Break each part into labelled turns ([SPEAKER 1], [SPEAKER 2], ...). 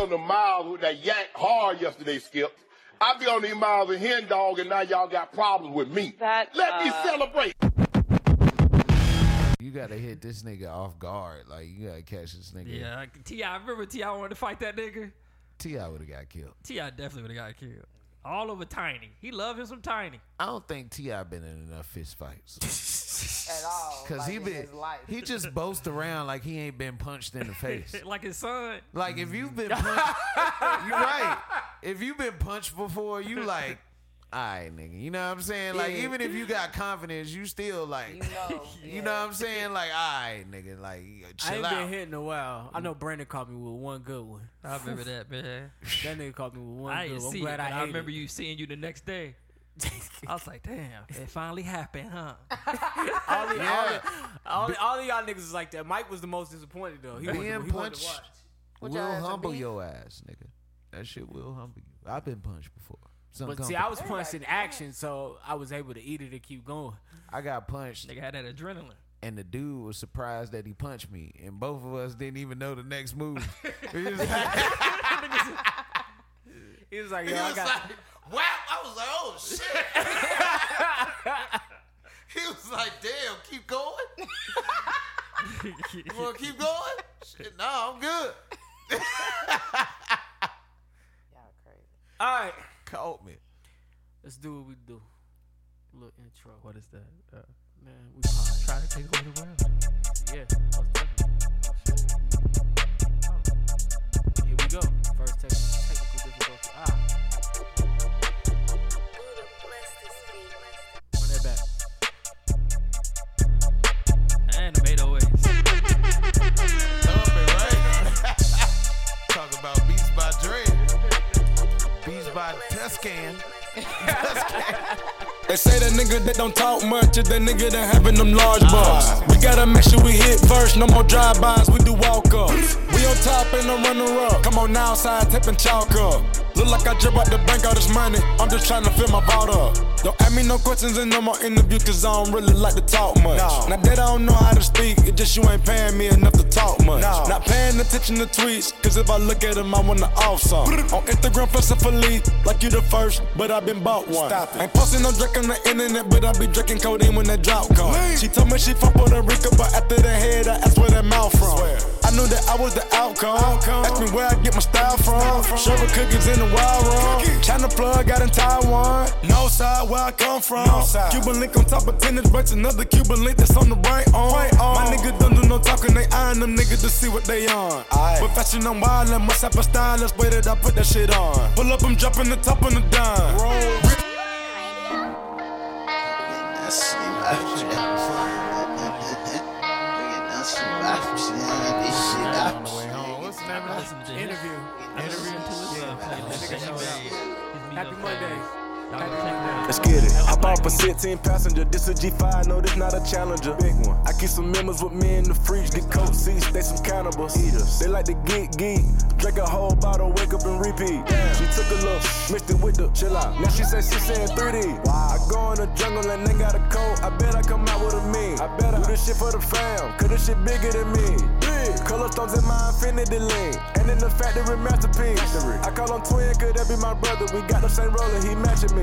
[SPEAKER 1] on the miles with that yank hard yesterday, Skip. I be on these miles of hen dog, and now y'all got problems with me.
[SPEAKER 2] That,
[SPEAKER 1] Let me
[SPEAKER 2] uh,
[SPEAKER 1] celebrate.
[SPEAKER 3] You gotta hit this nigga off guard. Like you gotta catch this nigga.
[SPEAKER 4] Yeah, Ti. I remember Ti wanted to fight that nigga.
[SPEAKER 3] Ti would have got killed.
[SPEAKER 4] Ti definitely would have got killed. All over Tiny. He loved him some Tiny.
[SPEAKER 3] I don't think Ti been in enough fist fights
[SPEAKER 5] at all.
[SPEAKER 3] because
[SPEAKER 5] Oh, like,
[SPEAKER 3] he
[SPEAKER 5] in
[SPEAKER 3] been
[SPEAKER 5] his life.
[SPEAKER 3] he just boasts around like he ain't been punched in the face.
[SPEAKER 4] like his son.
[SPEAKER 3] Like if you've been punched, you're right. If you've been punched before, you like, all right, nigga. You know what I'm saying? Like
[SPEAKER 4] Yeah.
[SPEAKER 3] even if you got confidence, you still like,
[SPEAKER 5] you know,
[SPEAKER 3] you know what I'm saying? Like, all right, nigga. Like
[SPEAKER 6] I
[SPEAKER 3] chill
[SPEAKER 6] ain't
[SPEAKER 3] out.
[SPEAKER 6] been hit in a while. I know Brandon caught me with one good one.
[SPEAKER 4] I remember that, man.
[SPEAKER 6] That nigga caught me with one
[SPEAKER 4] I
[SPEAKER 6] good
[SPEAKER 4] didn't
[SPEAKER 6] one.
[SPEAKER 4] see it,
[SPEAKER 6] I'm glad
[SPEAKER 4] but
[SPEAKER 6] I,
[SPEAKER 4] I,
[SPEAKER 6] ate
[SPEAKER 4] remember
[SPEAKER 6] it.
[SPEAKER 4] you seeing you the next day. I was like, damn, it finally happened, huh?
[SPEAKER 6] all, the,
[SPEAKER 3] Yeah.
[SPEAKER 6] all, the, all, the, all of y'all niggas is like that. Mike was the most disappointed though. He was
[SPEAKER 3] Being
[SPEAKER 6] he wanted to
[SPEAKER 3] punched.
[SPEAKER 6] watch.
[SPEAKER 5] What y'all
[SPEAKER 3] will
[SPEAKER 5] ass
[SPEAKER 3] humble
[SPEAKER 5] been?
[SPEAKER 3] your ass, nigga. That shit will humble you. I've been punched before. It's
[SPEAKER 6] But see,
[SPEAKER 3] uncomfortable.
[SPEAKER 6] I was punched in action, so I was able to eat it and keep going.
[SPEAKER 3] I got punched,
[SPEAKER 4] Nigga had that adrenaline.
[SPEAKER 3] and the dude was surprised that he punched me, and both of us didn't even know the next move. We was like-
[SPEAKER 6] He was like,
[SPEAKER 3] He
[SPEAKER 6] "Yo, I
[SPEAKER 3] was
[SPEAKER 6] got."
[SPEAKER 3] like, wow. I was like, oh shit. he was like, damn, keep going. you want to keep going? Shit, no, I'm good.
[SPEAKER 5] Y'all crazy.
[SPEAKER 6] all right,
[SPEAKER 3] Caught me.
[SPEAKER 6] let's do what we do. Little intro,
[SPEAKER 4] What is that? Uh,
[SPEAKER 6] man. We pause.
[SPEAKER 4] try to take away the world.
[SPEAKER 6] Yeah, most definitely. Here we go. First tech- technical difficulty. Ah, run that back.
[SPEAKER 4] And the 808s.
[SPEAKER 3] Thump it, right? Talk about Beats by Dre. Beats by Tuscan.
[SPEAKER 7] They say the nigga that don't talk much is the nigga that having them large bars. We gotta make sure we hit first, no more drive-bys, we do walk-ups. We on top and I'm running up. Come on now, side tapping chalk up. Look like I drip out the bank all this money. I'm just tryna fill my vault up. Don't ask me no questions and no more interview, cause I don't really like to talk much. Now that I don't know how to speak, it just you ain't paying me enough to talk much. Not paying attention to tweets, cause if I look at them, I wanna off some. on Instagram, flexing for lead, like you the first, but I've been bought one. Stop it. Ain't posting no drink on the internet, but I be drinking codeine when that drought come. She told me she from Puerto Rico, but after the head, I asked where that mouth from. I knew that I was the outcome. Asked me where I get my style from. Sugar cookies in the wild room. China plug out in Taiwan. No side where I come from. Cuban link on top of tennis, but another Cuban link that's on the right arm. My nigga don't do no talking, they eyeing them niggas to see what they on. But fashion I'm wild and must have a style, that's way that I put that shit on. Pull up, I'm dropping the top on the dime.
[SPEAKER 3] Oh, what's the name of
[SPEAKER 4] Listen to this.
[SPEAKER 6] Interview.
[SPEAKER 4] I Interview to his son.
[SPEAKER 6] Happy Monday.
[SPEAKER 7] Let's get it. Hop off a 16 passenger. This a G5. No, this not a challenger. Big one. I keep some members with me in the fridge. Get coat seats. They some cannibals. Eaters. They like to geek geek. Drink a whole bottle. Wake up and repeat. She took a look. Mixed it with the chill out. Now she say she saying 3D. I go in the jungle and they got a coat. I bet I come out with a mean. I bet I do this shit for the fam. Cause this shit bigger than me. Big. Color stones in my infinity lane. And in the factory masterpiece. I call him twin. Could that be my brother? We got the same roller. He matching me.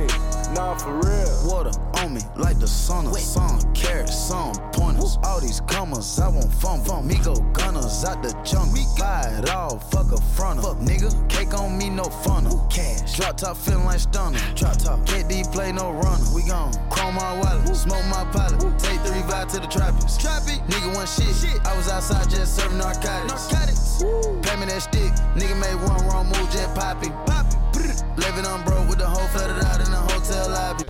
[SPEAKER 7] Nah, for real.
[SPEAKER 8] Water on me like the sun of sun, carrots, some pointers. All these commas, I won't fumble. Me go gunners out the jungle. Buy it all, fuck a front Fuck nigga, cake on me, no funnel. Cash. Drop top feeling like stunner. Drop top. KD play no runner. We gon' chrome my wallet, smoke my pilot. Take three vibe to the trappers. Trappy. Nigga one shit. shit. I was outside just serving narcotics. Narcotics. Pay me that stick. Nigga made one wrong move, jet poppy. Poppy. Living on broke with the whole flooded out in the hotel lobby.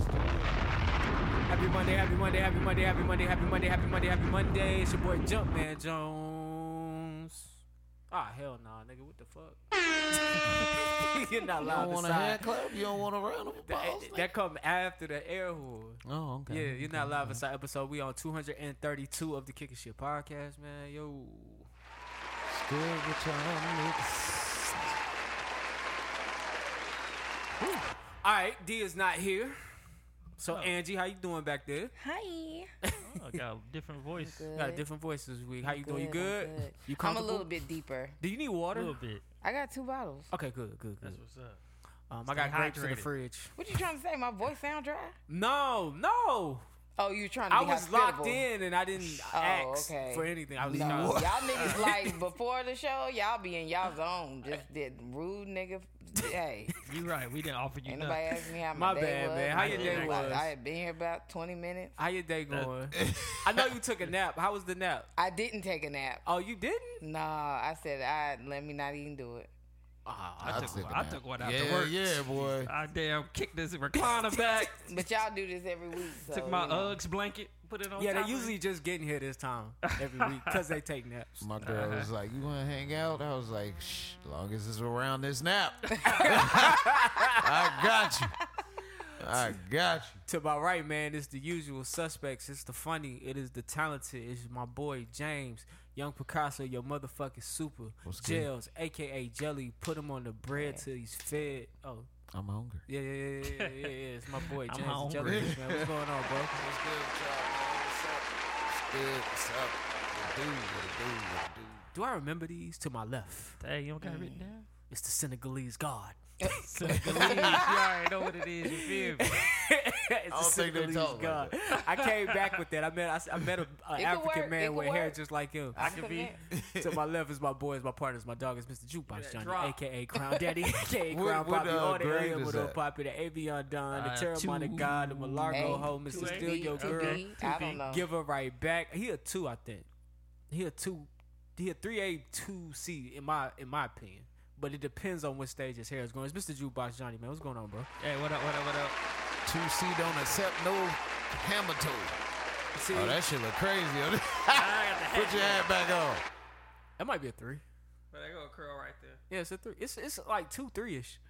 [SPEAKER 6] Happy Monday, happy Monday, happy Monday, happy Monday, happy Monday, happy Monday, happy Monday. It's your boy Jumpman Jones. Ah, hell nah, nigga, what the fuck? You're not
[SPEAKER 3] You don't
[SPEAKER 6] allowed
[SPEAKER 3] want
[SPEAKER 6] to
[SPEAKER 3] a hand
[SPEAKER 6] side.
[SPEAKER 3] clap? You don't want a round of
[SPEAKER 6] That,
[SPEAKER 3] applause?
[SPEAKER 6] that come after the air horn.
[SPEAKER 3] oh, okay.
[SPEAKER 6] Yeah, you're not live inside episode. We on 232 of the Kicking Shit podcast, man. Yo,
[SPEAKER 3] Still with your niggas.
[SPEAKER 6] all right, D is not here. So Angie, how you doing back there?
[SPEAKER 2] Hi.
[SPEAKER 4] I got different voice a
[SPEAKER 6] Got a different voices this week. How you doing? You good?
[SPEAKER 5] I'm, good. I'm
[SPEAKER 6] You
[SPEAKER 5] a
[SPEAKER 6] comfortable?
[SPEAKER 5] little bit deeper.
[SPEAKER 6] Do you need water?
[SPEAKER 4] little bit.
[SPEAKER 5] I got two bottles.
[SPEAKER 6] Okay, good, good, good.
[SPEAKER 4] That's what's up.
[SPEAKER 6] Um, I got
[SPEAKER 4] Stay
[SPEAKER 6] grapes in the
[SPEAKER 4] hydrated.
[SPEAKER 6] fridge.
[SPEAKER 5] What you trying to say? My voice sound dry?
[SPEAKER 6] No, no.
[SPEAKER 5] Oh, you trying to
[SPEAKER 6] I
[SPEAKER 5] be
[SPEAKER 6] was locked
[SPEAKER 5] hospitable.
[SPEAKER 6] in and I didn't
[SPEAKER 5] Oh,
[SPEAKER 6] ask
[SPEAKER 5] okay.
[SPEAKER 6] for anything. I was
[SPEAKER 5] No,
[SPEAKER 6] no.
[SPEAKER 5] y'all niggas like before the show, y'all be in y'all zone. Just did rude nigga. Hey,
[SPEAKER 4] You right. We didn't offer you
[SPEAKER 5] ain't nobody
[SPEAKER 4] nothing.
[SPEAKER 5] asked me how my, day
[SPEAKER 6] My bad,
[SPEAKER 5] was.
[SPEAKER 6] man. How
[SPEAKER 5] My
[SPEAKER 6] your
[SPEAKER 4] day
[SPEAKER 5] was?
[SPEAKER 6] was?
[SPEAKER 5] I had been here about twenty minutes.
[SPEAKER 6] How your day going? I know you took a nap. How was the nap?
[SPEAKER 5] I didn't take a nap.
[SPEAKER 6] Oh, you didn't?
[SPEAKER 5] Nah, I said I let me not even do it.
[SPEAKER 2] I,
[SPEAKER 4] took one-
[SPEAKER 2] a
[SPEAKER 4] I
[SPEAKER 2] nap.
[SPEAKER 4] took one after
[SPEAKER 2] yeah,
[SPEAKER 4] work.
[SPEAKER 2] Yeah, boy.
[SPEAKER 4] I damn kicked this recliner back.
[SPEAKER 5] But y'all do this every week. So,
[SPEAKER 4] took my
[SPEAKER 5] you know.
[SPEAKER 4] Uggs blanket, put it on.
[SPEAKER 6] Yeah,
[SPEAKER 4] top
[SPEAKER 6] they
[SPEAKER 4] of
[SPEAKER 6] usually
[SPEAKER 4] it.
[SPEAKER 6] just getting here this time every week because they take naps.
[SPEAKER 2] My girl
[SPEAKER 4] Uh-huh.
[SPEAKER 2] was like, "You want to hang out?" I was like, "Shh, long as it's around this nap, I got you. I got you."
[SPEAKER 6] To my right, man, it's the usual suspects. It's the funny. It is the talented. It's my boy James, Young Picasso, your motherfucking super.
[SPEAKER 2] What's good?
[SPEAKER 6] Jails, aka Jelly, put him on the bread till he's fed. Oh,
[SPEAKER 2] I'm hungry.
[SPEAKER 6] yeah, yeah, yeah, yeah, yeah, yeah. yeah. It's my boy
[SPEAKER 4] I'm
[SPEAKER 6] James
[SPEAKER 4] hungry.
[SPEAKER 6] Jelly, man. What's going on, bro?
[SPEAKER 2] What's good, y'all, man? What's up? What's good? What's up? What it do? What it do? What it do?
[SPEAKER 6] Do I remember these? To my left,
[SPEAKER 4] Hey, you don't got it written down?
[SPEAKER 6] it's the Senegalese God.
[SPEAKER 4] Believe, you already know what it is. You feel me?
[SPEAKER 6] it's
[SPEAKER 2] don't think they talk like
[SPEAKER 6] I came back with that. I met I s- I, met an
[SPEAKER 5] It could
[SPEAKER 6] African
[SPEAKER 5] work, it
[SPEAKER 6] man
[SPEAKER 5] could
[SPEAKER 6] with hair
[SPEAKER 5] work.
[SPEAKER 6] just like him.
[SPEAKER 4] I could be.
[SPEAKER 6] to my left is my boys, my partners, my dog is Mr. Jukebox
[SPEAKER 4] that
[SPEAKER 6] Johnny,
[SPEAKER 4] drop.
[SPEAKER 6] aka Crown Daddy, aka
[SPEAKER 2] What-
[SPEAKER 6] Crown
[SPEAKER 2] what,
[SPEAKER 6] Poppy,
[SPEAKER 2] uh,
[SPEAKER 6] all the
[SPEAKER 2] grade
[SPEAKER 6] area
[SPEAKER 2] is
[SPEAKER 6] with the
[SPEAKER 2] that?
[SPEAKER 6] Poppy, the Avion Don, the
[SPEAKER 4] Uh,
[SPEAKER 6] Terramonic God, the Malargo
[SPEAKER 5] Hey,
[SPEAKER 6] Ho, Mr.
[SPEAKER 4] two
[SPEAKER 6] Steal
[SPEAKER 4] eight.
[SPEAKER 6] Your
[SPEAKER 5] To
[SPEAKER 6] Girl.
[SPEAKER 5] be, I don't know.
[SPEAKER 6] Give her right back. He a two, I think. He a two. He a three A two C in my in my opinion. But it depends on what stage his hair is going. It's Mr. Jukebox Johnny, man. What's going on, bro?
[SPEAKER 4] Hey, what up? What up? What up?
[SPEAKER 2] Two C don't accept no hammer toe.
[SPEAKER 6] See,
[SPEAKER 2] Oh,
[SPEAKER 6] that,
[SPEAKER 2] that shit look crazy.
[SPEAKER 4] I got
[SPEAKER 2] Put your hat back on.
[SPEAKER 6] might be a three.
[SPEAKER 4] But I go curl right there.
[SPEAKER 6] Yeah, it's a three. It's it's like two three ish.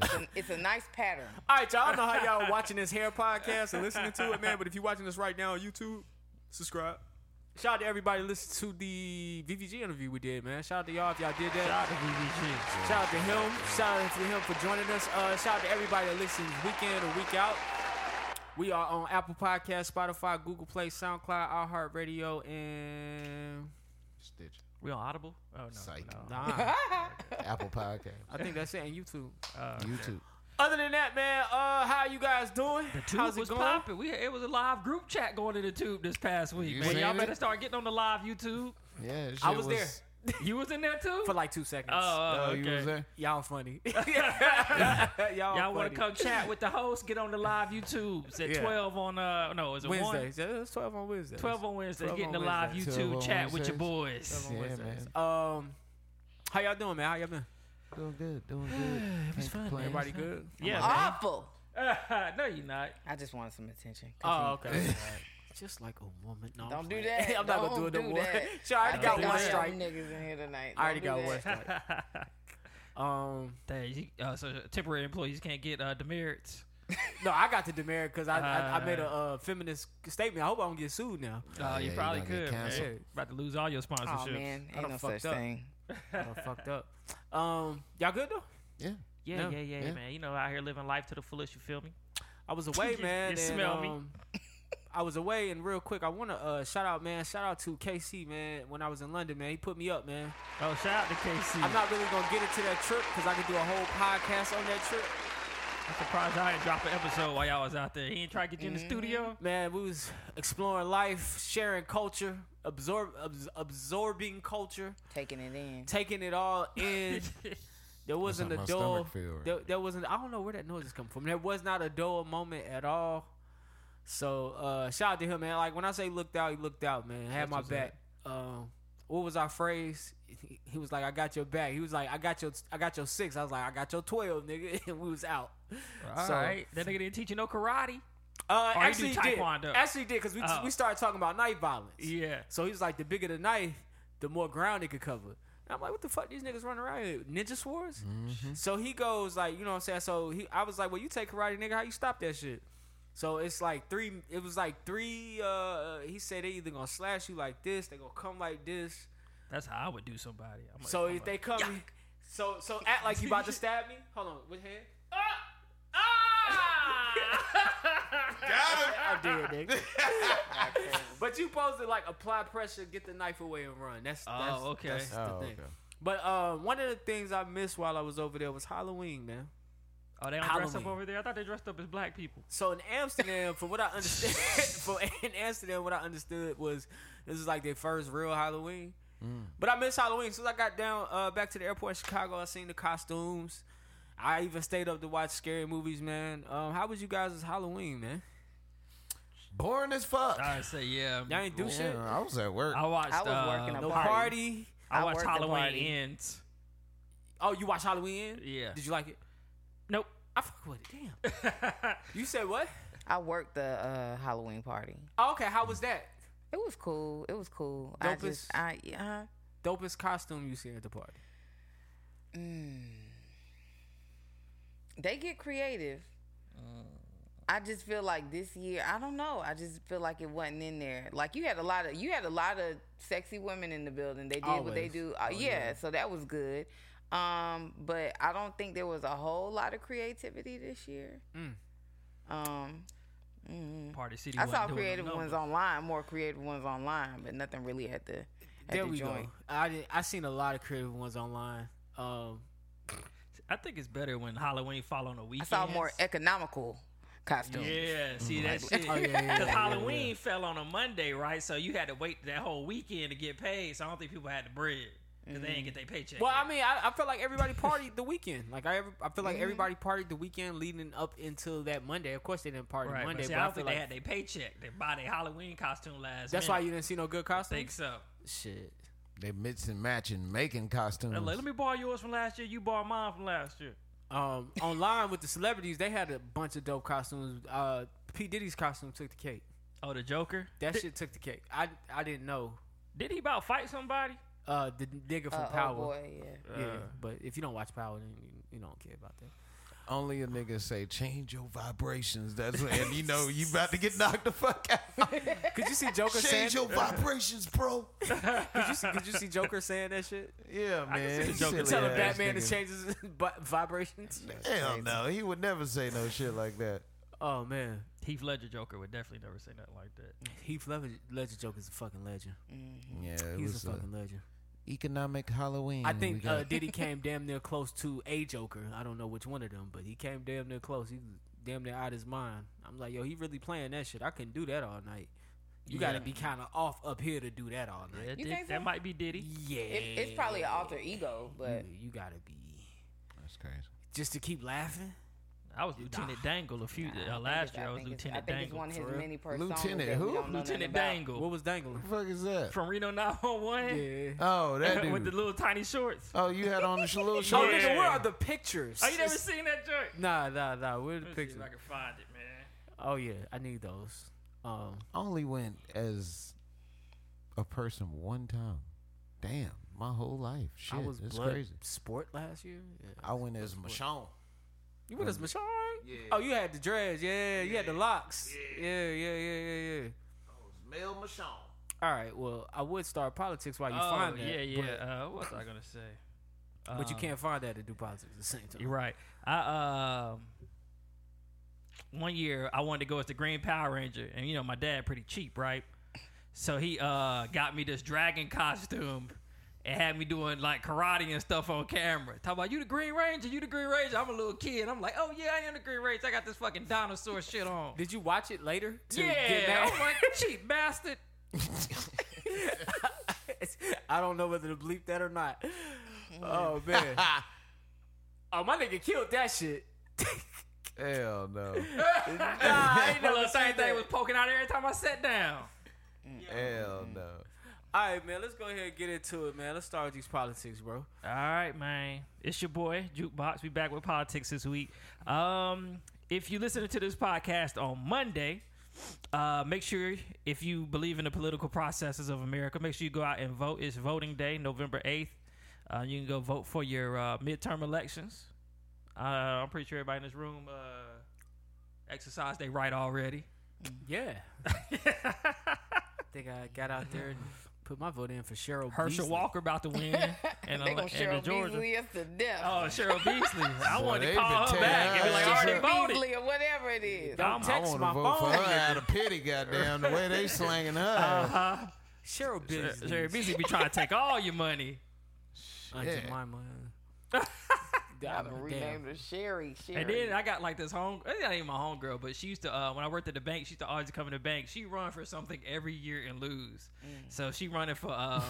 [SPEAKER 5] It's a, it's a nice pattern.
[SPEAKER 6] All right, y'all I know how y'all watching this hair podcast and listening to it, man. But if you're watching this right now on YouTube, subscribe. Shout out to everybody who listened to the VVG interview we did, man. Shout out to y'all if y'all did that.
[SPEAKER 4] Shout out to BBG.
[SPEAKER 6] Shout out to him. Shout out to him for joining us. Uh, shout out to everybody that listens week in or week out. We are on Apple Podcast, Spotify, Google Play, SoundCloud, iHeartRadio, and
[SPEAKER 2] Stitch.
[SPEAKER 4] We on Audible? Oh no.
[SPEAKER 2] Psych.
[SPEAKER 4] no.
[SPEAKER 6] nah,
[SPEAKER 2] Apple Podcast.
[SPEAKER 6] I think that's it. And YouTube.
[SPEAKER 4] Uh,
[SPEAKER 2] YouTube.
[SPEAKER 6] Other than that, man, uh, how you guys doing?
[SPEAKER 4] the tube
[SPEAKER 6] How's it
[SPEAKER 4] was
[SPEAKER 6] going?
[SPEAKER 4] popping. We it was a live group chat going to the tube this past week,
[SPEAKER 2] You
[SPEAKER 4] man.
[SPEAKER 2] seen
[SPEAKER 4] Y'all
[SPEAKER 2] it?
[SPEAKER 4] better start getting on the live YouTube.
[SPEAKER 2] Yeah, that
[SPEAKER 6] I
[SPEAKER 2] shit
[SPEAKER 6] was there.
[SPEAKER 4] You was in there too?
[SPEAKER 6] for like two seconds.
[SPEAKER 4] oh, oh,
[SPEAKER 2] Oh,
[SPEAKER 4] okay.
[SPEAKER 2] you was there?
[SPEAKER 6] Y'all funny. y'all
[SPEAKER 4] Y'all want
[SPEAKER 6] funny.
[SPEAKER 4] to come chat with the host? Get on the live YouTubes at
[SPEAKER 6] Yeah.
[SPEAKER 4] twelve on uh no, is it one?
[SPEAKER 6] Wednesdays? Yeah, it's twelve on Wednesdays.
[SPEAKER 4] Twelve on Wednesdays.
[SPEAKER 6] 12
[SPEAKER 4] Get in the
[SPEAKER 6] on
[SPEAKER 4] live
[SPEAKER 2] Wednesdays.
[SPEAKER 4] YouTube
[SPEAKER 2] 12 on
[SPEAKER 4] chat with your boys.
[SPEAKER 2] Yeah,
[SPEAKER 6] Wednesdays.
[SPEAKER 2] man.
[SPEAKER 6] Um, how y'all doing, man? How y'all been?
[SPEAKER 2] Doing good. Doing good.
[SPEAKER 4] It was fun. man.
[SPEAKER 6] Everybody good?
[SPEAKER 4] Yeah. man.
[SPEAKER 5] Awful.
[SPEAKER 4] no, you're not.
[SPEAKER 5] I just wanted some attention.
[SPEAKER 6] Oh, okay. Just like a woman. No, I'm
[SPEAKER 5] Don't do
[SPEAKER 6] playing.
[SPEAKER 5] that.
[SPEAKER 6] I'm not
[SPEAKER 5] Don't
[SPEAKER 6] gonna do it no
[SPEAKER 5] do
[SPEAKER 6] more.
[SPEAKER 5] that.
[SPEAKER 6] Sure, I
[SPEAKER 5] I
[SPEAKER 6] already got
[SPEAKER 5] think
[SPEAKER 6] one
[SPEAKER 5] I got some
[SPEAKER 6] strike.
[SPEAKER 5] niggas in here tonight.
[SPEAKER 6] I already
[SPEAKER 5] Don't
[SPEAKER 6] got
[SPEAKER 5] do
[SPEAKER 6] one
[SPEAKER 5] that.
[SPEAKER 6] strike. Um,
[SPEAKER 4] Dang, you- uh, so temporary employees can't get uh, demerits.
[SPEAKER 6] no, I got the demerit because I, I I made a uh, feminist statement. I hope I don't get sued now.
[SPEAKER 4] Uh,
[SPEAKER 2] yeah,
[SPEAKER 4] you
[SPEAKER 2] you
[SPEAKER 4] probably
[SPEAKER 2] gonna get
[SPEAKER 4] could. Man.
[SPEAKER 2] canceled.
[SPEAKER 4] About to lose all your sponsorships.
[SPEAKER 5] Oh man,
[SPEAKER 6] I
[SPEAKER 5] ain't
[SPEAKER 6] done
[SPEAKER 5] no
[SPEAKER 6] fucked
[SPEAKER 5] such
[SPEAKER 6] up.
[SPEAKER 5] thing.
[SPEAKER 6] I fucked up. Um, y'all good though?
[SPEAKER 2] Yeah.
[SPEAKER 4] Yeah,
[SPEAKER 6] No.
[SPEAKER 4] yeah, yeah,
[SPEAKER 2] Yeah.
[SPEAKER 4] man. You know, out here living life to the fullest. You feel me?
[SPEAKER 6] I was away,
[SPEAKER 4] You-
[SPEAKER 6] man.
[SPEAKER 4] you
[SPEAKER 6] and,
[SPEAKER 4] smell me.
[SPEAKER 6] um, I was away, and real quick, I want to uh, shout out, man. Shout out to KC, man. When I was in London, man, he put me up, man.
[SPEAKER 4] Oh, shout out to KC.
[SPEAKER 6] I'm not really gonna get into that trip because I could do a whole podcast on that trip,
[SPEAKER 4] I'm surprised I didn't drop an episode while y'all was out there. He ain't try to get you in the
[SPEAKER 5] Mm-hmm.
[SPEAKER 4] studio.
[SPEAKER 6] man. We was exploring life, sharing culture, absorb, abs- absorbing culture,
[SPEAKER 5] Taking it in.
[SPEAKER 6] taking it all in. There wasn't
[SPEAKER 2] how
[SPEAKER 6] a
[SPEAKER 2] my
[SPEAKER 6] dull.
[SPEAKER 2] stomach feel right
[SPEAKER 6] There, there wasn't. I don't know where that noise is coming from. There was not a dull moment at all. So uh, shout out to him, man. Like when I say looked out, he looked out, man. Had my back. Um, what was our phrase? He, he was like, "I got your back." He was like, "I got your, I got your six. I was like, "I got your twelve, nigga." And we was out.
[SPEAKER 4] All right, that nigga didn't teach you no karate.
[SPEAKER 6] Uh,
[SPEAKER 4] Oh, you
[SPEAKER 6] actually
[SPEAKER 4] do
[SPEAKER 6] did.
[SPEAKER 4] taekwondo.
[SPEAKER 6] Actually did because we
[SPEAKER 4] Oh.
[SPEAKER 6] we started talking about knife violence.
[SPEAKER 4] Yeah.
[SPEAKER 6] So he was like, the bigger the knife, the more ground it could cover. And I'm like, what the fuck these niggas running around here? Ninja swords? So he goes like, you know what I'm saying? So he I was like, Well, you take karate, nigga, how you stop that shit? So it's like three it was like three uh he said they either gonna slash you like this, they gonna come like this.
[SPEAKER 4] That's how I would do somebody. I'm like,
[SPEAKER 6] So
[SPEAKER 4] I'm
[SPEAKER 6] if they
[SPEAKER 4] like,
[SPEAKER 6] come so so act like you Ah! about to stab me. Hold on, what hand?
[SPEAKER 4] ah!
[SPEAKER 6] I did, nigga. but you supposed to like apply pressure, get the knife away, and run. That's
[SPEAKER 4] Oh,
[SPEAKER 6] that's,
[SPEAKER 4] okay.
[SPEAKER 6] That's the
[SPEAKER 2] Oh,
[SPEAKER 6] thing.
[SPEAKER 2] okay.
[SPEAKER 6] But uh, one of the things I missed while I was over there was Halloween, man.
[SPEAKER 4] Oh, they don't dress up
[SPEAKER 6] Halloween.
[SPEAKER 4] over there. I thought they dressed up as black people.
[SPEAKER 6] So in Amsterdam, from what I understand, for in Amsterdam, what I understood was this is like their first real Halloween.
[SPEAKER 5] Mm.
[SPEAKER 6] But I missed Halloween. Since I got down uh, back to the airport in Chicago, I seen the costumes. I even stayed up to watch scary movies, man. Um, how was you guys' Halloween, man?
[SPEAKER 2] Boring as fuck.
[SPEAKER 4] I say
[SPEAKER 5] Um,
[SPEAKER 4] yeah.
[SPEAKER 6] Y'all ain't do shit.
[SPEAKER 2] Yeah, I was at work.
[SPEAKER 4] I watched.
[SPEAKER 5] I was
[SPEAKER 4] uh,
[SPEAKER 5] working a
[SPEAKER 6] No
[SPEAKER 5] party.
[SPEAKER 6] party.
[SPEAKER 4] I
[SPEAKER 5] I
[SPEAKER 4] watched
[SPEAKER 5] worked the
[SPEAKER 4] Halloween
[SPEAKER 5] party.
[SPEAKER 4] Ends.
[SPEAKER 6] Oh, you watch Halloween?
[SPEAKER 4] Yeah.
[SPEAKER 6] Did you like it?
[SPEAKER 4] Nope.
[SPEAKER 6] I fuck with it. Damn. You said what?
[SPEAKER 5] I worked the uh, Halloween party.
[SPEAKER 6] Oh, okay. How was that?
[SPEAKER 5] It was cool. It was cool. I
[SPEAKER 6] Dopest-
[SPEAKER 5] just, I yeah. uh-huh.
[SPEAKER 6] Dopest costume you seen at the party?
[SPEAKER 5] they get creative. I just feel like this year, I don't know. I just feel like it wasn't in there. Like you had a lot of you had a lot of sexy women in the building. They did what they
[SPEAKER 6] Always.
[SPEAKER 5] do. Uh, yeah, so that was good. Um, but I don't think there was a whole lot of creativity this year. Um,
[SPEAKER 4] Party City.
[SPEAKER 5] I
[SPEAKER 4] wasn't
[SPEAKER 5] saw
[SPEAKER 4] doing no
[SPEAKER 5] creative ones
[SPEAKER 4] numbers.
[SPEAKER 5] online, more creative ones online, but nothing really at the at
[SPEAKER 6] there
[SPEAKER 5] the
[SPEAKER 6] we
[SPEAKER 5] joint.
[SPEAKER 6] go. I did, I seen a lot of creative ones online. Um,
[SPEAKER 4] I think it's better when Halloween fall on a
[SPEAKER 5] I
[SPEAKER 4] weekend.
[SPEAKER 5] saw more economical costumes.
[SPEAKER 4] Yeah, see that shit.
[SPEAKER 6] Oh, yeah, yeah, yeah,
[SPEAKER 4] Because
[SPEAKER 6] yeah,
[SPEAKER 4] Halloween fell on a Monday, right? So you had to wait that whole weekend to get paid. So I don't think people had the bread because they didn't get their paycheck.
[SPEAKER 6] well,
[SPEAKER 4] yet.
[SPEAKER 6] I mean, I, I feel like everybody partied the weekend. Like I, ever, I feel
[SPEAKER 4] Mm-hmm.
[SPEAKER 6] like everybody partied the weekend leading up until that Monday. Of course, they didn't party
[SPEAKER 4] right,
[SPEAKER 6] Monday,
[SPEAKER 4] but,
[SPEAKER 6] but,
[SPEAKER 4] see,
[SPEAKER 6] I,
[SPEAKER 4] I don't
[SPEAKER 6] feel
[SPEAKER 4] think
[SPEAKER 6] like
[SPEAKER 4] they had their paycheck. They bought their Halloween costume last.
[SPEAKER 6] that's why
[SPEAKER 4] minute.
[SPEAKER 6] you didn't see no good
[SPEAKER 4] I think
[SPEAKER 6] costumes.
[SPEAKER 4] so.
[SPEAKER 6] Shit.
[SPEAKER 2] They mix and match and making costumes.
[SPEAKER 4] They're like, Let me borrow yours from last year. You borrow mine from last year.
[SPEAKER 6] Um, online with the celebrities, they had a bunch of dope costumes. Uh, P Diddy's costume took the cake.
[SPEAKER 4] Oh, the Joker.
[SPEAKER 6] That
[SPEAKER 4] did,
[SPEAKER 6] shit took the cake. I I didn't know.
[SPEAKER 4] Did he about fight somebody?
[SPEAKER 6] Uh, the nigga from
[SPEAKER 5] Uh,
[SPEAKER 6] Power.
[SPEAKER 5] Oh boy, yeah.
[SPEAKER 6] Yeah,
[SPEAKER 4] Uh.
[SPEAKER 6] but if you don't watch Power, then you, you don't care about that.
[SPEAKER 2] Only a nigga say change your vibrations. That's what, and you know you about to get knocked the fuck out.
[SPEAKER 6] Could you see Joker saying?
[SPEAKER 2] change your vibrations, bro.
[SPEAKER 6] Could you see, could you see Joker saying that shit?
[SPEAKER 2] Yeah, man.
[SPEAKER 4] Joker
[SPEAKER 2] Silly
[SPEAKER 6] Telling
[SPEAKER 2] ass
[SPEAKER 6] Batman
[SPEAKER 2] nigga.
[SPEAKER 6] to change his vi- vibrations.
[SPEAKER 2] Hell no, he would never say no shit like that.
[SPEAKER 6] Oh man,
[SPEAKER 4] Heath Ledger Joker would definitely never say nothing like that.
[SPEAKER 6] Heath Ledger, Ledger Joker's a fucking legend.
[SPEAKER 2] Yeah, it
[SPEAKER 6] He's
[SPEAKER 3] uh,
[SPEAKER 2] was
[SPEAKER 6] a
[SPEAKER 2] a
[SPEAKER 6] fucking legend.
[SPEAKER 2] economic Halloween.
[SPEAKER 6] I
[SPEAKER 2] we
[SPEAKER 6] think
[SPEAKER 2] got.
[SPEAKER 6] uh, Diddy came damn near close to a Joker. I don't know which one of them, but he came damn near close. He was damn near out his mind. I'm like, yo, he really playing that shit. I couldn't do that all night. You got to
[SPEAKER 4] Yeah.
[SPEAKER 6] be kind of off up here to do that all night.
[SPEAKER 4] That,
[SPEAKER 5] You
[SPEAKER 4] did-
[SPEAKER 5] think so?
[SPEAKER 4] that might be Diddy.
[SPEAKER 6] Yeah,
[SPEAKER 5] It, it's probably an alter ego, but
[SPEAKER 6] you got to be
[SPEAKER 2] That's crazy.
[SPEAKER 6] just to keep laughing.
[SPEAKER 4] I was Lieutenant Dangle a few
[SPEAKER 5] I
[SPEAKER 4] uh,
[SPEAKER 5] think
[SPEAKER 4] last
[SPEAKER 5] it's-
[SPEAKER 4] year.
[SPEAKER 5] I
[SPEAKER 4] I was
[SPEAKER 5] think it's-
[SPEAKER 4] Lieutenant
[SPEAKER 5] I think it's
[SPEAKER 4] Dangle.
[SPEAKER 5] one of his
[SPEAKER 6] for real.
[SPEAKER 5] many personas.
[SPEAKER 2] Lieutenant
[SPEAKER 5] that we
[SPEAKER 2] who?
[SPEAKER 5] don't know nothing
[SPEAKER 4] Lieutenant
[SPEAKER 5] about.
[SPEAKER 4] Dangle
[SPEAKER 6] What was dangling?
[SPEAKER 2] The fuck is that?
[SPEAKER 4] from Reno
[SPEAKER 6] Yeah. Uh,
[SPEAKER 4] 911.
[SPEAKER 2] Oh, that dude.
[SPEAKER 4] with the little tiny shorts.
[SPEAKER 2] oh, you had on the little
[SPEAKER 6] Oh,
[SPEAKER 2] short.
[SPEAKER 4] Yeah.
[SPEAKER 6] nigga, where are the pictures?
[SPEAKER 4] Oh, you never seen that joint?
[SPEAKER 6] Nah, nah, nah. Where are
[SPEAKER 4] Let
[SPEAKER 6] the
[SPEAKER 4] me see
[SPEAKER 6] pictures?
[SPEAKER 4] if I can find it, man.
[SPEAKER 6] Oh yeah, I need those. Um,
[SPEAKER 2] Only went as a person one time. Damn, my whole life. Shit,
[SPEAKER 6] I was
[SPEAKER 2] that's
[SPEAKER 6] blood
[SPEAKER 2] crazy.
[SPEAKER 6] sport last year. Yeah.
[SPEAKER 2] I went as Michonne.
[SPEAKER 6] You went as Michonne? Yeah. Oh, you had the dreads. Yeah, you had the locks. Yeah, yeah, yeah, yeah, yeah.
[SPEAKER 2] Mel Michonne.
[SPEAKER 6] All right. Well, I would start politics while you
[SPEAKER 4] oh,
[SPEAKER 6] find that.
[SPEAKER 4] yeah, yeah.
[SPEAKER 6] But,
[SPEAKER 4] uh, what was I gonna say?
[SPEAKER 6] but you
[SPEAKER 4] Um,
[SPEAKER 6] can't find that to do politics at the same time.
[SPEAKER 4] You're right. I um. One year I wanted to go as the Green Power Ranger, and you know my dad pretty cheap, right? So he uh got me this dragon costume and had me doing like karate and stuff on camera. Talk about you the Green Ranger, you the Green Ranger. I'm a little kid. I'm like, oh yeah, I am the Green Ranger. I got this fucking dinosaur shit on.
[SPEAKER 6] Did you watch it later? To Get
[SPEAKER 4] yeah,
[SPEAKER 6] mad?
[SPEAKER 4] I'm like cheap bastard.
[SPEAKER 6] I don't know whether to bleep that or not. Oh man. oh my nigga killed that shit.
[SPEAKER 2] Hell no.
[SPEAKER 6] I ain't
[SPEAKER 4] My
[SPEAKER 6] never
[SPEAKER 4] little
[SPEAKER 6] seen
[SPEAKER 4] same
[SPEAKER 6] that.
[SPEAKER 4] thing was poking out every time I sat down.
[SPEAKER 2] Hell no.
[SPEAKER 6] All right, man. Let's go ahead and get into it, man. Let's start with these politics, bro.
[SPEAKER 4] All right, man. It's your boy Jukebox. We back with politics this week. Um, if you listening to this podcast on Monday, uh, make sure if you believe in the political processes of America, make sure you go out and vote. It's voting day, November eighth. Uh, you can go vote for your uh, midterm elections. Uh, I'm pretty sure everybody in this room uh, exercised their right already.
[SPEAKER 6] Yeah. think I got out there and Put my vote in for Cheryl
[SPEAKER 4] Herschel
[SPEAKER 6] Beasley.
[SPEAKER 4] Walker about to win,
[SPEAKER 5] They
[SPEAKER 4] and, a,
[SPEAKER 5] gonna
[SPEAKER 4] and a
[SPEAKER 5] Cheryl
[SPEAKER 4] Georgia.
[SPEAKER 5] Beasley us to death.
[SPEAKER 4] Oh, Cheryl Beasley. I
[SPEAKER 3] Boy,
[SPEAKER 4] wanted
[SPEAKER 3] they
[SPEAKER 4] to
[SPEAKER 3] been
[SPEAKER 4] call her
[SPEAKER 3] tearing
[SPEAKER 4] back. and be
[SPEAKER 3] her
[SPEAKER 4] like, I
[SPEAKER 3] ass
[SPEAKER 4] already
[SPEAKER 3] up.
[SPEAKER 4] voted.
[SPEAKER 5] Beasley or whatever it is.
[SPEAKER 6] Don't
[SPEAKER 3] I
[SPEAKER 6] text
[SPEAKER 3] want to
[SPEAKER 6] my
[SPEAKER 3] vote for her
[SPEAKER 6] phone.
[SPEAKER 3] out of pity, goddamn. The way they slanging her. ass.
[SPEAKER 6] Uh-huh. Cheryl Beasley.
[SPEAKER 4] Cheryl Beasley be trying to take all your money.
[SPEAKER 6] Aunt
[SPEAKER 3] Yeah.
[SPEAKER 6] Jemima.
[SPEAKER 5] I'm gonna rename her Sherry. Sherry.
[SPEAKER 4] And then I got like this home. It's not even my homegirl, but she used to uh, when I worked at the bank. She used to always come to the bank. She run for something every year and lose. So she running for. Um,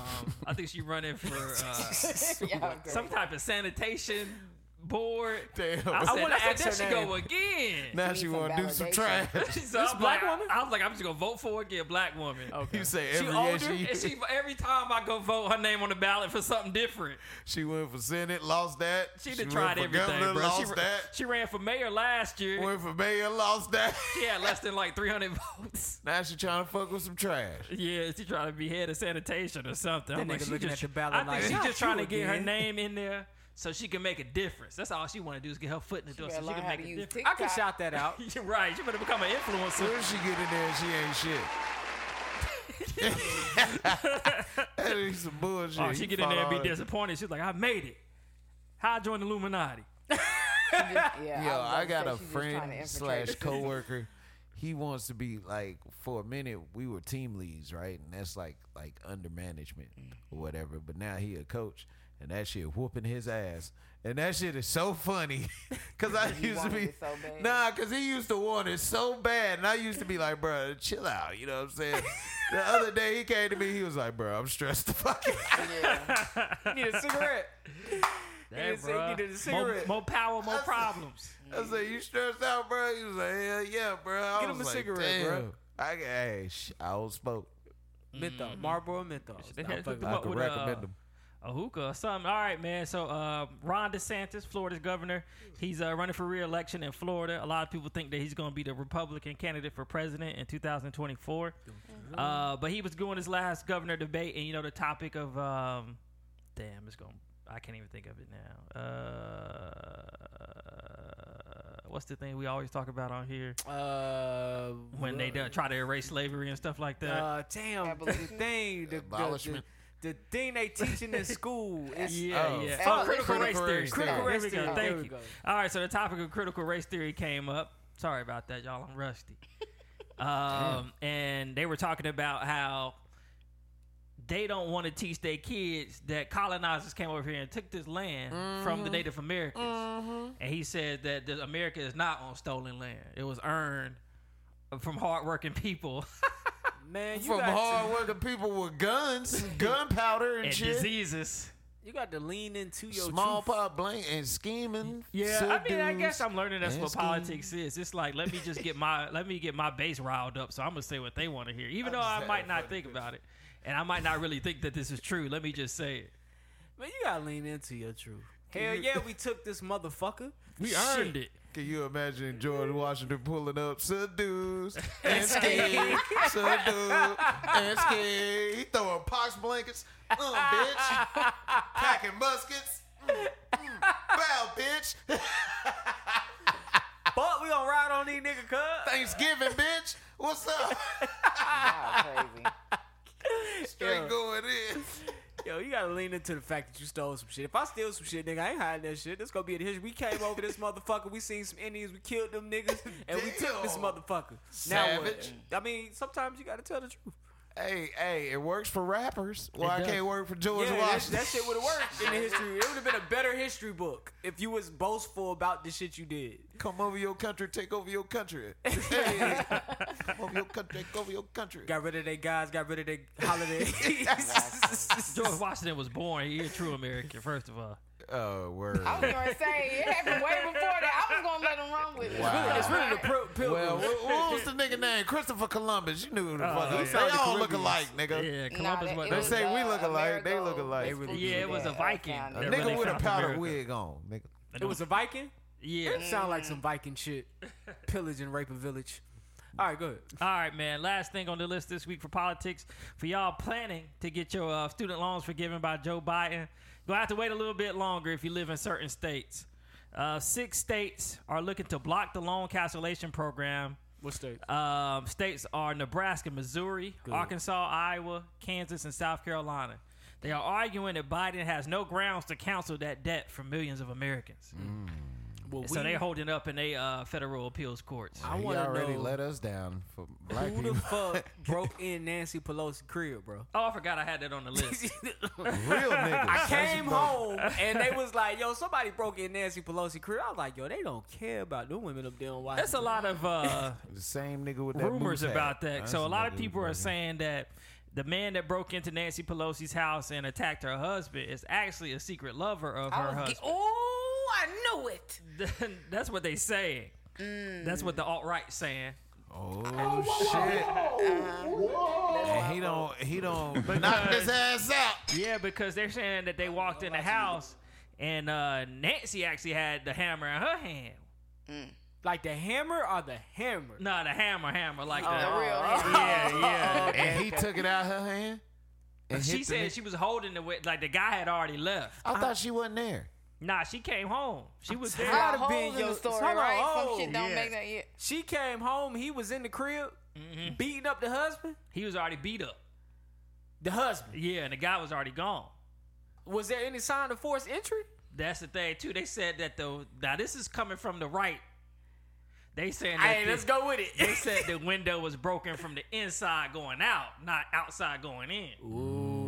[SPEAKER 4] I think she running for uh,
[SPEAKER 5] Y'all crazy.
[SPEAKER 4] some type of sanitation board.
[SPEAKER 3] Damn.
[SPEAKER 4] I, I
[SPEAKER 6] said,
[SPEAKER 4] want to
[SPEAKER 6] "Ask
[SPEAKER 4] ask
[SPEAKER 6] her
[SPEAKER 4] her she
[SPEAKER 6] name."
[SPEAKER 4] go again.
[SPEAKER 3] now
[SPEAKER 5] Need
[SPEAKER 3] she
[SPEAKER 5] some
[SPEAKER 3] want to do some
[SPEAKER 5] validation.
[SPEAKER 3] trash.
[SPEAKER 4] So I'm
[SPEAKER 6] black
[SPEAKER 4] like-
[SPEAKER 6] woman?
[SPEAKER 4] I was like, I'm just gonna vote for again, black woman.
[SPEAKER 6] Okay.
[SPEAKER 3] You say
[SPEAKER 6] She
[SPEAKER 3] every year
[SPEAKER 6] older?
[SPEAKER 3] she,
[SPEAKER 4] And she every time I go vote, her name on the ballot for something different.
[SPEAKER 3] she went for Senate, lost that.
[SPEAKER 4] She done
[SPEAKER 3] went
[SPEAKER 4] tried
[SPEAKER 3] for
[SPEAKER 4] everything,
[SPEAKER 3] governor,
[SPEAKER 4] bro.
[SPEAKER 3] Lost
[SPEAKER 4] She, ra-
[SPEAKER 3] that.
[SPEAKER 4] she ran for mayor last year.
[SPEAKER 3] Went for mayor, lost that.
[SPEAKER 4] She had less than like 300 votes.
[SPEAKER 3] Now she trying to fuck with some trash.
[SPEAKER 4] Yeah, she trying to be head of sanitation or something. I'm
[SPEAKER 6] nigga
[SPEAKER 4] like, she
[SPEAKER 6] looking
[SPEAKER 4] just,
[SPEAKER 6] at the ballot
[SPEAKER 4] I think
[SPEAKER 6] like,
[SPEAKER 4] she's
[SPEAKER 6] "Not
[SPEAKER 4] just trying
[SPEAKER 6] you
[SPEAKER 4] to get her
[SPEAKER 6] again."
[SPEAKER 4] name in there so she can make a difference. That's all she want to do is get her foot in the door so
[SPEAKER 5] Better
[SPEAKER 4] she
[SPEAKER 5] learn
[SPEAKER 4] can
[SPEAKER 5] how
[SPEAKER 4] make
[SPEAKER 5] to
[SPEAKER 4] a
[SPEAKER 5] use
[SPEAKER 4] difference.
[SPEAKER 6] I can
[SPEAKER 5] TikTok.
[SPEAKER 6] shout that out.
[SPEAKER 4] You're right. You better become an
[SPEAKER 3] Soon
[SPEAKER 4] influencer.
[SPEAKER 3] as she get in there, she ain't shit. that is some bullshit.
[SPEAKER 4] Oh, she
[SPEAKER 3] You
[SPEAKER 4] get in there and
[SPEAKER 3] fought
[SPEAKER 4] be
[SPEAKER 3] all that.
[SPEAKER 4] disappointed. She's like, I made it. How I joined the Illuminati.
[SPEAKER 5] Just- yeah,
[SPEAKER 3] Yo,
[SPEAKER 5] was about
[SPEAKER 3] I,
[SPEAKER 5] to
[SPEAKER 3] got
[SPEAKER 5] say
[SPEAKER 3] a
[SPEAKER 5] she's just trying to
[SPEAKER 3] friend
[SPEAKER 5] infiltrate.
[SPEAKER 3] slash coworker. He wants to be like for a minute we were team leads, right? And that's like like under management
[SPEAKER 5] Mm.
[SPEAKER 3] or whatever. But now he a coach and that shit whooping his ass. And that shit is so funny. Cause I
[SPEAKER 5] You
[SPEAKER 3] used to
[SPEAKER 5] wanted
[SPEAKER 3] be
[SPEAKER 5] it so bad.
[SPEAKER 3] Nah, cause he used to want it so bad. And I used to be like, bro, chill out, you know what I'm saying? the other day he came to me, he was like, bro, I'm stressed the fuck out.
[SPEAKER 5] Yeah.
[SPEAKER 6] You need a cigarette.
[SPEAKER 4] Hey,
[SPEAKER 6] didn't say-
[SPEAKER 4] bruh.
[SPEAKER 6] you did a
[SPEAKER 4] more,
[SPEAKER 6] cigarette.
[SPEAKER 4] more power, more problems.
[SPEAKER 3] I said, "You stressed out, bro." He was like, "Hell yeah, bro." I
[SPEAKER 6] Get
[SPEAKER 3] was
[SPEAKER 6] him a
[SPEAKER 3] like,
[SPEAKER 6] cigarette, bro.
[SPEAKER 3] "Damn." I hey, sh- I outspoke.
[SPEAKER 6] Menthol. Marlboro menthol.
[SPEAKER 4] Mm. They
[SPEAKER 6] Nah,
[SPEAKER 4] had
[SPEAKER 6] fuck
[SPEAKER 4] hooked
[SPEAKER 6] with
[SPEAKER 4] them
[SPEAKER 3] I
[SPEAKER 4] up
[SPEAKER 3] could
[SPEAKER 4] with,
[SPEAKER 3] recommend
[SPEAKER 4] uh,
[SPEAKER 3] them.
[SPEAKER 4] a hookah or something. All right, man. So uh, Ron DeSantis, Florida's governor, he's uh, running for re-election in Florida. A lot of people think that he's going to be the Republican candidate for president in 2024.
[SPEAKER 3] Mm-hmm.
[SPEAKER 4] Uh, but he was doing his last governor debate, and you know the topic of um, damn, it's going. I can't even think of it now. Uh, what's the thing we always talk about on here
[SPEAKER 6] Uh,
[SPEAKER 4] when they done, try to erase slavery and stuff like that?
[SPEAKER 6] uh, damn, the
[SPEAKER 5] Abolition.
[SPEAKER 6] thing, the, the, the,
[SPEAKER 3] Abolishment.
[SPEAKER 6] the thing they teaching in school is
[SPEAKER 4] Yeah,
[SPEAKER 3] Oh,
[SPEAKER 4] yeah.
[SPEAKER 5] fuck
[SPEAKER 4] Oh,
[SPEAKER 5] critical
[SPEAKER 4] critical, race
[SPEAKER 3] race
[SPEAKER 4] theory.
[SPEAKER 3] theory.
[SPEAKER 4] Critical
[SPEAKER 6] Critical
[SPEAKER 4] race
[SPEAKER 6] race
[SPEAKER 4] theory.
[SPEAKER 6] theory.
[SPEAKER 4] Thank
[SPEAKER 6] There we
[SPEAKER 4] you.
[SPEAKER 6] go.
[SPEAKER 4] All right, so the topic of critical race theory came up. Sorry about that, y'all. I'm rusty. Um, and they were talking about how they don't want to teach their kids that colonizers came over here and took this land from
[SPEAKER 6] Mm-hmm.
[SPEAKER 4] the Native Americans. And he said that the America is not on stolen land; it was earned from hardworking people
[SPEAKER 6] man. You
[SPEAKER 3] From
[SPEAKER 6] got
[SPEAKER 3] hard
[SPEAKER 6] to,
[SPEAKER 3] working people with guns, gunpowder, and,
[SPEAKER 4] and
[SPEAKER 3] shit,
[SPEAKER 4] diseases.
[SPEAKER 6] you got to lean into your truth.
[SPEAKER 3] smallpox, blank, and scheming.
[SPEAKER 4] Yeah, I mean, I guess
[SPEAKER 3] subdues.
[SPEAKER 4] I'm learning that's what
[SPEAKER 3] asking-
[SPEAKER 4] politics is. It's like let me just get my let me get my base riled up, so I'm gonna say what they want to hear, even though I might not think about it, and I might not really think that this is true. Let me just say it.
[SPEAKER 6] Man, you gotta lean into your truth. Hell yeah, we took this motherfucker.
[SPEAKER 4] We
[SPEAKER 6] Shit.
[SPEAKER 4] earned it.
[SPEAKER 3] Can you imagine George Washington pulling up subdues and ski, subdues and ski? He throwing pox blankets, uh, bitch, packing muskets. Mm, mm, Wow, bitch.
[SPEAKER 6] But we gonna ride on these nigga cuz.
[SPEAKER 3] Thanksgiving, bitch. What's up?
[SPEAKER 5] Y'all crazy.
[SPEAKER 3] Straight
[SPEAKER 6] Yeah.
[SPEAKER 3] going in.
[SPEAKER 6] Yo, you gotta lean into the fact that you stole some shit. If I steal some shit, nigga, I ain't hiding that shit. This gonna be in history. We came over this motherfucker. We seen some Indians. We killed them niggas, and we took this
[SPEAKER 3] Damn.
[SPEAKER 6] motherfucker.
[SPEAKER 3] Savage.
[SPEAKER 6] Now what? I mean, sometimes you gotta tell the truth.
[SPEAKER 3] Hey, hey, it works for rappers. Why
[SPEAKER 4] does.
[SPEAKER 3] I can't work for George
[SPEAKER 6] Yeah, that,
[SPEAKER 3] Washington?
[SPEAKER 6] that shit would have worked in the history. It would have been a better history book if you was boastful about the shit you did.
[SPEAKER 3] Come over your country, take over your country. Hey. Come over your country, take over your country.
[SPEAKER 6] Got rid of their guys. Got rid of their holidays.
[SPEAKER 4] George Washington was born. He a true American, first of all.
[SPEAKER 3] Oh, word.
[SPEAKER 5] I was gonna say it happened way before that. I was gonna let him run with it.
[SPEAKER 3] Wow.
[SPEAKER 6] It's really the pro- pilgrims.
[SPEAKER 3] Well, what, what was the nigga name? Christopher Columbus. You knew who the
[SPEAKER 6] Oh,
[SPEAKER 3] fuck.
[SPEAKER 4] yeah.
[SPEAKER 3] he was. They all look alike, nigga.
[SPEAKER 4] Yeah,
[SPEAKER 5] Nah,
[SPEAKER 4] Columbus
[SPEAKER 5] that-
[SPEAKER 4] was.
[SPEAKER 5] it
[SPEAKER 3] They
[SPEAKER 5] was,
[SPEAKER 3] say we
[SPEAKER 5] uh,
[SPEAKER 3] look alike, they
[SPEAKER 5] Amerigo
[SPEAKER 3] look alike.
[SPEAKER 5] Vespucci
[SPEAKER 6] They really
[SPEAKER 4] Yeah, it was a
[SPEAKER 5] that, uh,
[SPEAKER 4] Viking.
[SPEAKER 5] found
[SPEAKER 4] that
[SPEAKER 5] it.
[SPEAKER 3] A
[SPEAKER 4] really
[SPEAKER 3] nigga with a
[SPEAKER 4] found
[SPEAKER 3] powder
[SPEAKER 4] America.
[SPEAKER 3] wig on, nigga.
[SPEAKER 6] It was a Viking.
[SPEAKER 4] Yeah.
[SPEAKER 6] Sound like
[SPEAKER 3] Mm.
[SPEAKER 6] some Viking shit. Pillage and rape a village. All right, go ahead.
[SPEAKER 4] All right, man. Last thing on the list this week for politics for y'all planning to get your uh, student loans forgiven by Joe Biden. Gonna have to wait a little bit longer if you live in certain states. Uh, six states are looking to block the loan cancellation program
[SPEAKER 6] What state?
[SPEAKER 4] Um, states are Nebraska, Missouri, Arkansas, Iowa, Kansas, and South Carolina. They are arguing that Biden has no grounds to cancel that debt for millions of Americans.
[SPEAKER 6] Well,
[SPEAKER 4] So
[SPEAKER 6] we-
[SPEAKER 4] they're holding up in a uh, federal appeals courts.
[SPEAKER 6] I
[SPEAKER 2] He
[SPEAKER 6] want to
[SPEAKER 2] already
[SPEAKER 6] know
[SPEAKER 2] let us down for black
[SPEAKER 6] who
[SPEAKER 2] people.
[SPEAKER 6] the fuck broke in Nancy Pelosi's crib, bro.
[SPEAKER 4] Oh, I forgot I had that on the list.
[SPEAKER 2] Real niggas.
[SPEAKER 6] I
[SPEAKER 2] That's
[SPEAKER 6] came
[SPEAKER 2] about-
[SPEAKER 6] home and they was like, "Yo, somebody broke in Nancy Pelosi's crib." I was like, "Yo, they don't care about them women up there in Washington."
[SPEAKER 4] That's a lot of uh,
[SPEAKER 2] The same nigga with that
[SPEAKER 4] rumors
[SPEAKER 2] moose hat.
[SPEAKER 4] about that.
[SPEAKER 2] That's
[SPEAKER 4] So a
[SPEAKER 2] the
[SPEAKER 4] lot
[SPEAKER 2] nigga
[SPEAKER 4] of people
[SPEAKER 2] with
[SPEAKER 4] are
[SPEAKER 2] that-
[SPEAKER 4] saying that the man that broke into Nancy Pelosi's house and attacked her husband is actually a secret lover of her
[SPEAKER 5] I was
[SPEAKER 4] husband.
[SPEAKER 5] get, oh, I knew it.
[SPEAKER 4] That's what they saying. That's what the alt right saying.
[SPEAKER 2] Oh shit! And he don't he don't knock his ass out.
[SPEAKER 4] Yeah, because they're saying that they walked in the house and uh, Nancy actually had the hammer in her hand.
[SPEAKER 6] like the hammer or the hammer.
[SPEAKER 4] No, the hammer, hammer, like
[SPEAKER 5] The
[SPEAKER 4] that.
[SPEAKER 5] Oh, real
[SPEAKER 4] Yeah, yeah.
[SPEAKER 2] And he took it out her hand. And hit
[SPEAKER 4] She
[SPEAKER 2] the
[SPEAKER 4] said
[SPEAKER 2] nigga.
[SPEAKER 4] she was holding the wit- like the guy had already left.
[SPEAKER 2] I thought she wasn't there.
[SPEAKER 4] Nah, she came home. She was there.
[SPEAKER 6] tired
[SPEAKER 5] Got
[SPEAKER 6] of being
[SPEAKER 5] holes in
[SPEAKER 6] your-
[SPEAKER 5] the story,
[SPEAKER 6] Hold on,
[SPEAKER 5] right?
[SPEAKER 6] oh,
[SPEAKER 5] Some shit don't
[SPEAKER 4] yeah.
[SPEAKER 5] make that yet.
[SPEAKER 6] She came home. He was in the crib, beating up the husband.
[SPEAKER 4] He was already beat up.
[SPEAKER 6] The husband.
[SPEAKER 4] Yeah, and the guy was already gone.
[SPEAKER 6] Was there any sign of forced entry?
[SPEAKER 4] That's the thing too. They said that the now this is coming from the right. They saying that
[SPEAKER 6] Hey,
[SPEAKER 4] the-
[SPEAKER 6] let's go with
[SPEAKER 4] They
[SPEAKER 6] it.
[SPEAKER 4] said the window was broken from the inside going out, not outside going in.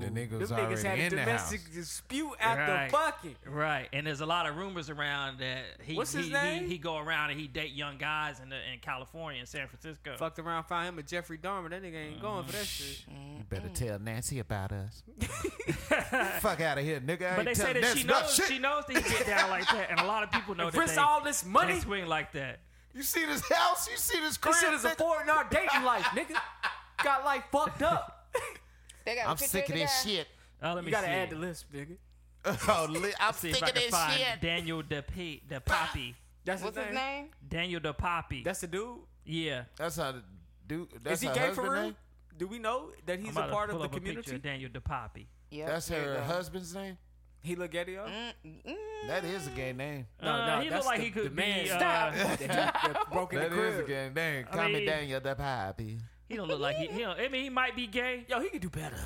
[SPEAKER 2] The nigga
[SPEAKER 6] Them
[SPEAKER 2] was
[SPEAKER 6] niggas had
[SPEAKER 2] already
[SPEAKER 6] a
[SPEAKER 2] in the house.
[SPEAKER 6] domestic dispute after
[SPEAKER 4] Right.
[SPEAKER 6] fucking.
[SPEAKER 4] Right. And there's a lot of rumors around that he
[SPEAKER 6] What's
[SPEAKER 4] he,
[SPEAKER 6] his name?
[SPEAKER 4] he he go around and he date young guys in the, in California and San Francisco.
[SPEAKER 6] Fucked around, found him a Jeffrey Dahmer. That nigga ain't going for that
[SPEAKER 3] Mm-hmm.
[SPEAKER 6] shit.
[SPEAKER 2] You better tell Nancy about us. Fuck out of here, nigga. I
[SPEAKER 4] But
[SPEAKER 2] ain't
[SPEAKER 4] they say
[SPEAKER 2] telling
[SPEAKER 4] that
[SPEAKER 2] Nancy
[SPEAKER 4] she
[SPEAKER 2] about
[SPEAKER 4] knows
[SPEAKER 2] shit.
[SPEAKER 4] she knows that he get down like that, and a lot of people know that
[SPEAKER 6] Risk
[SPEAKER 4] they,
[SPEAKER 6] all this money.
[SPEAKER 4] they swing like that.
[SPEAKER 2] You see this house? You see this crib?
[SPEAKER 6] This shit is a
[SPEAKER 2] nigga?
[SPEAKER 6] four in our dating life, nigga. Got life fucked up.
[SPEAKER 5] They got a
[SPEAKER 2] I'm
[SPEAKER 5] picture
[SPEAKER 2] sick of
[SPEAKER 5] the
[SPEAKER 2] this
[SPEAKER 5] guy.
[SPEAKER 2] shit.
[SPEAKER 4] Uh, let me
[SPEAKER 6] You gotta
[SPEAKER 4] see.
[SPEAKER 6] add the list, nigga.
[SPEAKER 2] Oh, li- I'm
[SPEAKER 4] see if
[SPEAKER 2] sick
[SPEAKER 4] I
[SPEAKER 2] of
[SPEAKER 4] can
[SPEAKER 2] this
[SPEAKER 4] find
[SPEAKER 2] shit.
[SPEAKER 4] Daniel DeP, DePoppy.
[SPEAKER 6] That's
[SPEAKER 5] What's his name?
[SPEAKER 4] Daniel DePoppy.
[SPEAKER 6] That's the dude.
[SPEAKER 4] yeah.
[SPEAKER 2] That's how the dude. That's
[SPEAKER 6] is he
[SPEAKER 2] her
[SPEAKER 6] gay for
[SPEAKER 2] husband
[SPEAKER 6] real?
[SPEAKER 2] name?
[SPEAKER 6] Do we know that
[SPEAKER 4] I'm
[SPEAKER 6] he's a
[SPEAKER 4] about to
[SPEAKER 6] part
[SPEAKER 4] pull
[SPEAKER 6] of the
[SPEAKER 4] up a picture
[SPEAKER 6] community?
[SPEAKER 4] of Daniel DePoppy.
[SPEAKER 5] Yep,
[SPEAKER 2] That's
[SPEAKER 5] here
[SPEAKER 2] her
[SPEAKER 5] you go.
[SPEAKER 2] husband's name.
[SPEAKER 6] He look at you.
[SPEAKER 2] That is a gay name.
[SPEAKER 4] No,
[SPEAKER 6] no,
[SPEAKER 4] he
[SPEAKER 6] that's
[SPEAKER 4] looked like
[SPEAKER 6] the-
[SPEAKER 4] he could
[SPEAKER 6] the man.
[SPEAKER 4] be.
[SPEAKER 5] Stop.
[SPEAKER 4] Uh,
[SPEAKER 6] that he that broke in the
[SPEAKER 2] That is a
[SPEAKER 6] crib.
[SPEAKER 2] gay name.
[SPEAKER 4] I
[SPEAKER 2] Call me
[SPEAKER 4] mean-
[SPEAKER 2] Daniel the Pappy.
[SPEAKER 4] he don't look like he. he don't, I mean, he might be gay.
[SPEAKER 6] Yo, he could do better.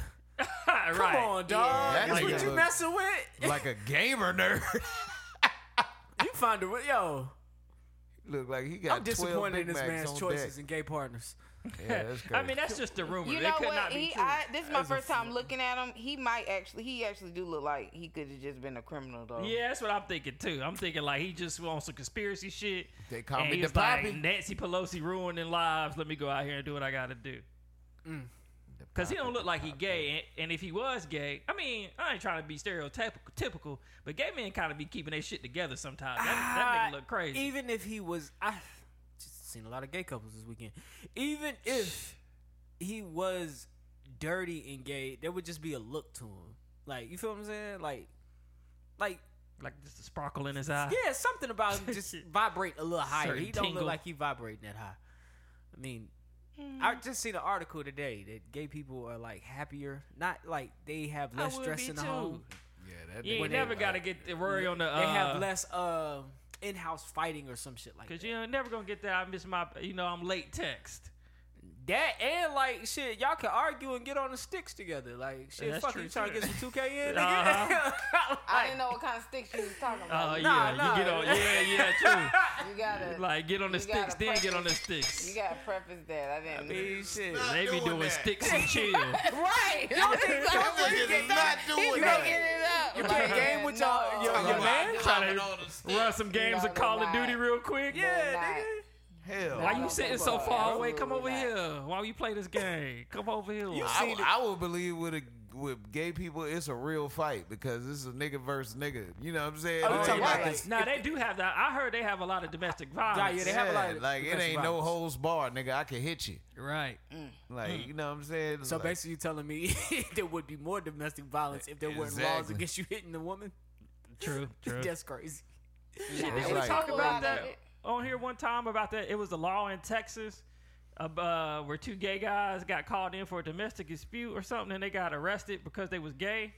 [SPEAKER 4] right.
[SPEAKER 6] Come on, dog.
[SPEAKER 2] That
[SPEAKER 6] That's
[SPEAKER 2] nigga
[SPEAKER 6] what you
[SPEAKER 2] look-
[SPEAKER 6] messing with.
[SPEAKER 2] Like a gamer nerd.
[SPEAKER 6] You find a way. Yo,
[SPEAKER 2] Look like he got
[SPEAKER 6] I'm
[SPEAKER 2] 12
[SPEAKER 6] disappointed in
[SPEAKER 2] Big
[SPEAKER 6] this
[SPEAKER 2] Macs
[SPEAKER 6] man's
[SPEAKER 2] on
[SPEAKER 6] choices
[SPEAKER 2] deck.
[SPEAKER 6] and gay partners.
[SPEAKER 2] Yeah, that's
[SPEAKER 4] I
[SPEAKER 2] crazy.
[SPEAKER 4] mean, that's just a rumor.
[SPEAKER 5] You
[SPEAKER 4] it
[SPEAKER 5] know
[SPEAKER 4] could
[SPEAKER 5] what?
[SPEAKER 4] not be
[SPEAKER 5] He,
[SPEAKER 4] true.
[SPEAKER 5] I, this is my first time looking at him. He might actually, he actually do look like he could have just been a criminal though.
[SPEAKER 4] yeah, that's what I'm thinking too. I'm thinking like he just on some conspiracy shit.
[SPEAKER 2] They call
[SPEAKER 4] and
[SPEAKER 2] me
[SPEAKER 4] he
[SPEAKER 2] the
[SPEAKER 4] was like,
[SPEAKER 2] Poppy.
[SPEAKER 4] Nancy Pelosi ruining lives. Let me go out here and do what I got to do.
[SPEAKER 6] Mm.
[SPEAKER 4] Cause he don't look like he gay, and, and if he was gay, I mean, I ain't trying to be stereotypical, typical, but gay men kind of be keeping their shit together sometimes. That,
[SPEAKER 5] Ah,
[SPEAKER 4] that nigga look crazy.
[SPEAKER 6] Even if he was, I just seen a lot of gay couples this weekend. Even if he was dirty and gay, there would just be a look to him. Like you feel what I'm saying? Like, like
[SPEAKER 4] like just a sparkle in his eye.
[SPEAKER 6] yeah, something about him just vibrate a little higher.
[SPEAKER 4] Ah. Certain
[SPEAKER 6] he don't
[SPEAKER 4] tingle.
[SPEAKER 6] look like he vibrating that high. I mean,
[SPEAKER 4] Mm.
[SPEAKER 6] I just seen an article today that gay people are like happier, not like they have less
[SPEAKER 4] would
[SPEAKER 6] stress
[SPEAKER 4] be
[SPEAKER 6] in the
[SPEAKER 4] too.
[SPEAKER 6] home.
[SPEAKER 2] yeah, that
[SPEAKER 4] You ain't
[SPEAKER 2] nigga-
[SPEAKER 4] never got to get the worry on the. Uh,
[SPEAKER 6] they have less uh, in-house fighting or some shit like that.
[SPEAKER 4] Cause you ain't never gonna get that. I miss my, you know, I'm late text.
[SPEAKER 6] That and like shit, y'all can argue and get on the sticks together. Like shit,
[SPEAKER 4] That's
[SPEAKER 6] fuck
[SPEAKER 4] true,
[SPEAKER 6] you trying to
[SPEAKER 4] too.
[SPEAKER 6] get some 2K in.
[SPEAKER 4] Uh-huh.
[SPEAKER 6] Nigga?
[SPEAKER 5] I didn't know what kind of sticks you was talking
[SPEAKER 4] Oh
[SPEAKER 5] about.
[SPEAKER 4] yeah,
[SPEAKER 6] nah.
[SPEAKER 4] you get on, yeah, Oh, yeah,
[SPEAKER 5] You gotta,
[SPEAKER 4] true. Like get on the
[SPEAKER 5] You gotta
[SPEAKER 4] sticks, then get on the
[SPEAKER 5] you
[SPEAKER 4] sticks.
[SPEAKER 5] gotta preface that. I didn't.
[SPEAKER 6] Hey, shit.
[SPEAKER 4] They be
[SPEAKER 2] doing
[SPEAKER 4] doing
[SPEAKER 2] that.
[SPEAKER 4] sticks and chill.
[SPEAKER 5] right. You don't think so?
[SPEAKER 2] That nigga is not
[SPEAKER 5] He's
[SPEAKER 2] doing
[SPEAKER 5] making
[SPEAKER 2] that.
[SPEAKER 5] it up. You
[SPEAKER 6] play game with y'all- your- your man?
[SPEAKER 4] Try to run some games of
[SPEAKER 5] Y'all
[SPEAKER 4] Call of
[SPEAKER 5] alive.
[SPEAKER 4] Duty real quick.
[SPEAKER 6] Yeah,
[SPEAKER 5] Nah.
[SPEAKER 6] nigga.
[SPEAKER 2] Hell,
[SPEAKER 4] Why
[SPEAKER 5] I
[SPEAKER 4] you
[SPEAKER 5] don't
[SPEAKER 4] sitting
[SPEAKER 5] think so.
[SPEAKER 4] so far away? Come over
[SPEAKER 5] Absolutely
[SPEAKER 4] here. Why you play this game? Come over here.
[SPEAKER 2] I, w- I would believe with a, with gay people, it's a real fight because this is a nigga versus nigga. You know what I'm saying?
[SPEAKER 6] Oh, you
[SPEAKER 2] It
[SPEAKER 6] talking
[SPEAKER 2] ain't
[SPEAKER 6] about
[SPEAKER 2] like-
[SPEAKER 6] this?
[SPEAKER 4] Now they do have that. I heard they have a lot of domestic violence.
[SPEAKER 6] yeah, they have a lot
[SPEAKER 2] Yeah,
[SPEAKER 6] of
[SPEAKER 2] like it
[SPEAKER 6] domestic
[SPEAKER 2] ain't no
[SPEAKER 6] violence. Hmm.
[SPEAKER 2] holds barred, nigga. I can hit you.
[SPEAKER 4] Right.
[SPEAKER 2] Like you know what I'm saying?
[SPEAKER 6] So
[SPEAKER 2] Like,
[SPEAKER 6] basically, you telling me there would be more domestic violence if there weren't laws
[SPEAKER 2] Exactly.
[SPEAKER 6] against you hitting the woman?
[SPEAKER 4] True. True.
[SPEAKER 6] That's crazy.
[SPEAKER 2] it's
[SPEAKER 4] Did we
[SPEAKER 2] like-
[SPEAKER 4] talk
[SPEAKER 5] Right.
[SPEAKER 4] about that on here one time about that? It was a law in Texas ab- uh, where two gay guys got called in for a domestic dispute or something, and they got arrested because they was gay.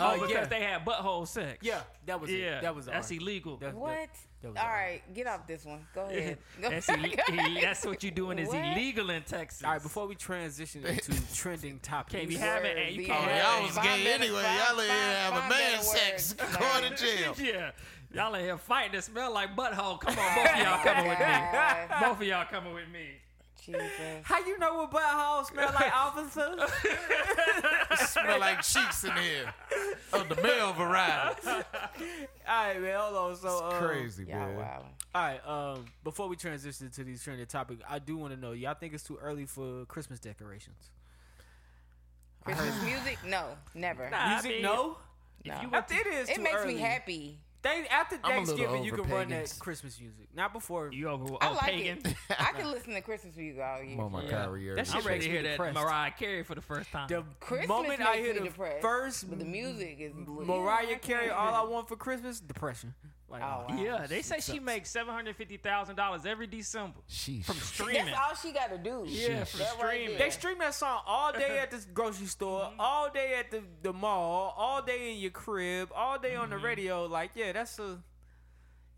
[SPEAKER 6] Oh,
[SPEAKER 4] oh, because
[SPEAKER 6] yeah.
[SPEAKER 4] they had butthole sex.
[SPEAKER 6] Yeah, that was
[SPEAKER 4] yeah,
[SPEAKER 6] it. That was the
[SPEAKER 4] that's e-
[SPEAKER 6] arc.
[SPEAKER 4] illegal.
[SPEAKER 6] That was
[SPEAKER 5] What?
[SPEAKER 6] that
[SPEAKER 5] All
[SPEAKER 6] was all
[SPEAKER 5] right, get off this one. Go
[SPEAKER 4] Yeah.
[SPEAKER 5] ahead. Go
[SPEAKER 4] that's,
[SPEAKER 5] ahead.
[SPEAKER 4] ill- that's what you're doing is
[SPEAKER 5] What?
[SPEAKER 4] illegal in Texas.
[SPEAKER 6] the- All right, before we transition into trending topics,
[SPEAKER 4] Can't be having
[SPEAKER 5] Word,
[SPEAKER 4] it. You
[SPEAKER 5] these
[SPEAKER 3] Oh,
[SPEAKER 4] can't
[SPEAKER 5] words.
[SPEAKER 4] have
[SPEAKER 2] Oh, y'all
[SPEAKER 4] it.
[SPEAKER 2] was
[SPEAKER 5] Find
[SPEAKER 2] gay
[SPEAKER 5] better-
[SPEAKER 2] anyway.
[SPEAKER 5] find-
[SPEAKER 2] Y'all let
[SPEAKER 5] find-
[SPEAKER 2] have a
[SPEAKER 5] find
[SPEAKER 2] man
[SPEAKER 5] better
[SPEAKER 2] sex,
[SPEAKER 5] words.
[SPEAKER 2] going to jail.
[SPEAKER 4] yeah, y'all in here fighting. It smell like butthole. Come on, both of y'all coming with me.
[SPEAKER 5] God,
[SPEAKER 4] Both of y'all coming with me.
[SPEAKER 5] Jesus.
[SPEAKER 6] How you know what butthole smell like, officer?
[SPEAKER 2] Smell like cheeks in here of the male variety.
[SPEAKER 6] All right, man. Hold on. So um,
[SPEAKER 2] Crazy,
[SPEAKER 5] Y'all
[SPEAKER 2] man.
[SPEAKER 5] wow.
[SPEAKER 6] All right. Um, before we transition to these trending topics, I do want to know. Y'all think it's too early for Christmas decorations?
[SPEAKER 5] Christmas music? No, never.
[SPEAKER 4] Nah, I
[SPEAKER 6] Music?
[SPEAKER 4] mean,
[SPEAKER 6] no.
[SPEAKER 5] no.
[SPEAKER 4] you
[SPEAKER 6] I think it is.
[SPEAKER 5] it
[SPEAKER 6] too
[SPEAKER 5] makes
[SPEAKER 6] early.
[SPEAKER 5] me happy.
[SPEAKER 6] They, after
[SPEAKER 2] I'm a little
[SPEAKER 6] Thanksgiving, you
[SPEAKER 2] over
[SPEAKER 6] can run that
[SPEAKER 2] pagans.
[SPEAKER 6] Christmas music. Not before.
[SPEAKER 4] You over
[SPEAKER 5] I
[SPEAKER 4] oh,
[SPEAKER 5] like
[SPEAKER 4] pagan.
[SPEAKER 5] it. I can listen to Christmas music all year.
[SPEAKER 2] Mama
[SPEAKER 4] Yeah.
[SPEAKER 2] Kyrie
[SPEAKER 6] That
[SPEAKER 2] Irving.
[SPEAKER 6] shit
[SPEAKER 4] I'm ready to hear
[SPEAKER 6] makes me
[SPEAKER 4] that
[SPEAKER 6] depressed.
[SPEAKER 4] Mariah Carey for the first time.
[SPEAKER 6] The
[SPEAKER 5] Christmas
[SPEAKER 6] moment
[SPEAKER 5] makes
[SPEAKER 6] I hear
[SPEAKER 5] me
[SPEAKER 6] the
[SPEAKER 5] depressed,
[SPEAKER 6] first
[SPEAKER 5] but the music is lit.
[SPEAKER 6] Mariah Carey, all I want for Christmas, depression. Like,
[SPEAKER 5] Oh, wow.
[SPEAKER 4] yeah, they say she makes seven hundred fifty thousand dollars every December from
[SPEAKER 2] Sheesh.
[SPEAKER 4] streaming.
[SPEAKER 5] That's all she got to do.
[SPEAKER 4] Yeah, from
[SPEAKER 5] That right
[SPEAKER 4] streaming.
[SPEAKER 5] there.
[SPEAKER 6] They stream that song all day at the grocery store, all day at the, the mall, all day in your crib, all day on the radio. Like, yeah, that's a,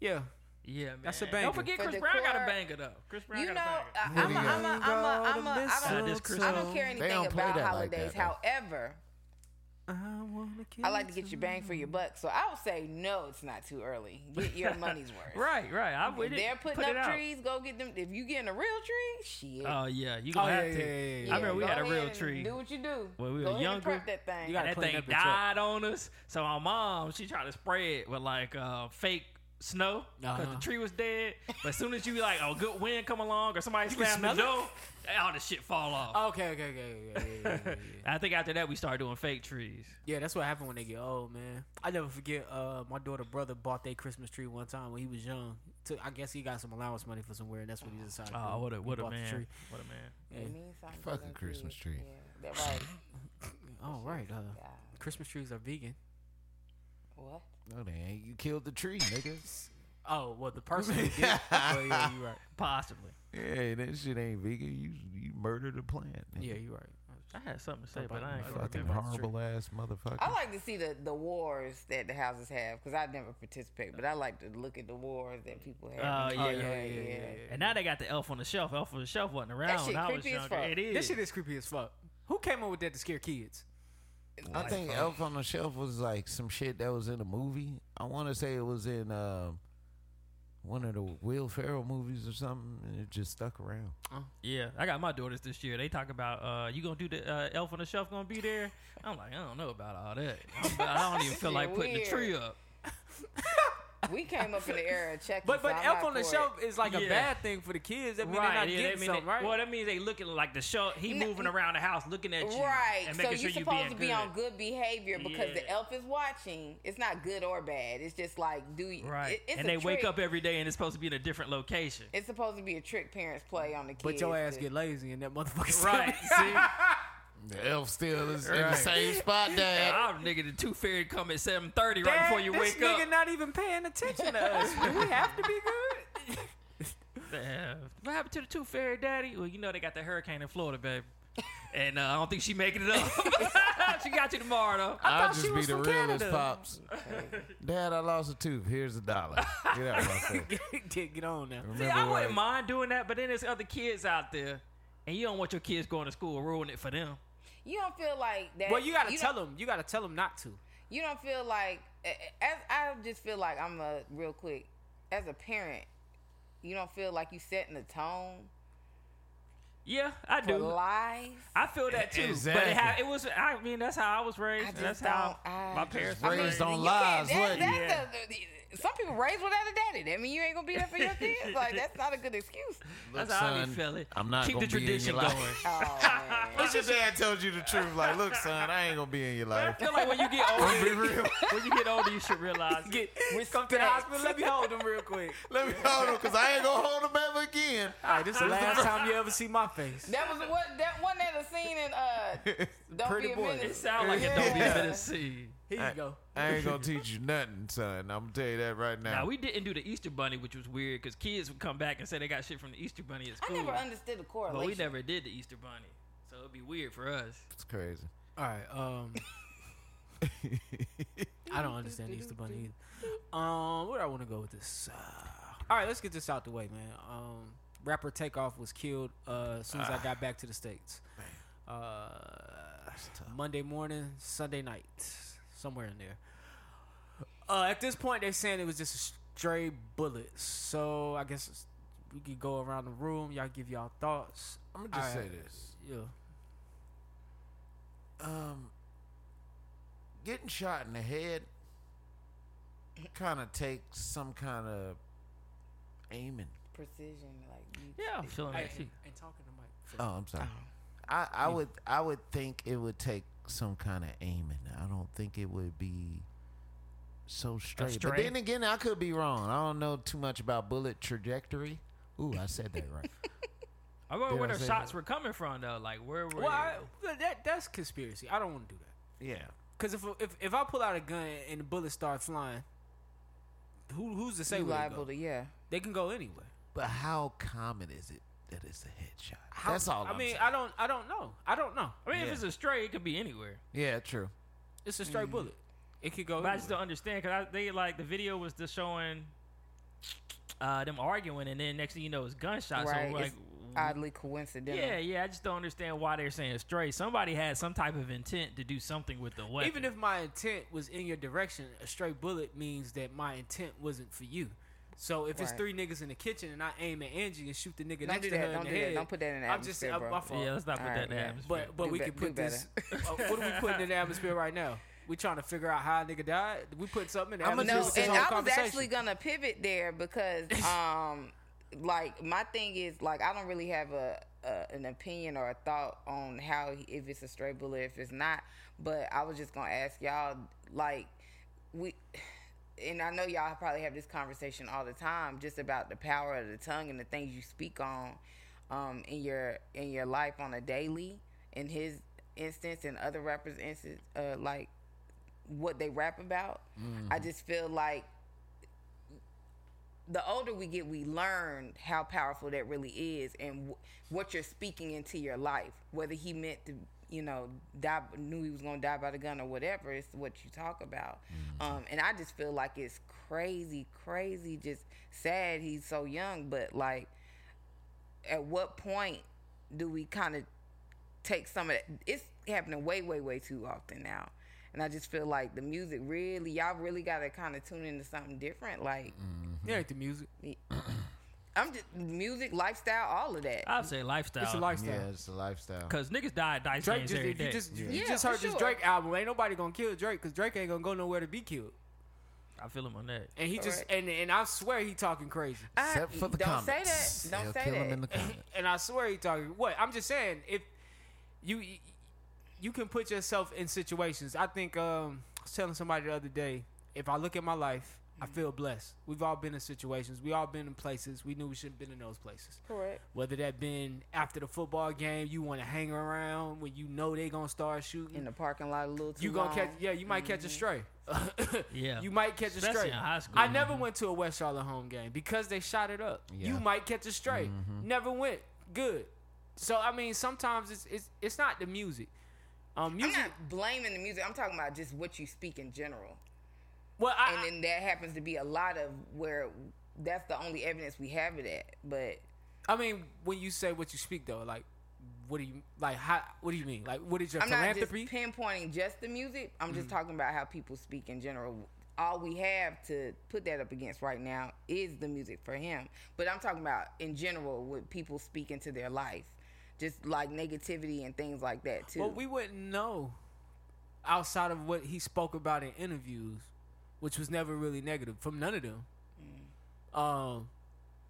[SPEAKER 6] yeah.
[SPEAKER 4] Yeah, man.
[SPEAKER 6] That's a banger.
[SPEAKER 4] Don't forget
[SPEAKER 5] For
[SPEAKER 4] Chris
[SPEAKER 5] the
[SPEAKER 4] Brown got a
[SPEAKER 5] choir-
[SPEAKER 4] banger though. Chris Brown
[SPEAKER 5] You know,
[SPEAKER 4] got a banger.
[SPEAKER 5] I- I'm a, I'm a, I'm a, I'm a, I am ai am ai am ai am ai am
[SPEAKER 4] Nah,
[SPEAKER 5] ai am ai
[SPEAKER 4] this
[SPEAKER 5] do
[SPEAKER 4] Christmas-
[SPEAKER 5] not I don't care anything
[SPEAKER 2] don't play
[SPEAKER 5] about
[SPEAKER 2] that like
[SPEAKER 5] holidays.
[SPEAKER 2] that, though.
[SPEAKER 5] However,
[SPEAKER 6] I wanna kill
[SPEAKER 5] I like to get your bang for your buck, so I would say no, it's not too early. Get your money's worth.
[SPEAKER 4] Right, right. I'm with
[SPEAKER 5] If
[SPEAKER 4] it.
[SPEAKER 5] uh, they're putting
[SPEAKER 4] Put it
[SPEAKER 5] up
[SPEAKER 4] out.
[SPEAKER 5] trees, go get them. If you getting a real tree, shit.
[SPEAKER 4] Oh yeah, you
[SPEAKER 6] Oh,
[SPEAKER 4] gonna
[SPEAKER 6] yeah,
[SPEAKER 4] have
[SPEAKER 6] yeah,
[SPEAKER 4] to.
[SPEAKER 6] yeah, yeah,
[SPEAKER 4] I remember we
[SPEAKER 5] Go
[SPEAKER 4] had a
[SPEAKER 5] ahead
[SPEAKER 4] real
[SPEAKER 5] and
[SPEAKER 4] tree.
[SPEAKER 5] Do what you do.
[SPEAKER 4] When we
[SPEAKER 5] go
[SPEAKER 4] were
[SPEAKER 5] ahead and
[SPEAKER 4] younger,
[SPEAKER 5] prep that thing.
[SPEAKER 6] you gotta-
[SPEAKER 4] that
[SPEAKER 6] clean
[SPEAKER 4] thing
[SPEAKER 6] up your truck.
[SPEAKER 4] died on us. So my mom, she tried to spray it with like uh, fake snow because
[SPEAKER 6] Uh-huh.
[SPEAKER 4] the tree was dead. But as soon as you like a good wind come along or somebody slam the
[SPEAKER 6] smell it?
[SPEAKER 4] door, all the shit fall off.
[SPEAKER 5] Oh.
[SPEAKER 6] Okay, okay, okay, okay, yeah, yeah, yeah, yeah.
[SPEAKER 4] I think after that we started doing fake trees.
[SPEAKER 6] Yeah, that's what happened when they get old, man. I never forget. Uh, my daughter brother bought their Christmas tree one time when he was young. Took, I guess he got some allowance money for somewhere, and that's what he decided. to
[SPEAKER 4] Oh,
[SPEAKER 6] do.
[SPEAKER 4] what a
[SPEAKER 6] He
[SPEAKER 4] what a
[SPEAKER 6] bought the
[SPEAKER 4] man!
[SPEAKER 6] tree.
[SPEAKER 4] What a man!
[SPEAKER 5] It means something to
[SPEAKER 2] Fucking
[SPEAKER 5] them
[SPEAKER 2] Christmas
[SPEAKER 5] kids.
[SPEAKER 2] tree.
[SPEAKER 5] Yeah, that right.
[SPEAKER 6] Oh right, uh, Christmas trees are vegan.
[SPEAKER 5] What?
[SPEAKER 2] No, they ain't. You killed the tree, niggas.
[SPEAKER 6] Oh well, the person. who did, well, Oh, yeah, you right.
[SPEAKER 4] Possibly.
[SPEAKER 2] Yeah, that shit ain't vegan. You you murdered a plant. nigga.
[SPEAKER 6] Yeah, you right.
[SPEAKER 4] I had something to say,
[SPEAKER 6] Nobody
[SPEAKER 4] but I ain't
[SPEAKER 6] knows.
[SPEAKER 4] gonna
[SPEAKER 2] Fucking
[SPEAKER 4] remember.
[SPEAKER 2] horrible ass motherfucker.
[SPEAKER 5] I like to see the, the wars that the houses have because I never participate, but I like to look at the wars that people have.
[SPEAKER 4] Oh, yeah,
[SPEAKER 6] yeah, yeah, yeah,
[SPEAKER 4] And now they got the elf on the shelf. Elf on the shelf wasn't around
[SPEAKER 5] shit
[SPEAKER 4] when I was
[SPEAKER 5] creepy as
[SPEAKER 4] younger.
[SPEAKER 5] fuck.
[SPEAKER 4] It is.
[SPEAKER 6] This shit is creepy as fuck. Who came up with that to scare kids?
[SPEAKER 2] I think Elf on the Shelf was like some shit that was in a movie. I want to say it was in um one of the Will Ferrell movies or something, and it just stuck around.
[SPEAKER 4] Yeah, I got my daughters this year. They talk about uh, you gonna do the uh, elf on the shelf gonna be there. I'm like, I don't know about all that. I'm about- I don't even feel like putting the
[SPEAKER 5] Weird.
[SPEAKER 4] tree up.
[SPEAKER 5] We came up in the era of checking.
[SPEAKER 6] But but
[SPEAKER 5] so I'm
[SPEAKER 6] elf
[SPEAKER 5] not
[SPEAKER 6] on the
[SPEAKER 5] for it.
[SPEAKER 6] shelf is like a
[SPEAKER 4] Yeah.
[SPEAKER 6] bad thing for the kids. That means
[SPEAKER 4] right?
[SPEAKER 6] they're not
[SPEAKER 4] yeah, that
[SPEAKER 6] getting
[SPEAKER 4] mean
[SPEAKER 6] something,
[SPEAKER 4] they-
[SPEAKER 6] right?
[SPEAKER 4] Well, that means they looking like the show. He
[SPEAKER 5] No,
[SPEAKER 4] moving around the house, looking at you,
[SPEAKER 5] Right.
[SPEAKER 4] And
[SPEAKER 5] So
[SPEAKER 4] making
[SPEAKER 5] you're
[SPEAKER 4] sure you
[SPEAKER 5] supposed to
[SPEAKER 4] being
[SPEAKER 5] be on good behavior because
[SPEAKER 4] Yeah.
[SPEAKER 5] the elf is watching. It's not good or bad. It's just like do you
[SPEAKER 4] Right.
[SPEAKER 5] it- it's
[SPEAKER 4] and
[SPEAKER 5] a
[SPEAKER 4] they wake
[SPEAKER 5] trick.
[SPEAKER 4] up every day and it's supposed to be in a different location.
[SPEAKER 5] It's supposed to be a trick parents play on the kids.
[SPEAKER 6] but your ass
[SPEAKER 5] to-
[SPEAKER 6] get lazy and that motherfucker.
[SPEAKER 4] right. See,
[SPEAKER 2] The elf still is in the
[SPEAKER 4] Right.
[SPEAKER 2] same spot, Dad.
[SPEAKER 4] I'm nigga. The two fairy come at seven thirty right
[SPEAKER 6] Dad,
[SPEAKER 4] before you
[SPEAKER 6] this
[SPEAKER 4] wake
[SPEAKER 6] nigga
[SPEAKER 4] up.
[SPEAKER 6] not even paying attention to us. Do we have to be good?
[SPEAKER 4] Uh, what happened to the two fairy daddy? Well, you know they got the hurricane in Florida, baby. And uh, I don't think she making it up. she got you tomorrow though.
[SPEAKER 2] I'll
[SPEAKER 6] thought she
[SPEAKER 2] just be
[SPEAKER 6] was
[SPEAKER 2] the
[SPEAKER 6] from
[SPEAKER 2] realest
[SPEAKER 6] Canada.
[SPEAKER 2] pops. Dad, I lost a tooth. Here's a dollar. Get out of my face.
[SPEAKER 6] get, get on now.
[SPEAKER 4] See, I
[SPEAKER 2] Remember
[SPEAKER 4] wouldn't
[SPEAKER 2] when-
[SPEAKER 4] mind doing that, but then there's other kids out there, and you don't want your kids going to school and ruin it for them.
[SPEAKER 5] You don't feel like that.
[SPEAKER 6] Well, you gotta
[SPEAKER 5] don't-
[SPEAKER 6] tell them. You gotta tell them not to.
[SPEAKER 5] you don't feel like as I just feel like I'm a real quick as a parent, you don't feel like you setting the tone
[SPEAKER 4] Yeah, I
[SPEAKER 5] for
[SPEAKER 4] do.
[SPEAKER 5] life.
[SPEAKER 4] I feel that too. But
[SPEAKER 2] Exactly.
[SPEAKER 4] it, ha- it was. I mean, that's how I was raised.
[SPEAKER 5] I
[SPEAKER 4] and that's
[SPEAKER 5] just
[SPEAKER 4] how
[SPEAKER 5] don't- I
[SPEAKER 4] my
[SPEAKER 5] just
[SPEAKER 4] parents were
[SPEAKER 2] Raised
[SPEAKER 4] raised.
[SPEAKER 2] on
[SPEAKER 5] You
[SPEAKER 2] lies,
[SPEAKER 5] can't-
[SPEAKER 2] wasn't
[SPEAKER 5] that-
[SPEAKER 2] you?
[SPEAKER 5] that's the- some people raised without a daddy. That mean you ain't gonna be there for your kids. Like that's not a good excuse.
[SPEAKER 2] Look,
[SPEAKER 4] That's how I be
[SPEAKER 2] son,
[SPEAKER 4] feeling.
[SPEAKER 2] I'm not
[SPEAKER 4] keep the
[SPEAKER 2] gonna be in your
[SPEAKER 4] tradition
[SPEAKER 2] life.
[SPEAKER 4] going.
[SPEAKER 5] Oh man.
[SPEAKER 2] But your dad told you the truth. Like, look, son, I ain't gonna be in your life.
[SPEAKER 4] I feel like when you get
[SPEAKER 2] I'll be
[SPEAKER 4] older,
[SPEAKER 2] real.
[SPEAKER 4] when you get older, you should realize.
[SPEAKER 6] Get come to the hospital. Let me hold them real quick.
[SPEAKER 2] Let me hold him, cause I ain't gonna hold him ever again.
[SPEAKER 6] All right, this is the last time you ever see my face.
[SPEAKER 5] That was what that one that a scene in uh Don't
[SPEAKER 6] Pretty
[SPEAKER 5] be a
[SPEAKER 6] Boy.
[SPEAKER 4] it
[SPEAKER 5] menace.
[SPEAKER 4] sounds like it don't be
[SPEAKER 5] Yeah.
[SPEAKER 4] Tennessee.
[SPEAKER 6] Here you go.
[SPEAKER 2] I ain't gonna teach you nothing, son. I'm gonna tell you that right now.
[SPEAKER 4] Now we didn't do the Easter Bunny, which was weird because kids would come back and say they got shit from the Easter Bunny at
[SPEAKER 5] I
[SPEAKER 4] school,
[SPEAKER 5] never understood the correlation.
[SPEAKER 4] but we never did the Easter Bunny, so it'd be weird for us.
[SPEAKER 2] it's crazy.
[SPEAKER 6] All right. Um. I don't understand the Easter Bunny either. Um, where do I want to go with this? Uh, all right, let's get this out the way, man. Um, rapper Takeoff was killed uh, as soon as I
[SPEAKER 2] Ah.
[SPEAKER 6] got back to the states. Uh, Monday morning, Sunday night, somewhere in there. Uh, at this point, they're saying it was just a stray bullet. So I guess it's- we could go around the room. Y'all give y'all thoughts.
[SPEAKER 2] I'm gonna just
[SPEAKER 6] All
[SPEAKER 2] say
[SPEAKER 6] right.
[SPEAKER 2] this.
[SPEAKER 6] Yeah.
[SPEAKER 2] Um, getting shot in the head kind of takes some kind of aiming.
[SPEAKER 5] Precision, like you,
[SPEAKER 4] Yeah, I'm feeling
[SPEAKER 6] I
[SPEAKER 4] that
[SPEAKER 6] ain't,
[SPEAKER 4] too.
[SPEAKER 6] ain't talking to Mike.
[SPEAKER 2] Oh, I'm sorry. I, I would I would think it would take some kind of aiming. I don't think it would be so straight. But
[SPEAKER 4] stray?
[SPEAKER 2] then again, I could be wrong. I don't know too much about bullet trajectory. Ooh, I said that right.
[SPEAKER 4] I wonder
[SPEAKER 2] Yeah,
[SPEAKER 4] where
[SPEAKER 2] I
[SPEAKER 4] the
[SPEAKER 2] say
[SPEAKER 4] shots were coming from though. Like where were?
[SPEAKER 6] Well, I,
[SPEAKER 4] they-
[SPEAKER 6] but that that's conspiracy. I don't want to do that.
[SPEAKER 2] yeah.
[SPEAKER 6] Cause if, if if I pull out a gun and the bullets start flying, who who's to say
[SPEAKER 5] you
[SPEAKER 6] where they
[SPEAKER 5] liable
[SPEAKER 6] go?
[SPEAKER 5] to yeah.
[SPEAKER 6] They can go anywhere.
[SPEAKER 2] But how common is it that it's a headshot?
[SPEAKER 6] How-
[SPEAKER 2] That's all.
[SPEAKER 6] I
[SPEAKER 2] I am
[SPEAKER 6] mean,
[SPEAKER 2] saying.
[SPEAKER 6] I don't I don't know. I don't know.
[SPEAKER 4] I mean,
[SPEAKER 2] Yeah.
[SPEAKER 4] if it's a stray, it could be anywhere.
[SPEAKER 2] yeah, true.
[SPEAKER 6] It's a
[SPEAKER 2] Mm.
[SPEAKER 6] straight bullet. It could go.
[SPEAKER 4] But I just
[SPEAKER 6] anywhere.
[SPEAKER 4] don't understand because they like the video was just showing uh, them arguing, and then next thing you know, it's gunshots.
[SPEAKER 5] Right.
[SPEAKER 4] Uh, So like,
[SPEAKER 5] it's oddly coincidental.
[SPEAKER 4] yeah, yeah. I just don't understand why they're saying stray. Somebody had some type of intent to do something with the weapon.
[SPEAKER 6] Even if my intent was in your direction, a straight bullet means that my intent wasn't for you. So if it's
[SPEAKER 5] Right.
[SPEAKER 6] three niggas in the kitchen and I aim at Angie and shoot the nigga next
[SPEAKER 5] do
[SPEAKER 6] to
[SPEAKER 5] that,
[SPEAKER 6] her in
[SPEAKER 5] don't
[SPEAKER 6] the
[SPEAKER 5] do that,
[SPEAKER 6] head,
[SPEAKER 5] don't put that in the
[SPEAKER 6] I'm just
[SPEAKER 5] atmosphere,
[SPEAKER 6] I-
[SPEAKER 5] bro.
[SPEAKER 6] my fault.
[SPEAKER 4] yeah, let's not put
[SPEAKER 5] All
[SPEAKER 4] that
[SPEAKER 5] right,
[SPEAKER 4] in the
[SPEAKER 5] yeah.
[SPEAKER 4] atmosphere.
[SPEAKER 6] But but
[SPEAKER 5] Do
[SPEAKER 6] we
[SPEAKER 5] be-
[SPEAKER 6] could
[SPEAKER 5] do
[SPEAKER 6] put this. uh, what are we putting in the atmosphere right now? We trying to figure out how a nigga died. We put something in the
[SPEAKER 5] No,
[SPEAKER 6] atmosphere.
[SPEAKER 5] and
[SPEAKER 6] This is a whole
[SPEAKER 5] I was
[SPEAKER 6] conversation.
[SPEAKER 5] actually gonna pivot there because, um, like my thing is like I don't really have a, a an opinion or a thought on how he- if it's a straight bullet if it's not. But I was just gonna ask y'all like we. And I know y'all probably have this conversation all the time, just about the power of the tongue and the things you speak on, um, in your in your life on a daily. In his instance, and other rappers' instance, uh, like what they rap about. I just feel like the older we get, we learn how powerful that really is and w- what you're speaking into your life. Whether he meant to, you know, die, knew he was going to die by the gun or whatever, it's what you talk about. Um, and I just feel like it's crazy, crazy, just sad he's so young, but like, at what point do we kind of take some of that. It's happening way, way, way too often now. And I just feel like the music really, y'all really got to kind of tune into something different. Like,
[SPEAKER 6] Yeah, ain't the music.
[SPEAKER 5] I'm just music, lifestyle, all of that.
[SPEAKER 4] I'd say lifestyle.
[SPEAKER 5] Oh,
[SPEAKER 6] It's a lifestyle.
[SPEAKER 2] Yeah, it's a lifestyle.
[SPEAKER 4] Cause niggas die at dice
[SPEAKER 6] Drake
[SPEAKER 4] games
[SPEAKER 6] just
[SPEAKER 4] every
[SPEAKER 6] if you
[SPEAKER 4] day.
[SPEAKER 6] just you
[SPEAKER 5] Yeah,
[SPEAKER 6] just
[SPEAKER 5] for
[SPEAKER 6] heard this
[SPEAKER 5] sure.
[SPEAKER 6] Drake album. Ain't nobody gonna kill Drake because Drake ain't gonna go nowhere to be killed.
[SPEAKER 4] I feel him on that.
[SPEAKER 6] And he just
[SPEAKER 5] Correct.
[SPEAKER 6] and and I swear he talking crazy.
[SPEAKER 5] I-
[SPEAKER 2] Except for the
[SPEAKER 5] don't
[SPEAKER 2] comments.
[SPEAKER 5] say that. Don't
[SPEAKER 2] They'll kill
[SPEAKER 5] say
[SPEAKER 2] him
[SPEAKER 5] that.
[SPEAKER 2] in the comments.
[SPEAKER 6] and I swear he talking what? I'm just saying if you you can put yourself in situations. I think um I was telling somebody the other day, if I look at my life, I feel blessed. We've all been in situations. We all been in places we knew we shouldn't been in those places.
[SPEAKER 5] Correct.
[SPEAKER 6] Whether that been after the football game, you want to hang around when you know they gonna start shooting.
[SPEAKER 5] In the parking lot a little too
[SPEAKER 6] you gonna
[SPEAKER 5] long.
[SPEAKER 6] catch yeah you might catch a stray
[SPEAKER 4] Yeah.
[SPEAKER 6] you might catch a
[SPEAKER 4] Especially
[SPEAKER 6] stray
[SPEAKER 4] in high school.
[SPEAKER 6] i never went to a west charlotte home game because they shot it up
[SPEAKER 2] Yeah.
[SPEAKER 6] you might catch a stray
[SPEAKER 5] Mm-hmm.
[SPEAKER 6] never went good so i mean sometimes it's it's, it's not the music um
[SPEAKER 5] I'm
[SPEAKER 6] music
[SPEAKER 5] not blaming the music. I'm talking about just what you speak in general.
[SPEAKER 6] well I,
[SPEAKER 5] And then that happens to be a lot of where that's the only evidence we have of that. But
[SPEAKER 6] I mean when you say what you speak though like what do you like how what do you mean like what is your
[SPEAKER 5] I'm not just
[SPEAKER 6] philanthropy
[SPEAKER 5] pinpointing just the music. I'm
[SPEAKER 6] Mm.
[SPEAKER 5] just talking about how people speak in general. All we have to put that up against right now is the music for him. But I'm talking about in general with people speaking to their life, just like negativity and things like that too.
[SPEAKER 6] well we wouldn't know outside of what he spoke about in interviews which was never really negative from none of them
[SPEAKER 5] Mm.
[SPEAKER 6] um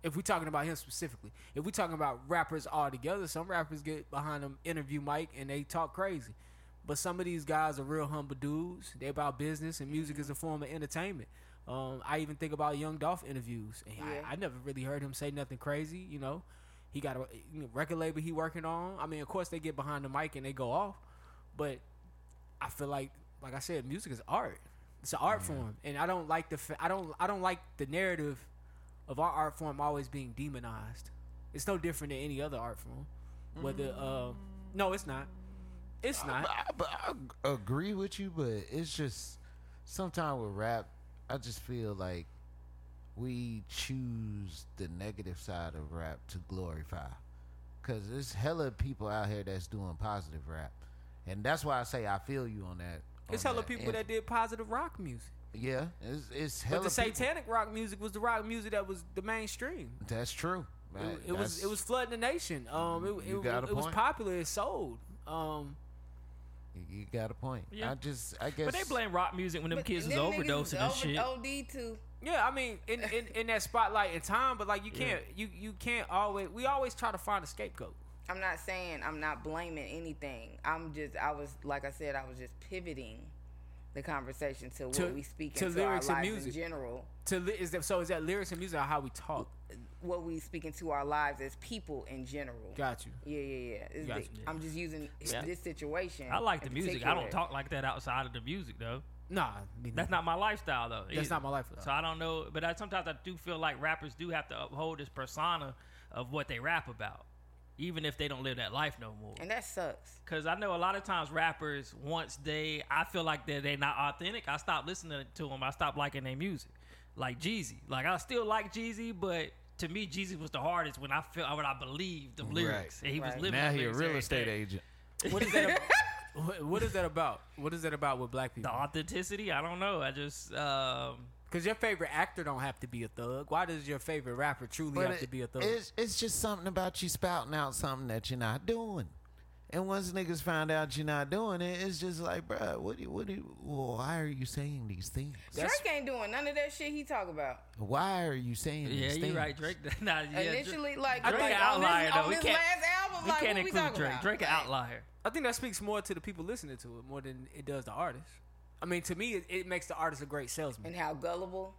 [SPEAKER 6] if we're talking about him specifically, if we're talking about rappers altogether, some rappers get behind them, interview Mike, and they talk crazy. But some of these guys are real humble dudes. They about business, and music is a form of entertainment. Um, I even think about Young Dolph interviews. And
[SPEAKER 5] Yeah.
[SPEAKER 6] I, I never really heard him say nothing crazy. You know, he got a you know, record label he working on. I mean, of course they get behind the mic and they go off, but I feel like, like I said, music is art. It's an art form, and I don't like the fa- I don't I don't like the narrative of our art form always being demonized. It's no different than any other art form. Whether uh, no, it's not. It's not.
[SPEAKER 3] Mm. I, but I agree with you, but it's just sometimes with rap, I just feel like we choose the negative side of rap to glorify. Cause there's hella people out here that's doing positive rap, and that's why I say I feel you on that.
[SPEAKER 6] It's
[SPEAKER 3] on
[SPEAKER 6] hella people
[SPEAKER 3] And-
[SPEAKER 6] that did positive rock music.
[SPEAKER 3] yeah, it's it's
[SPEAKER 6] But
[SPEAKER 3] hella.
[SPEAKER 6] the
[SPEAKER 3] people.
[SPEAKER 6] satanic rock music was the rock music that was the mainstream.
[SPEAKER 3] That's true.
[SPEAKER 6] It-
[SPEAKER 3] Right,
[SPEAKER 6] It, was
[SPEAKER 3] that's-
[SPEAKER 6] it was flooding the nation. Um, it,
[SPEAKER 3] You
[SPEAKER 6] it,
[SPEAKER 3] got a
[SPEAKER 6] it was
[SPEAKER 3] point.
[SPEAKER 6] popular. It sold. Um,
[SPEAKER 3] you got a point.
[SPEAKER 4] Yeah.
[SPEAKER 3] I just I guess
[SPEAKER 4] But they blame rock music when them kids is overdosing and shit.
[SPEAKER 5] OD too.
[SPEAKER 6] yeah, I mean, in, in, in that spotlight and time, but like you can't you you can't always. We always try to find a scapegoat.
[SPEAKER 5] I'm not saying I'm not blaming anything. I'm just I was like I said I was just pivoting the conversation to what
[SPEAKER 6] To-
[SPEAKER 5] we speak
[SPEAKER 6] to
[SPEAKER 5] into
[SPEAKER 6] lyrics
[SPEAKER 5] our
[SPEAKER 6] and
[SPEAKER 5] lives in
[SPEAKER 6] music.
[SPEAKER 5] general.
[SPEAKER 6] To li- is that so? Is that lyrics and music or how we talk?
[SPEAKER 5] What we speak into our lives as people in general.
[SPEAKER 6] Got you.
[SPEAKER 5] Yeah, yeah, yeah. It's
[SPEAKER 6] Gotcha.
[SPEAKER 5] the- I'm just using this situation.
[SPEAKER 4] I like
[SPEAKER 5] in
[SPEAKER 4] the music. I don't
[SPEAKER 5] particular.
[SPEAKER 4] talk like that outside of the music though.
[SPEAKER 6] Nah, me
[SPEAKER 4] That's
[SPEAKER 6] neither.
[SPEAKER 4] not my lifestyle though.
[SPEAKER 6] That's
[SPEAKER 4] either.
[SPEAKER 6] not my lifestyle.
[SPEAKER 4] So I don't know, but I, sometimes I do feel like rappers do have to uphold this persona of what they rap about, even if they don't live that life no more.
[SPEAKER 5] and that sucks.
[SPEAKER 4] Because I know a lot of times rappers, once they, I feel like they're, they not authentic, I stop listening to them. I stop liking their music. Like Jeezy. Like, I still like Jeezy, but to me, Jeezy was the hardest when I felt, when I believed the lyrics. And he was
[SPEAKER 5] Right.
[SPEAKER 4] living
[SPEAKER 3] now
[SPEAKER 4] the
[SPEAKER 3] he a
[SPEAKER 4] lyrics
[SPEAKER 3] real
[SPEAKER 4] every
[SPEAKER 3] estate
[SPEAKER 4] day.
[SPEAKER 3] agent.
[SPEAKER 6] What is that? About, what is that about? What is that about with black
[SPEAKER 4] The
[SPEAKER 6] people?
[SPEAKER 4] authenticity, I don't know. I just, um,
[SPEAKER 6] Because your favorite actor don't have to be a thug. Why does your favorite rapper truly
[SPEAKER 3] But
[SPEAKER 6] have to
[SPEAKER 3] it-
[SPEAKER 6] be a thug?
[SPEAKER 3] It's, it's just something about you spouting out something that you're not doing. And once niggas find out you're not doing it, it's just like, bruh, what do you, what do you, well, why are you saying these things?
[SPEAKER 6] That's-
[SPEAKER 5] Drake ain't doing none of that shit he talk about.
[SPEAKER 3] Why are you saying
[SPEAKER 4] yeah,
[SPEAKER 3] these things?
[SPEAKER 4] you're right, Drake. nah, yeah, Dra-
[SPEAKER 5] Initially, like
[SPEAKER 4] I
[SPEAKER 5] Drake,
[SPEAKER 4] think
[SPEAKER 5] on
[SPEAKER 4] outlier,
[SPEAKER 5] this,
[SPEAKER 4] though.
[SPEAKER 5] on
[SPEAKER 4] We
[SPEAKER 5] this
[SPEAKER 4] can't-
[SPEAKER 5] last album,
[SPEAKER 4] we
[SPEAKER 5] like
[SPEAKER 4] can't
[SPEAKER 5] what we talking
[SPEAKER 4] include Drake.
[SPEAKER 5] about?
[SPEAKER 4] Drake, an outlier.
[SPEAKER 6] I think that speaks more to the people listening to it more than it does the artist. I mean, to me, it, it makes the artist a great salesman.
[SPEAKER 5] and how gullible.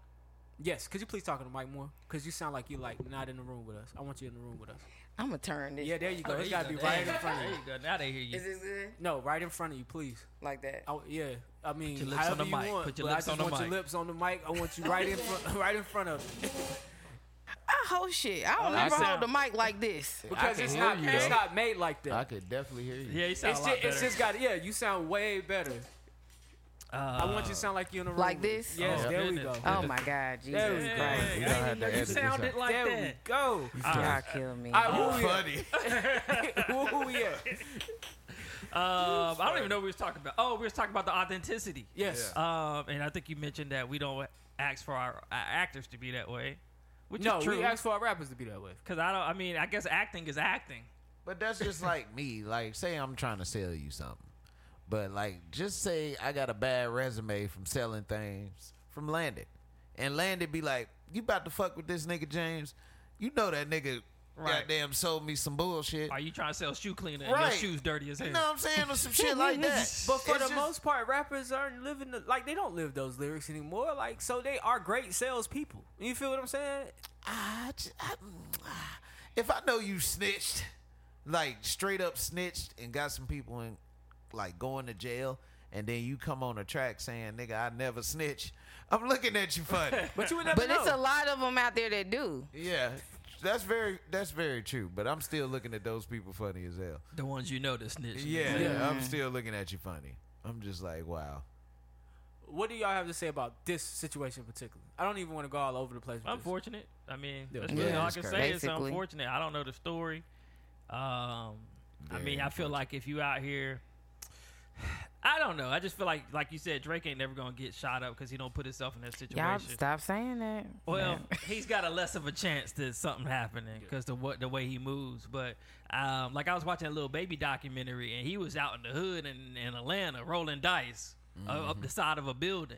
[SPEAKER 6] Yes, could you please talk to Mike more? Because you sound like you like not in the room with us. I want you in the room with us.
[SPEAKER 5] I'm gonna turn this.
[SPEAKER 6] Yeah, there you go.
[SPEAKER 4] There
[SPEAKER 6] It's
[SPEAKER 4] you
[SPEAKER 6] gotta
[SPEAKER 4] go.
[SPEAKER 6] be right
[SPEAKER 4] There
[SPEAKER 6] in front of
[SPEAKER 4] There
[SPEAKER 6] you.
[SPEAKER 4] you go. Now they hear you.
[SPEAKER 5] Is this good?
[SPEAKER 6] No, right in front of you, please.
[SPEAKER 5] Like that?
[SPEAKER 6] Oh yeah. I mean,
[SPEAKER 4] your lips on
[SPEAKER 6] however
[SPEAKER 4] the
[SPEAKER 6] you
[SPEAKER 4] mic.
[SPEAKER 6] want.
[SPEAKER 4] Put your
[SPEAKER 6] but I
[SPEAKER 4] lips
[SPEAKER 6] just
[SPEAKER 4] on the
[SPEAKER 6] want
[SPEAKER 4] mic.
[SPEAKER 6] your lips on the mic. I want you right in front, right in front of. you.
[SPEAKER 5] I hold shit. I don't
[SPEAKER 4] I
[SPEAKER 5] ever
[SPEAKER 4] sound-
[SPEAKER 5] hold the mic like this.
[SPEAKER 6] Because
[SPEAKER 3] can
[SPEAKER 6] it's
[SPEAKER 3] hear
[SPEAKER 6] not,
[SPEAKER 3] you,
[SPEAKER 6] it's
[SPEAKER 3] though.
[SPEAKER 6] not made like that.
[SPEAKER 3] I could definitely hear you.
[SPEAKER 4] yeah, you sound
[SPEAKER 6] It's
[SPEAKER 4] a lot
[SPEAKER 6] just, it's
[SPEAKER 4] better.
[SPEAKER 6] just got yeah. You sound way better. I want you to sound like you in a room
[SPEAKER 5] Like
[SPEAKER 6] with us.
[SPEAKER 5] this?
[SPEAKER 6] Yes,
[SPEAKER 4] Uh, Oh,
[SPEAKER 6] there we go.
[SPEAKER 4] goodness.
[SPEAKER 5] Oh my god, Jesus
[SPEAKER 6] There we go.
[SPEAKER 5] Christ!
[SPEAKER 4] Hey,
[SPEAKER 3] We
[SPEAKER 4] I
[SPEAKER 3] don't
[SPEAKER 4] didn't
[SPEAKER 3] have to
[SPEAKER 4] know you
[SPEAKER 3] edit this
[SPEAKER 4] sounded
[SPEAKER 3] out.
[SPEAKER 4] like
[SPEAKER 6] There we
[SPEAKER 4] that.
[SPEAKER 6] go.
[SPEAKER 5] Y'all kill me.
[SPEAKER 6] All right, who we at?
[SPEAKER 3] Funny.
[SPEAKER 6] Who we at?
[SPEAKER 4] Um, I don't even know what we was talking about. Oh, we was talking about the authenticity.
[SPEAKER 6] Yes.
[SPEAKER 4] Um, and I think you mentioned that we don't ask for our, our actors to be that way, which
[SPEAKER 6] No,
[SPEAKER 4] is true.
[SPEAKER 6] we asked for our rappers to be that way.
[SPEAKER 4] Because I don't. I mean, I guess acting is acting.
[SPEAKER 3] But that's just like me. Like, say I'm trying to sell you something, but like, just say I got a bad resume from selling things from Landon, and Landon be like, "You about to fuck with this nigga James? You know that nigga
[SPEAKER 4] Right.
[SPEAKER 3] goddamn sold me some bullshit."
[SPEAKER 4] Are you trying to sell shoe cleaner and
[SPEAKER 3] Right.
[SPEAKER 4] your shoes dirty as hell?
[SPEAKER 3] You know what I'm saying? Or some shit like that.
[SPEAKER 6] But for
[SPEAKER 3] It's
[SPEAKER 6] the
[SPEAKER 3] just-
[SPEAKER 6] most part, rappers aren't living the, like they don't live those lyrics anymore. Like so, they are great salespeople. You feel what I'm saying?
[SPEAKER 3] I j- I- mm, if I know you snitched, like straight up snitched, and got some people in, like going to jail, and then you come on a track saying, "Nigga, I never snitch," I'm looking at you funny.
[SPEAKER 6] But you would never
[SPEAKER 5] But
[SPEAKER 6] know.
[SPEAKER 5] it's a lot of them out there that do.
[SPEAKER 3] yeah, that's very that's very true. But I'm still looking at those people funny as hell.
[SPEAKER 4] The ones you know that snitch.
[SPEAKER 3] Yeah, yeah, I'm still looking at you funny. I'm just like, wow.
[SPEAKER 6] what do y'all have to say about this situation in particular? I don't even want to go all over the place. With this.
[SPEAKER 4] Unfortunate. I mean, that's
[SPEAKER 6] Yeah,
[SPEAKER 4] really all I
[SPEAKER 3] it's
[SPEAKER 4] can
[SPEAKER 3] crazy.
[SPEAKER 4] say. It's
[SPEAKER 5] Basically.
[SPEAKER 4] unfortunate. I don't know the story. Um, I mean, I feel like if you out here, I don't know. I just feel like, like you said, Drake ain't never gonna get shot up because he don't put himself in that situation.
[SPEAKER 5] Y'all stop saying that.
[SPEAKER 4] Well, he's got a less of a chance that something happening because the what the way he moves. But um, like I was watching a little baby documentary, and he was out in the hood in, in Atlanta rolling dice uh, up the side of a building.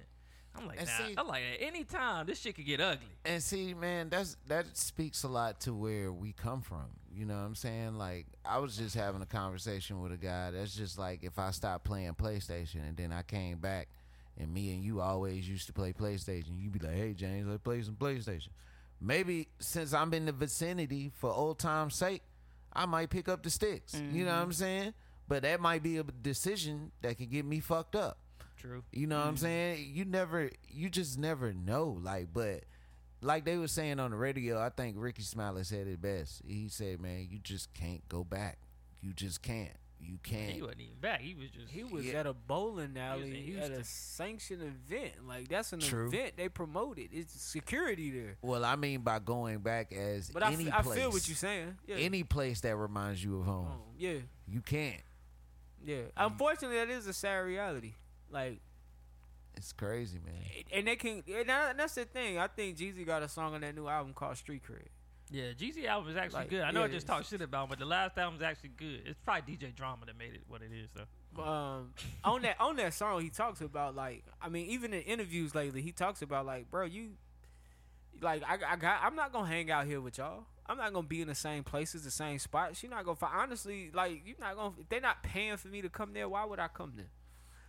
[SPEAKER 4] I'm like,
[SPEAKER 3] And
[SPEAKER 4] nah.
[SPEAKER 3] see-
[SPEAKER 4] I'm like, at any time this shit could get ugly.
[SPEAKER 3] And see, man, that's that speaks a lot to where we come from. You know what I'm saying? Like I was just having a conversation with a guy that's just like if I stopped playing PlayStation and then I came back and me and you always used to play PlayStation, you'd be like, Hey James, let's play some PlayStation. Maybe since I'm in the vicinity for old time's sake, I might pick up the sticks. You know what I'm saying? But that might be a decision that can get me fucked up.
[SPEAKER 4] True.
[SPEAKER 3] You know what
[SPEAKER 6] Mm.
[SPEAKER 3] I'm saying? You never, you just never know. Like, but like they were saying on the radio, I think Ricky Smiley said it best. He said, "Man, you just can't go back. You just can't. you can't.
[SPEAKER 4] He wasn't even back. He was just.
[SPEAKER 6] He was
[SPEAKER 3] Yeah.
[SPEAKER 6] at a bowling alley at
[SPEAKER 4] Houston.
[SPEAKER 6] a sanctioned event. Like that's an
[SPEAKER 3] True.
[SPEAKER 6] event they promoted. It's security there.
[SPEAKER 3] Well, I mean by going back as
[SPEAKER 6] But I
[SPEAKER 3] any
[SPEAKER 6] f- I
[SPEAKER 3] place,
[SPEAKER 6] feel what you're saying. Yeah.
[SPEAKER 3] any place that reminds you of home,
[SPEAKER 6] Um, yeah.
[SPEAKER 3] you can't.
[SPEAKER 6] Yeah. Unfortunately, that is a sad reality. Like,
[SPEAKER 3] It's crazy, man.
[SPEAKER 6] and they can. And that- that's the thing. I think Jeezy got a song on that new album called Street Cred.
[SPEAKER 4] Yeah, GZ album is actually
[SPEAKER 6] Like,
[SPEAKER 4] good. I know
[SPEAKER 6] yeah,
[SPEAKER 4] I just
[SPEAKER 6] it's-
[SPEAKER 4] talked shit about him, but the last album is actually good. It's probably DJ Drama that made it what it is, though.
[SPEAKER 6] um on that on that song he talks about like I mean even in interviews lately he talks about like bro you like I, I got I'm not gonna hang out here with y'all I'm not gonna be in the same places the same spots you're not gonna find honestly like you're not gonna if they're not paying for me to come there why would I come there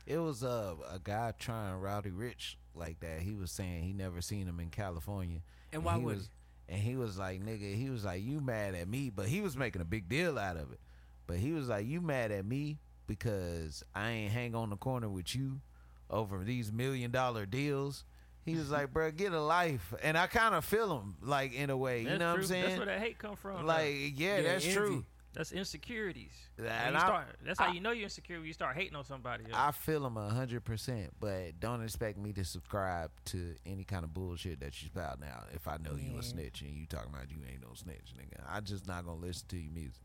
[SPEAKER 3] It was uh, a guy trying Rowdy Rich like that. He was saying he never seen him in California.
[SPEAKER 6] And why
[SPEAKER 3] he
[SPEAKER 6] would
[SPEAKER 3] was,
[SPEAKER 6] he?
[SPEAKER 3] And he was like, nigga, he was like, you mad at me, but he was making a big deal out of it. But he was like, you mad at me because I ain't hang on the corner with you over these million dollar deals. He was like, bro, get a life. And I kind of feel him, like, in a way. you know what I'm
[SPEAKER 4] true. That's
[SPEAKER 3] saying?
[SPEAKER 4] where that hate come from. though.
[SPEAKER 3] like, yeah, that's
[SPEAKER 6] envy.
[SPEAKER 3] true.
[SPEAKER 4] that's insecurities.
[SPEAKER 3] And
[SPEAKER 4] And you
[SPEAKER 3] I-
[SPEAKER 4] start- that's how
[SPEAKER 3] I-
[SPEAKER 4] you know you're insecure. when You start hating on somebody. Else.
[SPEAKER 3] I feel him a hundred percent, but don't expect me to subscribe to any kind of bullshit that you spout now. If I know you a snitch and you talking about you ain't no snitch, nigga, I just not gonna listen to your music.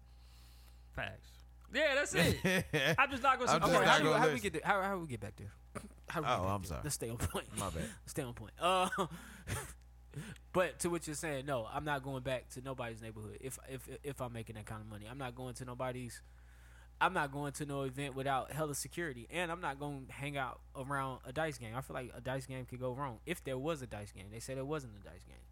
[SPEAKER 4] Facts. Yeah, that's it. I'm just not gonna
[SPEAKER 3] I'm just not
[SPEAKER 4] support
[SPEAKER 6] how,
[SPEAKER 4] you.
[SPEAKER 6] do-
[SPEAKER 3] gonna
[SPEAKER 6] how do we
[SPEAKER 3] listen.
[SPEAKER 6] get there? How, how do we get back there How do we
[SPEAKER 3] Oh,
[SPEAKER 6] get back
[SPEAKER 3] I'm
[SPEAKER 6] there?
[SPEAKER 3] sorry.
[SPEAKER 6] let's stay on point
[SPEAKER 3] My bad.
[SPEAKER 6] stay on point uh but to what you're saying no I'm not going back to nobody's neighborhood if if if I'm making that kind of money I'm not going to nobody's I'm not going to no event without hella security, and I'm not going to hang out around a dice game. I feel like a dice game could go wrong if there was a dice game. They said there wasn't a dice game,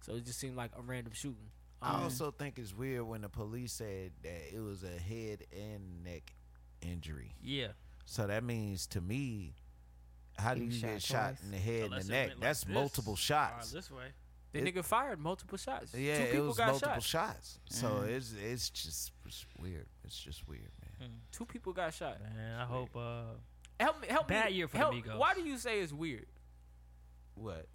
[SPEAKER 6] so it just seemed like a random shooting. Um,
[SPEAKER 3] I also
[SPEAKER 6] Mm.
[SPEAKER 3] think it's weird when the police said that it was a head and neck injury.
[SPEAKER 4] Yeah,
[SPEAKER 3] So that means to me, how do
[SPEAKER 5] He
[SPEAKER 3] you
[SPEAKER 5] shot
[SPEAKER 3] get shot
[SPEAKER 5] twice.
[SPEAKER 3] in the head and
[SPEAKER 4] Unless
[SPEAKER 3] the
[SPEAKER 4] it
[SPEAKER 3] neck?
[SPEAKER 4] went like
[SPEAKER 3] That's
[SPEAKER 4] this,
[SPEAKER 3] multiple
[SPEAKER 4] or
[SPEAKER 3] shots.
[SPEAKER 4] this way.
[SPEAKER 6] The nigga fired multiple shots.
[SPEAKER 3] Yeah,
[SPEAKER 6] Two
[SPEAKER 3] it
[SPEAKER 6] people
[SPEAKER 3] was
[SPEAKER 6] got
[SPEAKER 3] multiple
[SPEAKER 6] shot.
[SPEAKER 3] shots. So it's it's just it's weird. It's just weird,
[SPEAKER 6] Hmm.
[SPEAKER 3] man.
[SPEAKER 6] Two people got shot.
[SPEAKER 4] Man, I hope. Uh,
[SPEAKER 6] Help me, help
[SPEAKER 4] Bad
[SPEAKER 6] me.
[SPEAKER 4] year for the
[SPEAKER 6] help,
[SPEAKER 4] Migos.
[SPEAKER 6] Why do you say it's weird?
[SPEAKER 3] What?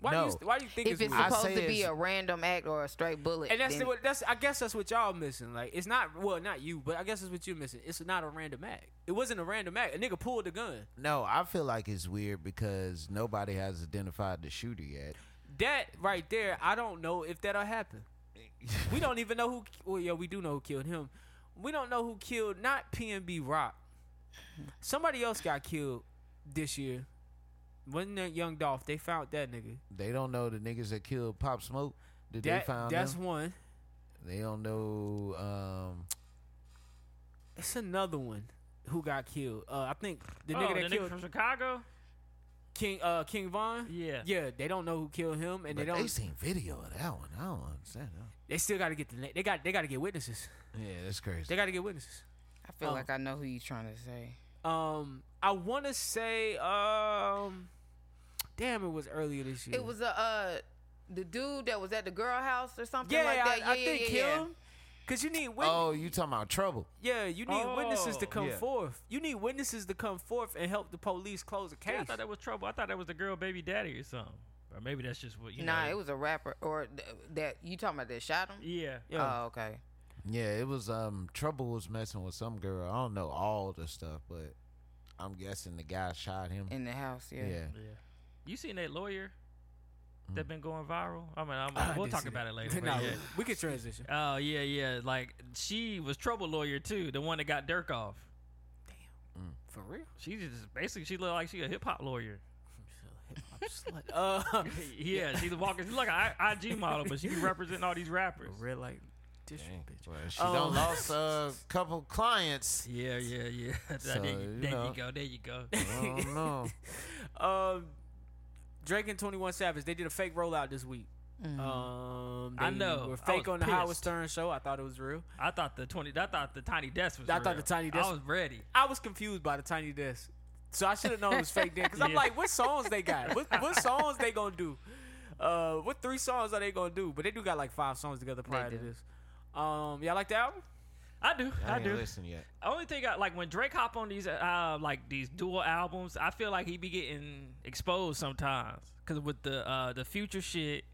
[SPEAKER 6] Why
[SPEAKER 3] no.
[SPEAKER 6] do you why do you think
[SPEAKER 5] If
[SPEAKER 6] it's
[SPEAKER 5] it's
[SPEAKER 6] weird?
[SPEAKER 3] I
[SPEAKER 5] supposed
[SPEAKER 3] say
[SPEAKER 5] to be
[SPEAKER 3] it's-
[SPEAKER 5] a random act or a straight bullet,
[SPEAKER 6] and that's
[SPEAKER 5] then
[SPEAKER 6] the, what that's I guess that's what y'all missing. Like it's not well, not you, but I guess that's what you're missing. It's not a random act. It wasn't a random act. A nigga pulled the gun.
[SPEAKER 3] No, I feel like it's weird because nobody has identified the shooter yet.
[SPEAKER 6] That right there, I don't know if that'll happen. we don't even know who. Well, yeah, we do know who killed him. We don't know who killed not PNB Rock. Somebody else got killed this year. Wasn't that Young Dolph? They found that nigga.
[SPEAKER 3] They don't know the niggas that killed Pop Smoke. Did
[SPEAKER 6] That,
[SPEAKER 3] they find
[SPEAKER 6] that's
[SPEAKER 3] them?
[SPEAKER 6] one.
[SPEAKER 3] They don't know. Um,
[SPEAKER 6] It's another one who got killed. Uh, I think the
[SPEAKER 4] oh,
[SPEAKER 6] nigga that
[SPEAKER 4] the nigga
[SPEAKER 6] killed
[SPEAKER 4] from Chicago.
[SPEAKER 6] King uh, King Von.
[SPEAKER 4] Yeah.
[SPEAKER 6] yeah. They don't know who killed him, and
[SPEAKER 3] but
[SPEAKER 6] they don't.
[SPEAKER 3] they seen video of that one. I don't understand. That.
[SPEAKER 6] they still got to get the. na- They got. They got to get witnesses.
[SPEAKER 3] Yeah, that's crazy.
[SPEAKER 6] They got to get witnesses.
[SPEAKER 5] I feel
[SPEAKER 6] Oh.
[SPEAKER 5] like I know who you're trying to say.
[SPEAKER 6] Um, I want to say, um, damn, it was earlier this year.
[SPEAKER 5] It was a uh, the dude that was at the girl house or something
[SPEAKER 6] yeah,
[SPEAKER 5] like
[SPEAKER 6] I,
[SPEAKER 5] that.
[SPEAKER 6] I think
[SPEAKER 5] yeah, yeah.
[SPEAKER 6] him, cause you need wit-
[SPEAKER 3] oh, you talking about trouble?
[SPEAKER 6] yeah, you need witnesses to
[SPEAKER 4] Oh.
[SPEAKER 6] come
[SPEAKER 3] Yeah.
[SPEAKER 6] forth. You need witnesses to come forth and help the police close the case.
[SPEAKER 4] Yeah, I thought that was trouble. I thought that was the girl baby daddy or something. Or maybe that's just what you
[SPEAKER 5] Nah,
[SPEAKER 4] know.
[SPEAKER 5] it was a rapper or th- that you talking about that shot him.
[SPEAKER 4] yeah.
[SPEAKER 6] Yeah.
[SPEAKER 5] Oh, okay.
[SPEAKER 3] Yeah, it was. Um, trouble was messing with some girl. I don't know all the stuff, but I'm guessing the guy shot him.
[SPEAKER 5] In the house, yeah.
[SPEAKER 3] yeah.
[SPEAKER 4] Yeah. You seen that lawyer
[SPEAKER 3] Mm.
[SPEAKER 4] that been going viral? I mean, I'm, we'll
[SPEAKER 6] did
[SPEAKER 4] talk
[SPEAKER 6] see
[SPEAKER 4] about
[SPEAKER 6] that.
[SPEAKER 4] it later. but
[SPEAKER 6] Nah,
[SPEAKER 4] yeah.
[SPEAKER 6] we could transition.
[SPEAKER 4] Oh yeah, yeah. Like she was trouble lawyer too, the one that got Dirk off.
[SPEAKER 6] For real?
[SPEAKER 4] She just basically she looked like she a hip hop lawyer.
[SPEAKER 6] Uh,
[SPEAKER 4] Yeah, she's walking. She's like an I- IG model, but she be representing all these rappers.
[SPEAKER 6] red light district, bitch.
[SPEAKER 3] Well, she
[SPEAKER 6] Um,
[SPEAKER 3] done lost a couple clients.
[SPEAKER 4] Yeah, yeah, yeah.
[SPEAKER 3] So,
[SPEAKER 4] there you,
[SPEAKER 3] you
[SPEAKER 4] there
[SPEAKER 3] know. Uh-huh.
[SPEAKER 4] you go. There you go.
[SPEAKER 3] I don't know.
[SPEAKER 6] Um, Drake and Twenty One Savage they did a fake rollout this week. Um,
[SPEAKER 4] I
[SPEAKER 6] they
[SPEAKER 4] know.
[SPEAKER 6] Were
[SPEAKER 4] I
[SPEAKER 6] fake
[SPEAKER 4] was
[SPEAKER 6] on the Howard
[SPEAKER 4] pissed.
[SPEAKER 6] Stern show. I thought it was real.
[SPEAKER 4] I thought the twenty. I thought the tiny desk was.
[SPEAKER 6] I thought
[SPEAKER 4] real.
[SPEAKER 6] the Tiny Desk-
[SPEAKER 4] I was ready.
[SPEAKER 6] I was confused by the tiny desk, so I should have known it was fake then. Because I'm
[SPEAKER 4] Yeah.
[SPEAKER 6] like, what songs they got? What what songs they gonna do? Uh, what three songs are they gonna do? But they do got like five songs together prior to
[SPEAKER 5] do.
[SPEAKER 6] this. Um, y'all like the album?
[SPEAKER 4] I do. I,
[SPEAKER 3] I
[SPEAKER 4] do.
[SPEAKER 3] didn't listen yet.
[SPEAKER 4] Only thing I like when Drake hop on these uh like these dual albums, I feel like he be getting exposed sometimes. Cause with the uh the future shit,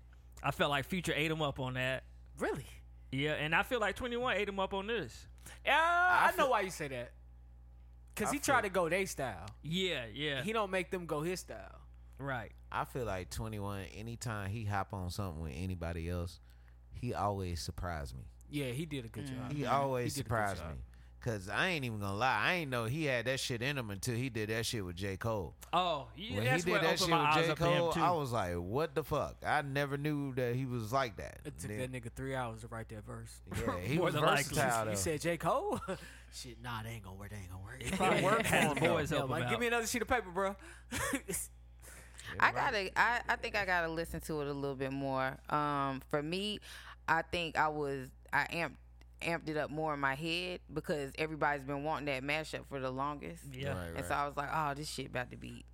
[SPEAKER 4] I felt like Future ate him up on that.
[SPEAKER 6] Really?
[SPEAKER 4] Yeah, and I feel like 21 ate him up on this.
[SPEAKER 6] Yeah, I,
[SPEAKER 2] feel-
[SPEAKER 6] know why you say that. Cause he tried to go they style.
[SPEAKER 4] Yeah, yeah.
[SPEAKER 6] He don't make them go his style.
[SPEAKER 4] right.
[SPEAKER 3] I feel like 21, anytime he hop on something with anybody else, he always surprised me.
[SPEAKER 6] Yeah, he did a good job.
[SPEAKER 3] Mm. He always
[SPEAKER 6] did a good
[SPEAKER 3] surprised
[SPEAKER 6] job.
[SPEAKER 3] me. Cause I ain't even gonna lie, I ain't know he had that shit in him until he did that shit with J. Cole.
[SPEAKER 4] Oh, yeah,
[SPEAKER 3] When
[SPEAKER 4] that's
[SPEAKER 3] he
[SPEAKER 4] what
[SPEAKER 3] did that
[SPEAKER 4] opened
[SPEAKER 3] shit
[SPEAKER 4] my eyes
[SPEAKER 3] with J.
[SPEAKER 4] up to him
[SPEAKER 3] Cole,
[SPEAKER 4] too.
[SPEAKER 3] I was like, what the fuck? I never knew that he was like that.
[SPEAKER 6] It took
[SPEAKER 3] Nigga.
[SPEAKER 6] that nigga three hours to write that verse.
[SPEAKER 3] Yeah, he
[SPEAKER 4] More
[SPEAKER 3] was
[SPEAKER 4] than likely.
[SPEAKER 3] versatile
[SPEAKER 6] You
[SPEAKER 3] though.
[SPEAKER 6] said J. Cole? Shit, nah, they ain't gonna work. They ain't gonna work.
[SPEAKER 4] Probably worked for him, though. Boys
[SPEAKER 6] Yeah,
[SPEAKER 4] help him
[SPEAKER 6] like,
[SPEAKER 4] out.
[SPEAKER 6] give me another sheet of paper, bro.
[SPEAKER 5] I gotta. I, I think I gotta listen to it a little bit more. Um, for me, I think I was I amped amped it up more in my head because everybody's been wanting that mashup for the longest.
[SPEAKER 4] Yeah. Right,
[SPEAKER 5] And so I was like, oh, this shit about to be.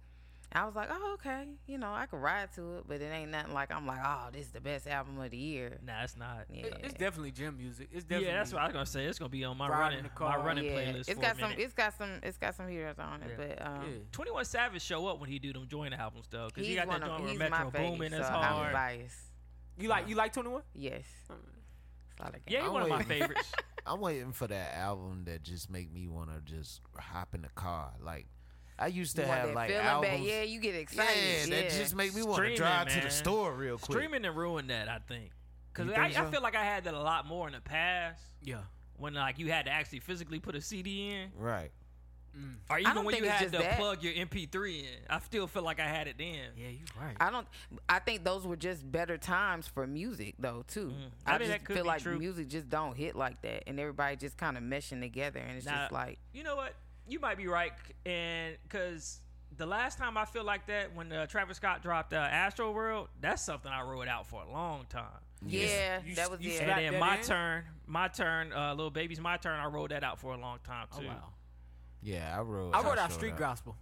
[SPEAKER 5] I was like, oh, okay, you know, I could ride to it, but it ain't nothing like I'm like, oh, this is the best album of the year.
[SPEAKER 4] Nah, it's not.
[SPEAKER 5] Yeah,
[SPEAKER 6] it's definitely gym music. It's definitely.
[SPEAKER 4] Yeah, that's what I was gonna say. It's gonna be on my
[SPEAKER 6] Riding
[SPEAKER 4] running,
[SPEAKER 6] the car.
[SPEAKER 4] my running
[SPEAKER 5] yeah.
[SPEAKER 4] playlist.
[SPEAKER 5] It's
[SPEAKER 4] for
[SPEAKER 5] got
[SPEAKER 4] a
[SPEAKER 5] some.
[SPEAKER 4] minute.
[SPEAKER 5] It's got some. It's got some heaters on it, but um,
[SPEAKER 6] Yeah.
[SPEAKER 4] 21 Savage show up when he do them joint albums though, because he
[SPEAKER 5] he's
[SPEAKER 4] got
[SPEAKER 5] one
[SPEAKER 4] that joint
[SPEAKER 5] of
[SPEAKER 4] with
[SPEAKER 5] he's
[SPEAKER 4] Metro
[SPEAKER 5] my
[SPEAKER 4] Boomin.
[SPEAKER 5] favorite. So
[SPEAKER 4] That's
[SPEAKER 5] I'm
[SPEAKER 4] hard.
[SPEAKER 5] biased.
[SPEAKER 6] You like you like Twenty One?
[SPEAKER 5] Yes. That's all I got.
[SPEAKER 4] yeah, he's
[SPEAKER 3] I'm
[SPEAKER 4] one of my
[SPEAKER 3] waiting.
[SPEAKER 4] favorites.
[SPEAKER 3] I'm waiting for that album that just make me want to just hop in the car. Like I used to
[SPEAKER 5] You want
[SPEAKER 3] have
[SPEAKER 5] that
[SPEAKER 3] like
[SPEAKER 5] feeling
[SPEAKER 3] albums.
[SPEAKER 5] back. Yeah, you get
[SPEAKER 3] Yeah,
[SPEAKER 5] excited. Yeah,
[SPEAKER 3] that just make me want to
[SPEAKER 4] Streaming,
[SPEAKER 3] drive to
[SPEAKER 4] man.
[SPEAKER 3] the store real quick.
[SPEAKER 4] Streaming and ruin that, I think, because
[SPEAKER 3] You
[SPEAKER 4] I,
[SPEAKER 3] think
[SPEAKER 4] I
[SPEAKER 3] so?
[SPEAKER 4] feel like I had that a lot more in the past
[SPEAKER 6] Yeah.
[SPEAKER 4] when like you had to actually physically put a CD in,
[SPEAKER 3] Right.
[SPEAKER 4] or
[SPEAKER 5] don't
[SPEAKER 4] even when
[SPEAKER 5] think
[SPEAKER 4] you
[SPEAKER 5] it's
[SPEAKER 4] had
[SPEAKER 5] just
[SPEAKER 4] to
[SPEAKER 5] that.
[SPEAKER 4] plug your MP3 in. I still feel like I had it then.
[SPEAKER 6] Yeah, you right.
[SPEAKER 5] I don't. I think those were just better times for music, though. Too.
[SPEAKER 4] Mm. I
[SPEAKER 5] I,
[SPEAKER 4] mean,
[SPEAKER 5] just
[SPEAKER 4] that could
[SPEAKER 5] feel
[SPEAKER 4] be
[SPEAKER 5] like
[SPEAKER 4] true.
[SPEAKER 5] music just don't hit like that, and everybody just kind of meshing together, and it's just
[SPEAKER 4] Nah,
[SPEAKER 5] like
[SPEAKER 4] you know what? You might be right, c- and because the last time I feel like that when uh, Travis Scott dropped uh, Astro World, that's something I wrote out for a long time.
[SPEAKER 5] yeah,
[SPEAKER 6] You s-
[SPEAKER 5] that was
[SPEAKER 6] you
[SPEAKER 5] it.
[SPEAKER 6] slapped
[SPEAKER 4] and
[SPEAKER 6] that
[SPEAKER 4] then my
[SPEAKER 6] in?
[SPEAKER 4] turn, my turn, uh, little baby's my turn. I rolled that out for a long time
[SPEAKER 6] Oh
[SPEAKER 4] too.
[SPEAKER 6] wow.
[SPEAKER 3] Yeah, I wrote.
[SPEAKER 6] I wrote out
[SPEAKER 3] showed
[SPEAKER 6] Street
[SPEAKER 3] up.
[SPEAKER 6] Gospel.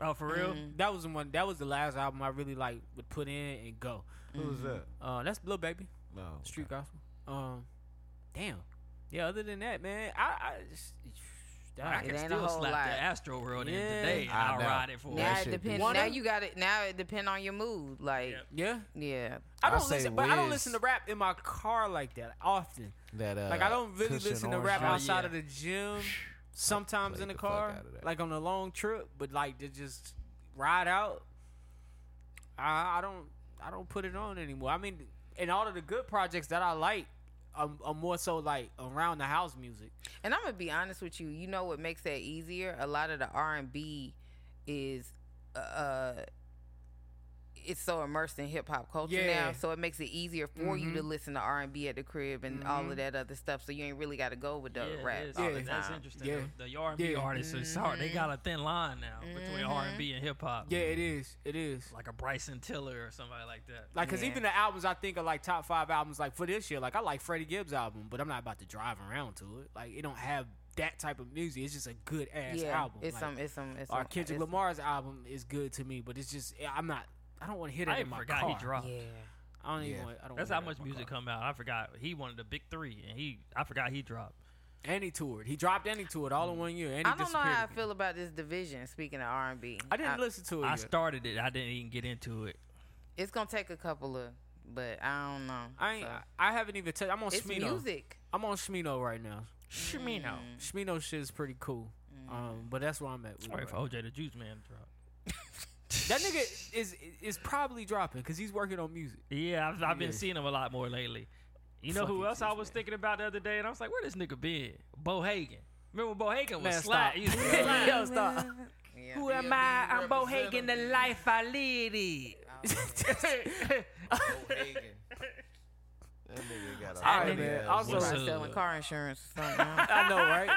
[SPEAKER 6] Mm-hmm.
[SPEAKER 4] Oh, for real?
[SPEAKER 6] That was the one. That was the last album I really like would put in and go.
[SPEAKER 3] Who was that?
[SPEAKER 6] Uh, that's Lil Baby.
[SPEAKER 3] No.
[SPEAKER 6] Street Gospel. Um, damn. Yeah. Other than that, man, I, I just
[SPEAKER 4] I
[SPEAKER 6] that-
[SPEAKER 4] can
[SPEAKER 5] ain't a
[SPEAKER 4] still
[SPEAKER 5] whole
[SPEAKER 4] slap
[SPEAKER 5] lot.
[SPEAKER 4] the Astro World in
[SPEAKER 6] Yeah.
[SPEAKER 4] today. and
[SPEAKER 3] I
[SPEAKER 4] I'll
[SPEAKER 3] know.
[SPEAKER 4] ride it for
[SPEAKER 3] That
[SPEAKER 5] Now
[SPEAKER 4] a
[SPEAKER 5] it
[SPEAKER 3] shit
[SPEAKER 5] depends.
[SPEAKER 6] be-
[SPEAKER 5] Now you got it. Now it depend on your mood. Like
[SPEAKER 4] Yep.
[SPEAKER 6] yeah.
[SPEAKER 5] yeah,
[SPEAKER 6] I
[SPEAKER 3] I
[SPEAKER 6] don't
[SPEAKER 3] say
[SPEAKER 6] listen, but I don't
[SPEAKER 3] Wiz.
[SPEAKER 6] listen to rap in my car like that often.
[SPEAKER 3] That. Uh,
[SPEAKER 6] Like I don't really
[SPEAKER 3] Cushion
[SPEAKER 6] listen to
[SPEAKER 3] Orange
[SPEAKER 6] rap
[SPEAKER 3] Juice.
[SPEAKER 6] outside
[SPEAKER 4] yeah.
[SPEAKER 6] of the gym. Sometimes
[SPEAKER 3] played
[SPEAKER 6] in the,
[SPEAKER 3] the fuck
[SPEAKER 6] car,
[SPEAKER 3] outta that.
[SPEAKER 6] like on a long trip, but like to just ride out. I, I don't, I don't put it on anymore. I mean, and all of the good projects that I like, are, are more so like around the house music.
[SPEAKER 5] and I'm gonna be honest with you. You know what makes that easier? A lot of the R and B is. uh it's so immersed in hip hop culture
[SPEAKER 6] Yeah. Mm-hmm.
[SPEAKER 5] now, so it makes it easier for you to listen to R and B at the crib and all of that other stuff. So you ain't really got to go with the
[SPEAKER 4] Yeah,
[SPEAKER 5] rap.
[SPEAKER 4] it is.
[SPEAKER 5] all
[SPEAKER 6] Yeah.
[SPEAKER 5] the
[SPEAKER 4] that's
[SPEAKER 5] time.
[SPEAKER 4] interesting.
[SPEAKER 6] Yeah.
[SPEAKER 4] The, the R&B
[SPEAKER 6] Yeah. Mm-hmm.
[SPEAKER 4] artists are sorry. They got a thin line now between R&B and hip hop.
[SPEAKER 6] Yeah, it
[SPEAKER 3] Mm.
[SPEAKER 6] is. It is.
[SPEAKER 4] like a Bryson Tiller or somebody like that.
[SPEAKER 6] Like, cause
[SPEAKER 5] Yeah.
[SPEAKER 6] even the albums I think are like top five albums. Like for this year, like I like Freddie Gibbs album, but I'm not about to drive around to it. Like it don't have that type of music. It's just a good ass
[SPEAKER 5] yeah,
[SPEAKER 6] album.
[SPEAKER 5] It's
[SPEAKER 6] Like,
[SPEAKER 5] some, it's some, it's
[SPEAKER 6] or
[SPEAKER 5] some.
[SPEAKER 6] Kendrick
[SPEAKER 5] it's-
[SPEAKER 6] Lamar's album is good to me, but it's just I'm not. I don't want to hear that
[SPEAKER 4] I
[SPEAKER 6] in
[SPEAKER 4] even
[SPEAKER 6] my
[SPEAKER 4] forgot
[SPEAKER 6] car.
[SPEAKER 4] he dropped.
[SPEAKER 5] Yeah,
[SPEAKER 6] I don't even.
[SPEAKER 3] Yeah.
[SPEAKER 6] Want, I don't.
[SPEAKER 4] That's
[SPEAKER 6] wanna
[SPEAKER 4] how
[SPEAKER 6] hear
[SPEAKER 4] much
[SPEAKER 6] that in my
[SPEAKER 4] music
[SPEAKER 6] car.
[SPEAKER 4] come out. I forgot he one of the big three, and he I forgot he dropped.
[SPEAKER 6] And he toured. He dropped and he toured all in one year. And he
[SPEAKER 5] I don't know
[SPEAKER 6] disappeared
[SPEAKER 5] how I
[SPEAKER 6] again.
[SPEAKER 5] feel about this division. Speaking of R and B,
[SPEAKER 6] I didn't listen to it.
[SPEAKER 4] I
[SPEAKER 6] yet.
[SPEAKER 4] started it. I didn't even get into it.
[SPEAKER 5] It's gonna take a couple of, but I don't know.
[SPEAKER 6] I ain't,
[SPEAKER 5] so.
[SPEAKER 6] I haven't even touched. I'm on
[SPEAKER 5] it's
[SPEAKER 6] Smino.
[SPEAKER 5] music.
[SPEAKER 6] I'm on Smino right now.
[SPEAKER 4] Shimino.
[SPEAKER 6] Smino shit is pretty cool.
[SPEAKER 5] Mm.
[SPEAKER 6] Um, but that's where I'm at. with it
[SPEAKER 4] Sorry
[SPEAKER 6] right
[SPEAKER 4] for OJ the Juice Man to drop.
[SPEAKER 6] That nigga is is probably dropping because he's working on music.
[SPEAKER 4] Yeah, I've, I've been
[SPEAKER 6] Yeah.
[SPEAKER 4] seeing him a lot more lately. You know who
[SPEAKER 6] Fucking
[SPEAKER 4] else I
[SPEAKER 6] Juice
[SPEAKER 4] was
[SPEAKER 6] Man.
[SPEAKER 4] thinking about the other day, and I was like, "Where this nigga been?" Bo Hagen. Remember when Bo Hagen was
[SPEAKER 6] Man,
[SPEAKER 4] slap?
[SPEAKER 6] stop.
[SPEAKER 4] he used to be slap.
[SPEAKER 6] Yo, stop.
[SPEAKER 5] Yeah.
[SPEAKER 4] Who am I? I'm Bo Hagen, the life I lead it.
[SPEAKER 3] That nigga got a
[SPEAKER 6] All
[SPEAKER 3] fat
[SPEAKER 6] right, man.
[SPEAKER 3] ass
[SPEAKER 6] Also,
[SPEAKER 4] What's
[SPEAKER 5] Somebody
[SPEAKER 4] up?
[SPEAKER 5] selling car insurance or something. huh?
[SPEAKER 6] I know, right?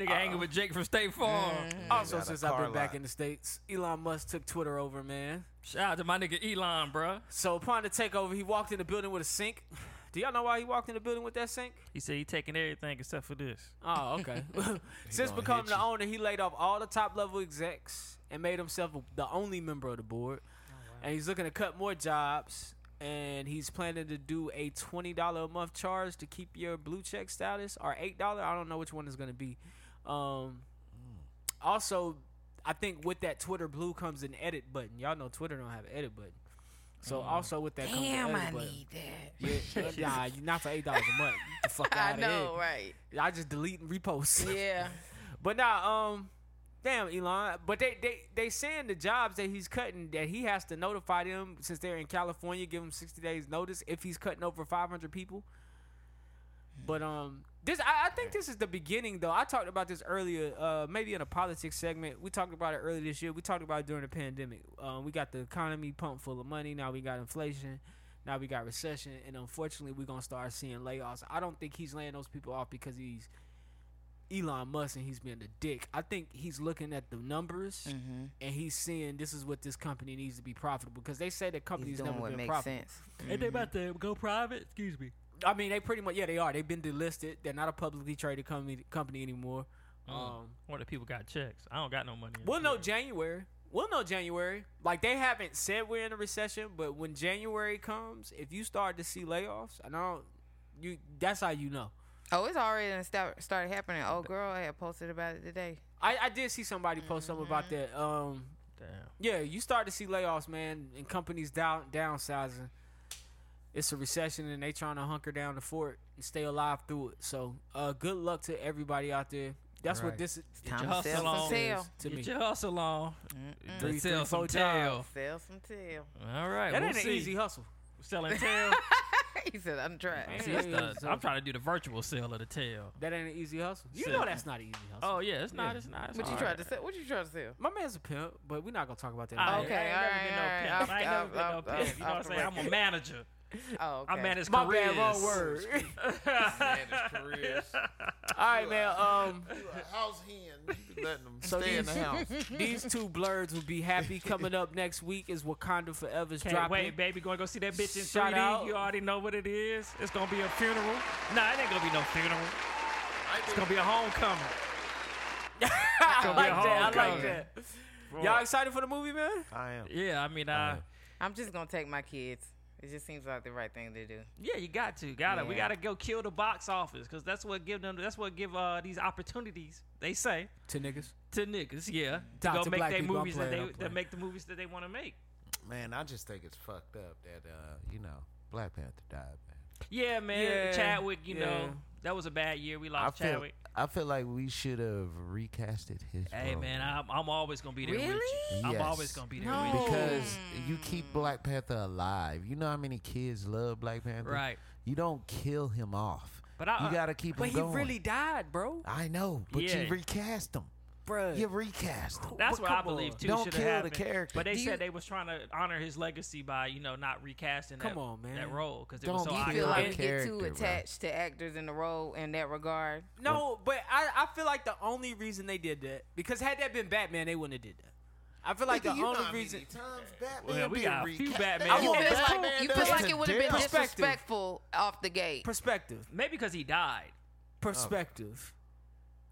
[SPEAKER 4] Nigga hanging with Jake from State Farm.
[SPEAKER 6] Also,
[SPEAKER 3] got a
[SPEAKER 6] Oh, since I've
[SPEAKER 3] car
[SPEAKER 6] been back
[SPEAKER 3] lot.
[SPEAKER 6] in the states, Elon Musk took Twitter over, man.
[SPEAKER 4] Shout out to my nigga Elon, bruh.
[SPEAKER 6] So upon the takeover, he walked in the building with a sink. Do y'all know why he walked in the building with that sink?
[SPEAKER 4] He said he taking everything except for this.
[SPEAKER 6] Oh, okay. Since
[SPEAKER 3] gonna
[SPEAKER 6] becoming
[SPEAKER 3] hit
[SPEAKER 6] the owner, he laid off all the top level execs and made himself the only member of the board.
[SPEAKER 3] Oh,
[SPEAKER 6] And he's looking to cut more jobs. And he's planning to do a twenty dollar a month charge to keep your blue check status, or eight dollar. I don't know which one is going to be. Um,
[SPEAKER 3] Hmm.
[SPEAKER 6] also, I think with that Twitter blue comes an edit button. Y'all know Twitter don't have an edit button.
[SPEAKER 3] Mm.
[SPEAKER 6] So also with that
[SPEAKER 5] Damn,
[SPEAKER 6] comes
[SPEAKER 5] I
[SPEAKER 6] the other
[SPEAKER 5] need that.
[SPEAKER 6] button. Yeah, nah, you not for eight dollars a month. Get the fuck
[SPEAKER 5] I
[SPEAKER 6] out
[SPEAKER 5] know,
[SPEAKER 6] of
[SPEAKER 5] right?
[SPEAKER 6] here. I just delete and repost.
[SPEAKER 5] Yeah.
[SPEAKER 6] But nah, um, damn Elon. But they they they saying the jobs that he's cutting that he has to notify them since they're in California, give them sixty days notice if he's cutting over five hundred people. But um, this I, I think this is the beginning though. I talked about this earlier, uh, maybe in a politics segment. We talked about it earlier this year. We talked about it during the pandemic. Um, we got the economy pumped full of money. Now we got inflation. Now we got recession, and unfortunately, we're gonna start seeing layoffs. I don't think he's laying those people off because he's Elon Musk and he's being a dick. I think he's looking at the numbers
[SPEAKER 5] Mm. Mm-hmm.
[SPEAKER 6] and he's seeing this is what this company needs to be profitable because they say that
[SPEAKER 5] He's
[SPEAKER 6] companies
[SPEAKER 5] doing
[SPEAKER 6] never
[SPEAKER 5] what
[SPEAKER 6] been
[SPEAKER 5] makes
[SPEAKER 6] profitable.
[SPEAKER 5] sense.
[SPEAKER 4] And they about to go private. Excuse me.
[SPEAKER 6] I mean, they pretty much yeah, they are. They've been delisted. They're not a publicly traded company company anymore. Um,
[SPEAKER 4] One of the people got checks. I don't got no money.
[SPEAKER 6] we'll know January. We'll know January. Like they haven't said we're in a recession, but when January comes, if you start to see layoffs, and I don't, you that's how you know.
[SPEAKER 5] Oh, it's already done start, started happening. Oh, girl, I had posted about it today.
[SPEAKER 6] I, I did see somebody post something about that. Um,
[SPEAKER 4] Damn.
[SPEAKER 6] Yeah, you start to see layoffs, man, and companies down downsizing. It's a recession, and they trying to hunker down the fort and stay alive through it. So, uh, good luck to everybody out there. That's what
[SPEAKER 3] Right.
[SPEAKER 6] this is
[SPEAKER 5] Time
[SPEAKER 4] your
[SPEAKER 5] to sell
[SPEAKER 4] hustle on.
[SPEAKER 5] some tail.
[SPEAKER 6] to me.
[SPEAKER 4] Get your hustle on.
[SPEAKER 6] Three,
[SPEAKER 4] Three,
[SPEAKER 6] three,
[SPEAKER 4] sell some
[SPEAKER 6] four
[SPEAKER 4] tail.
[SPEAKER 5] Sell some tail.
[SPEAKER 4] All right.
[SPEAKER 6] That
[SPEAKER 4] we'll
[SPEAKER 6] ain't an
[SPEAKER 4] see.
[SPEAKER 6] easy hustle.
[SPEAKER 4] Selling tail.
[SPEAKER 5] he said, I'm trying.
[SPEAKER 4] See,
[SPEAKER 6] Yeah,
[SPEAKER 4] it's the-
[SPEAKER 6] so-
[SPEAKER 4] I'm trying to do the virtual sale of the tail.
[SPEAKER 6] That ain't an easy hustle. You
[SPEAKER 4] Sell-
[SPEAKER 6] know that's not an easy hustle.
[SPEAKER 4] Oh yeah, it's not. It's not. It's
[SPEAKER 5] What you
[SPEAKER 4] all
[SPEAKER 5] trying
[SPEAKER 4] right.
[SPEAKER 5] to sell? What you trying to sell?
[SPEAKER 6] My man's a pimp, but we're not gonna talk about that.
[SPEAKER 4] I
[SPEAKER 6] on
[SPEAKER 4] ain't-
[SPEAKER 5] Okay,
[SPEAKER 6] here.
[SPEAKER 4] I ain't never
[SPEAKER 5] alright,
[SPEAKER 4] been no pimp. I ain't
[SPEAKER 5] alright,
[SPEAKER 4] never been no
[SPEAKER 5] off- off-
[SPEAKER 4] pimp. You know what I'm
[SPEAKER 5] off the
[SPEAKER 4] saying? I'm a
[SPEAKER 5] record.
[SPEAKER 4] manager.
[SPEAKER 5] Oh, okay.
[SPEAKER 4] I manage
[SPEAKER 6] My
[SPEAKER 4] careers.
[SPEAKER 6] bad, wrong word. All right, man. Um,
[SPEAKER 2] house hen. You be letting them
[SPEAKER 6] So
[SPEAKER 2] stay in the
[SPEAKER 6] these-
[SPEAKER 2] house.
[SPEAKER 6] these two blurs will be happy coming up next week. Is Wakanda Forever's
[SPEAKER 4] Can't
[SPEAKER 6] dropping?
[SPEAKER 4] wait, baby. Going to go see that bitch in
[SPEAKER 6] Shout
[SPEAKER 4] 3D.
[SPEAKER 6] out.
[SPEAKER 4] You already know what it is. It's going to be a funeral. Nah, it ain't going to be no funeral. It's going to be a homecoming.
[SPEAKER 6] I
[SPEAKER 4] be a
[SPEAKER 6] like that. I like
[SPEAKER 4] homecoming.
[SPEAKER 6] that. Y'all excited for the movie, man?
[SPEAKER 2] I am.
[SPEAKER 4] Yeah, I mean, uh,
[SPEAKER 5] I'm just gonna take my kids. It just seems like the right thing to do.
[SPEAKER 4] yeah, you got to, gotta. We
[SPEAKER 5] Yeah.
[SPEAKER 4] gotta go kill the box office because that's what give them. That's what give uh these opportunities. They say
[SPEAKER 6] To niggas.
[SPEAKER 4] to niggas, yeah, to
[SPEAKER 6] Talk
[SPEAKER 4] go
[SPEAKER 6] to
[SPEAKER 4] make
[SPEAKER 6] black
[SPEAKER 4] their
[SPEAKER 6] people. I'm
[SPEAKER 4] movies that
[SPEAKER 6] playing,
[SPEAKER 4] they
[SPEAKER 6] I'm
[SPEAKER 4] that
[SPEAKER 6] playing.
[SPEAKER 4] make the movies that they want to make.
[SPEAKER 3] Man, I just think it's fucked up that uh, you know, Black Panther died, man.
[SPEAKER 4] Yeah, man.
[SPEAKER 6] Yeah,
[SPEAKER 4] Chadwick, you know
[SPEAKER 6] yeah.
[SPEAKER 4] that was a bad year. We
[SPEAKER 3] I
[SPEAKER 4] lost
[SPEAKER 3] feel
[SPEAKER 4] Chadwick.
[SPEAKER 3] I feel like we should have recasted his
[SPEAKER 4] Hey,
[SPEAKER 3] role.
[SPEAKER 4] man, I'm, I'm always gonna be there with you.
[SPEAKER 5] Really?
[SPEAKER 4] I'm
[SPEAKER 3] Yes.
[SPEAKER 4] always gonna be there with you.
[SPEAKER 3] because you keep Black Panther alive. You know how many kids love Black Panther?
[SPEAKER 4] Right.
[SPEAKER 3] You don't kill him off.
[SPEAKER 4] But I-
[SPEAKER 3] you gotta keep
[SPEAKER 6] But
[SPEAKER 3] him
[SPEAKER 6] he
[SPEAKER 3] going.
[SPEAKER 6] really died, bro.
[SPEAKER 3] I know, but
[SPEAKER 4] Yeah.
[SPEAKER 3] you recast him.
[SPEAKER 6] Bruh.
[SPEAKER 3] You recast him.
[SPEAKER 4] That's
[SPEAKER 6] But
[SPEAKER 4] what I
[SPEAKER 6] come
[SPEAKER 4] believe
[SPEAKER 6] on.
[SPEAKER 4] too.
[SPEAKER 3] Don't
[SPEAKER 4] should
[SPEAKER 3] kill the
[SPEAKER 4] happened.
[SPEAKER 3] character.
[SPEAKER 4] But they
[SPEAKER 5] Do
[SPEAKER 4] said
[SPEAKER 5] you-
[SPEAKER 4] they was trying to honor his legacy by you know not recasting that,
[SPEAKER 6] Come on, man.
[SPEAKER 4] that role because it was so
[SPEAKER 3] Don't
[SPEAKER 5] I
[SPEAKER 3] I
[SPEAKER 5] feel
[SPEAKER 3] know.
[SPEAKER 5] like
[SPEAKER 4] iconic.
[SPEAKER 5] we get
[SPEAKER 3] Character,
[SPEAKER 5] too
[SPEAKER 3] bro.
[SPEAKER 5] attached to actors in the role in that regard.
[SPEAKER 6] No, but I, I feel like the only reason they did that because had that been Batman, they wouldn't have did that. I feel like the
[SPEAKER 2] you know
[SPEAKER 6] only
[SPEAKER 2] how many
[SPEAKER 6] reason.
[SPEAKER 2] times Batman
[SPEAKER 4] Well, yeah, we
[SPEAKER 2] been
[SPEAKER 4] got a few
[SPEAKER 2] recast?
[SPEAKER 4] Batman.
[SPEAKER 6] I
[SPEAKER 5] You
[SPEAKER 6] want
[SPEAKER 5] feel
[SPEAKER 6] Black
[SPEAKER 5] like,
[SPEAKER 6] Panther
[SPEAKER 5] you feel
[SPEAKER 6] to
[SPEAKER 5] like it would have been
[SPEAKER 6] death.
[SPEAKER 5] disrespectful off the gate.
[SPEAKER 6] Perspective.
[SPEAKER 4] Maybe because he died.
[SPEAKER 6] Perspective.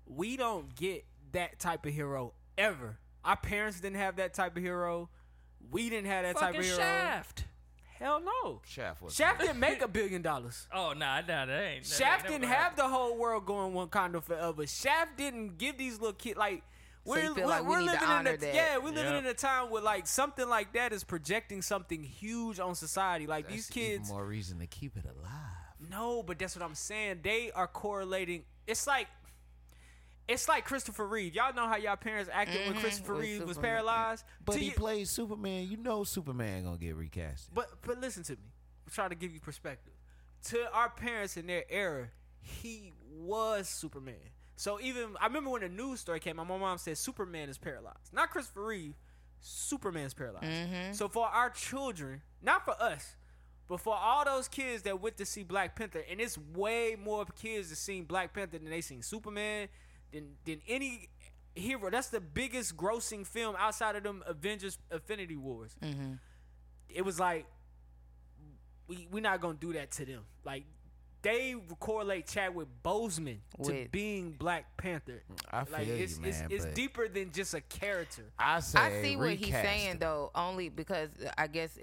[SPEAKER 6] We don't get that type of hero ever. Our parents didn't have that type of hero. We didn't have that type
[SPEAKER 4] Fucking
[SPEAKER 6] of hero.
[SPEAKER 4] Shaft.
[SPEAKER 6] Hell no.
[SPEAKER 3] Shaft was
[SPEAKER 6] Shaft didn't make a billion dollars.
[SPEAKER 4] Oh nah, nah, that ain't. that
[SPEAKER 6] Shaft
[SPEAKER 4] ain't
[SPEAKER 6] didn't
[SPEAKER 4] never
[SPEAKER 6] have the whole world going one condo forever. Shaft didn't give these little kids like
[SPEAKER 5] So
[SPEAKER 6] we're,
[SPEAKER 5] you feel
[SPEAKER 6] we're,
[SPEAKER 5] like we
[SPEAKER 6] we're
[SPEAKER 5] need to
[SPEAKER 6] living in
[SPEAKER 5] honor
[SPEAKER 6] a
[SPEAKER 5] that.
[SPEAKER 6] yeah we're living
[SPEAKER 4] Yeah.
[SPEAKER 6] in a time where like something like that is projecting something huge on society. Like these
[SPEAKER 3] That's even
[SPEAKER 6] kids,
[SPEAKER 3] more reason to keep it alive.
[SPEAKER 6] no, but that's what I'm saying. They are correlating. It's like. It's like Christopher Reeve. Y'all know how y'all parents acted when Christopher
[SPEAKER 5] With
[SPEAKER 6] Reeve was
[SPEAKER 5] Superman.
[SPEAKER 6] paralyzed.
[SPEAKER 3] But
[SPEAKER 6] To
[SPEAKER 3] he
[SPEAKER 6] you-
[SPEAKER 3] plays Superman. You know Superman gonna get recasted.
[SPEAKER 6] But but listen to me. I'm trying to give you perspective. To our parents in their era, he was Superman. So even I remember when the news story came out, my mom said Superman is paralyzed. Not Christopher Reeve, Superman's paralyzed. So for our children, not for us, but for all those kids that went to see Black Panther, and it's way more kids that seen Black Panther than they seen Superman, than than any hero. That's the biggest grossing film outside of them Avengers Affinity Wars it was like we we're not gonna do that to them. Like they correlate Chadwick Boseman to
[SPEAKER 5] With-
[SPEAKER 6] being Black Panther.
[SPEAKER 3] I feel
[SPEAKER 6] Like
[SPEAKER 3] you,
[SPEAKER 6] it's it's,
[SPEAKER 3] man,
[SPEAKER 6] it's
[SPEAKER 3] but-
[SPEAKER 6] deeper than just a character.
[SPEAKER 3] I say
[SPEAKER 5] I see what he's
[SPEAKER 3] recast
[SPEAKER 5] saying
[SPEAKER 3] him.
[SPEAKER 5] though, only because I guess,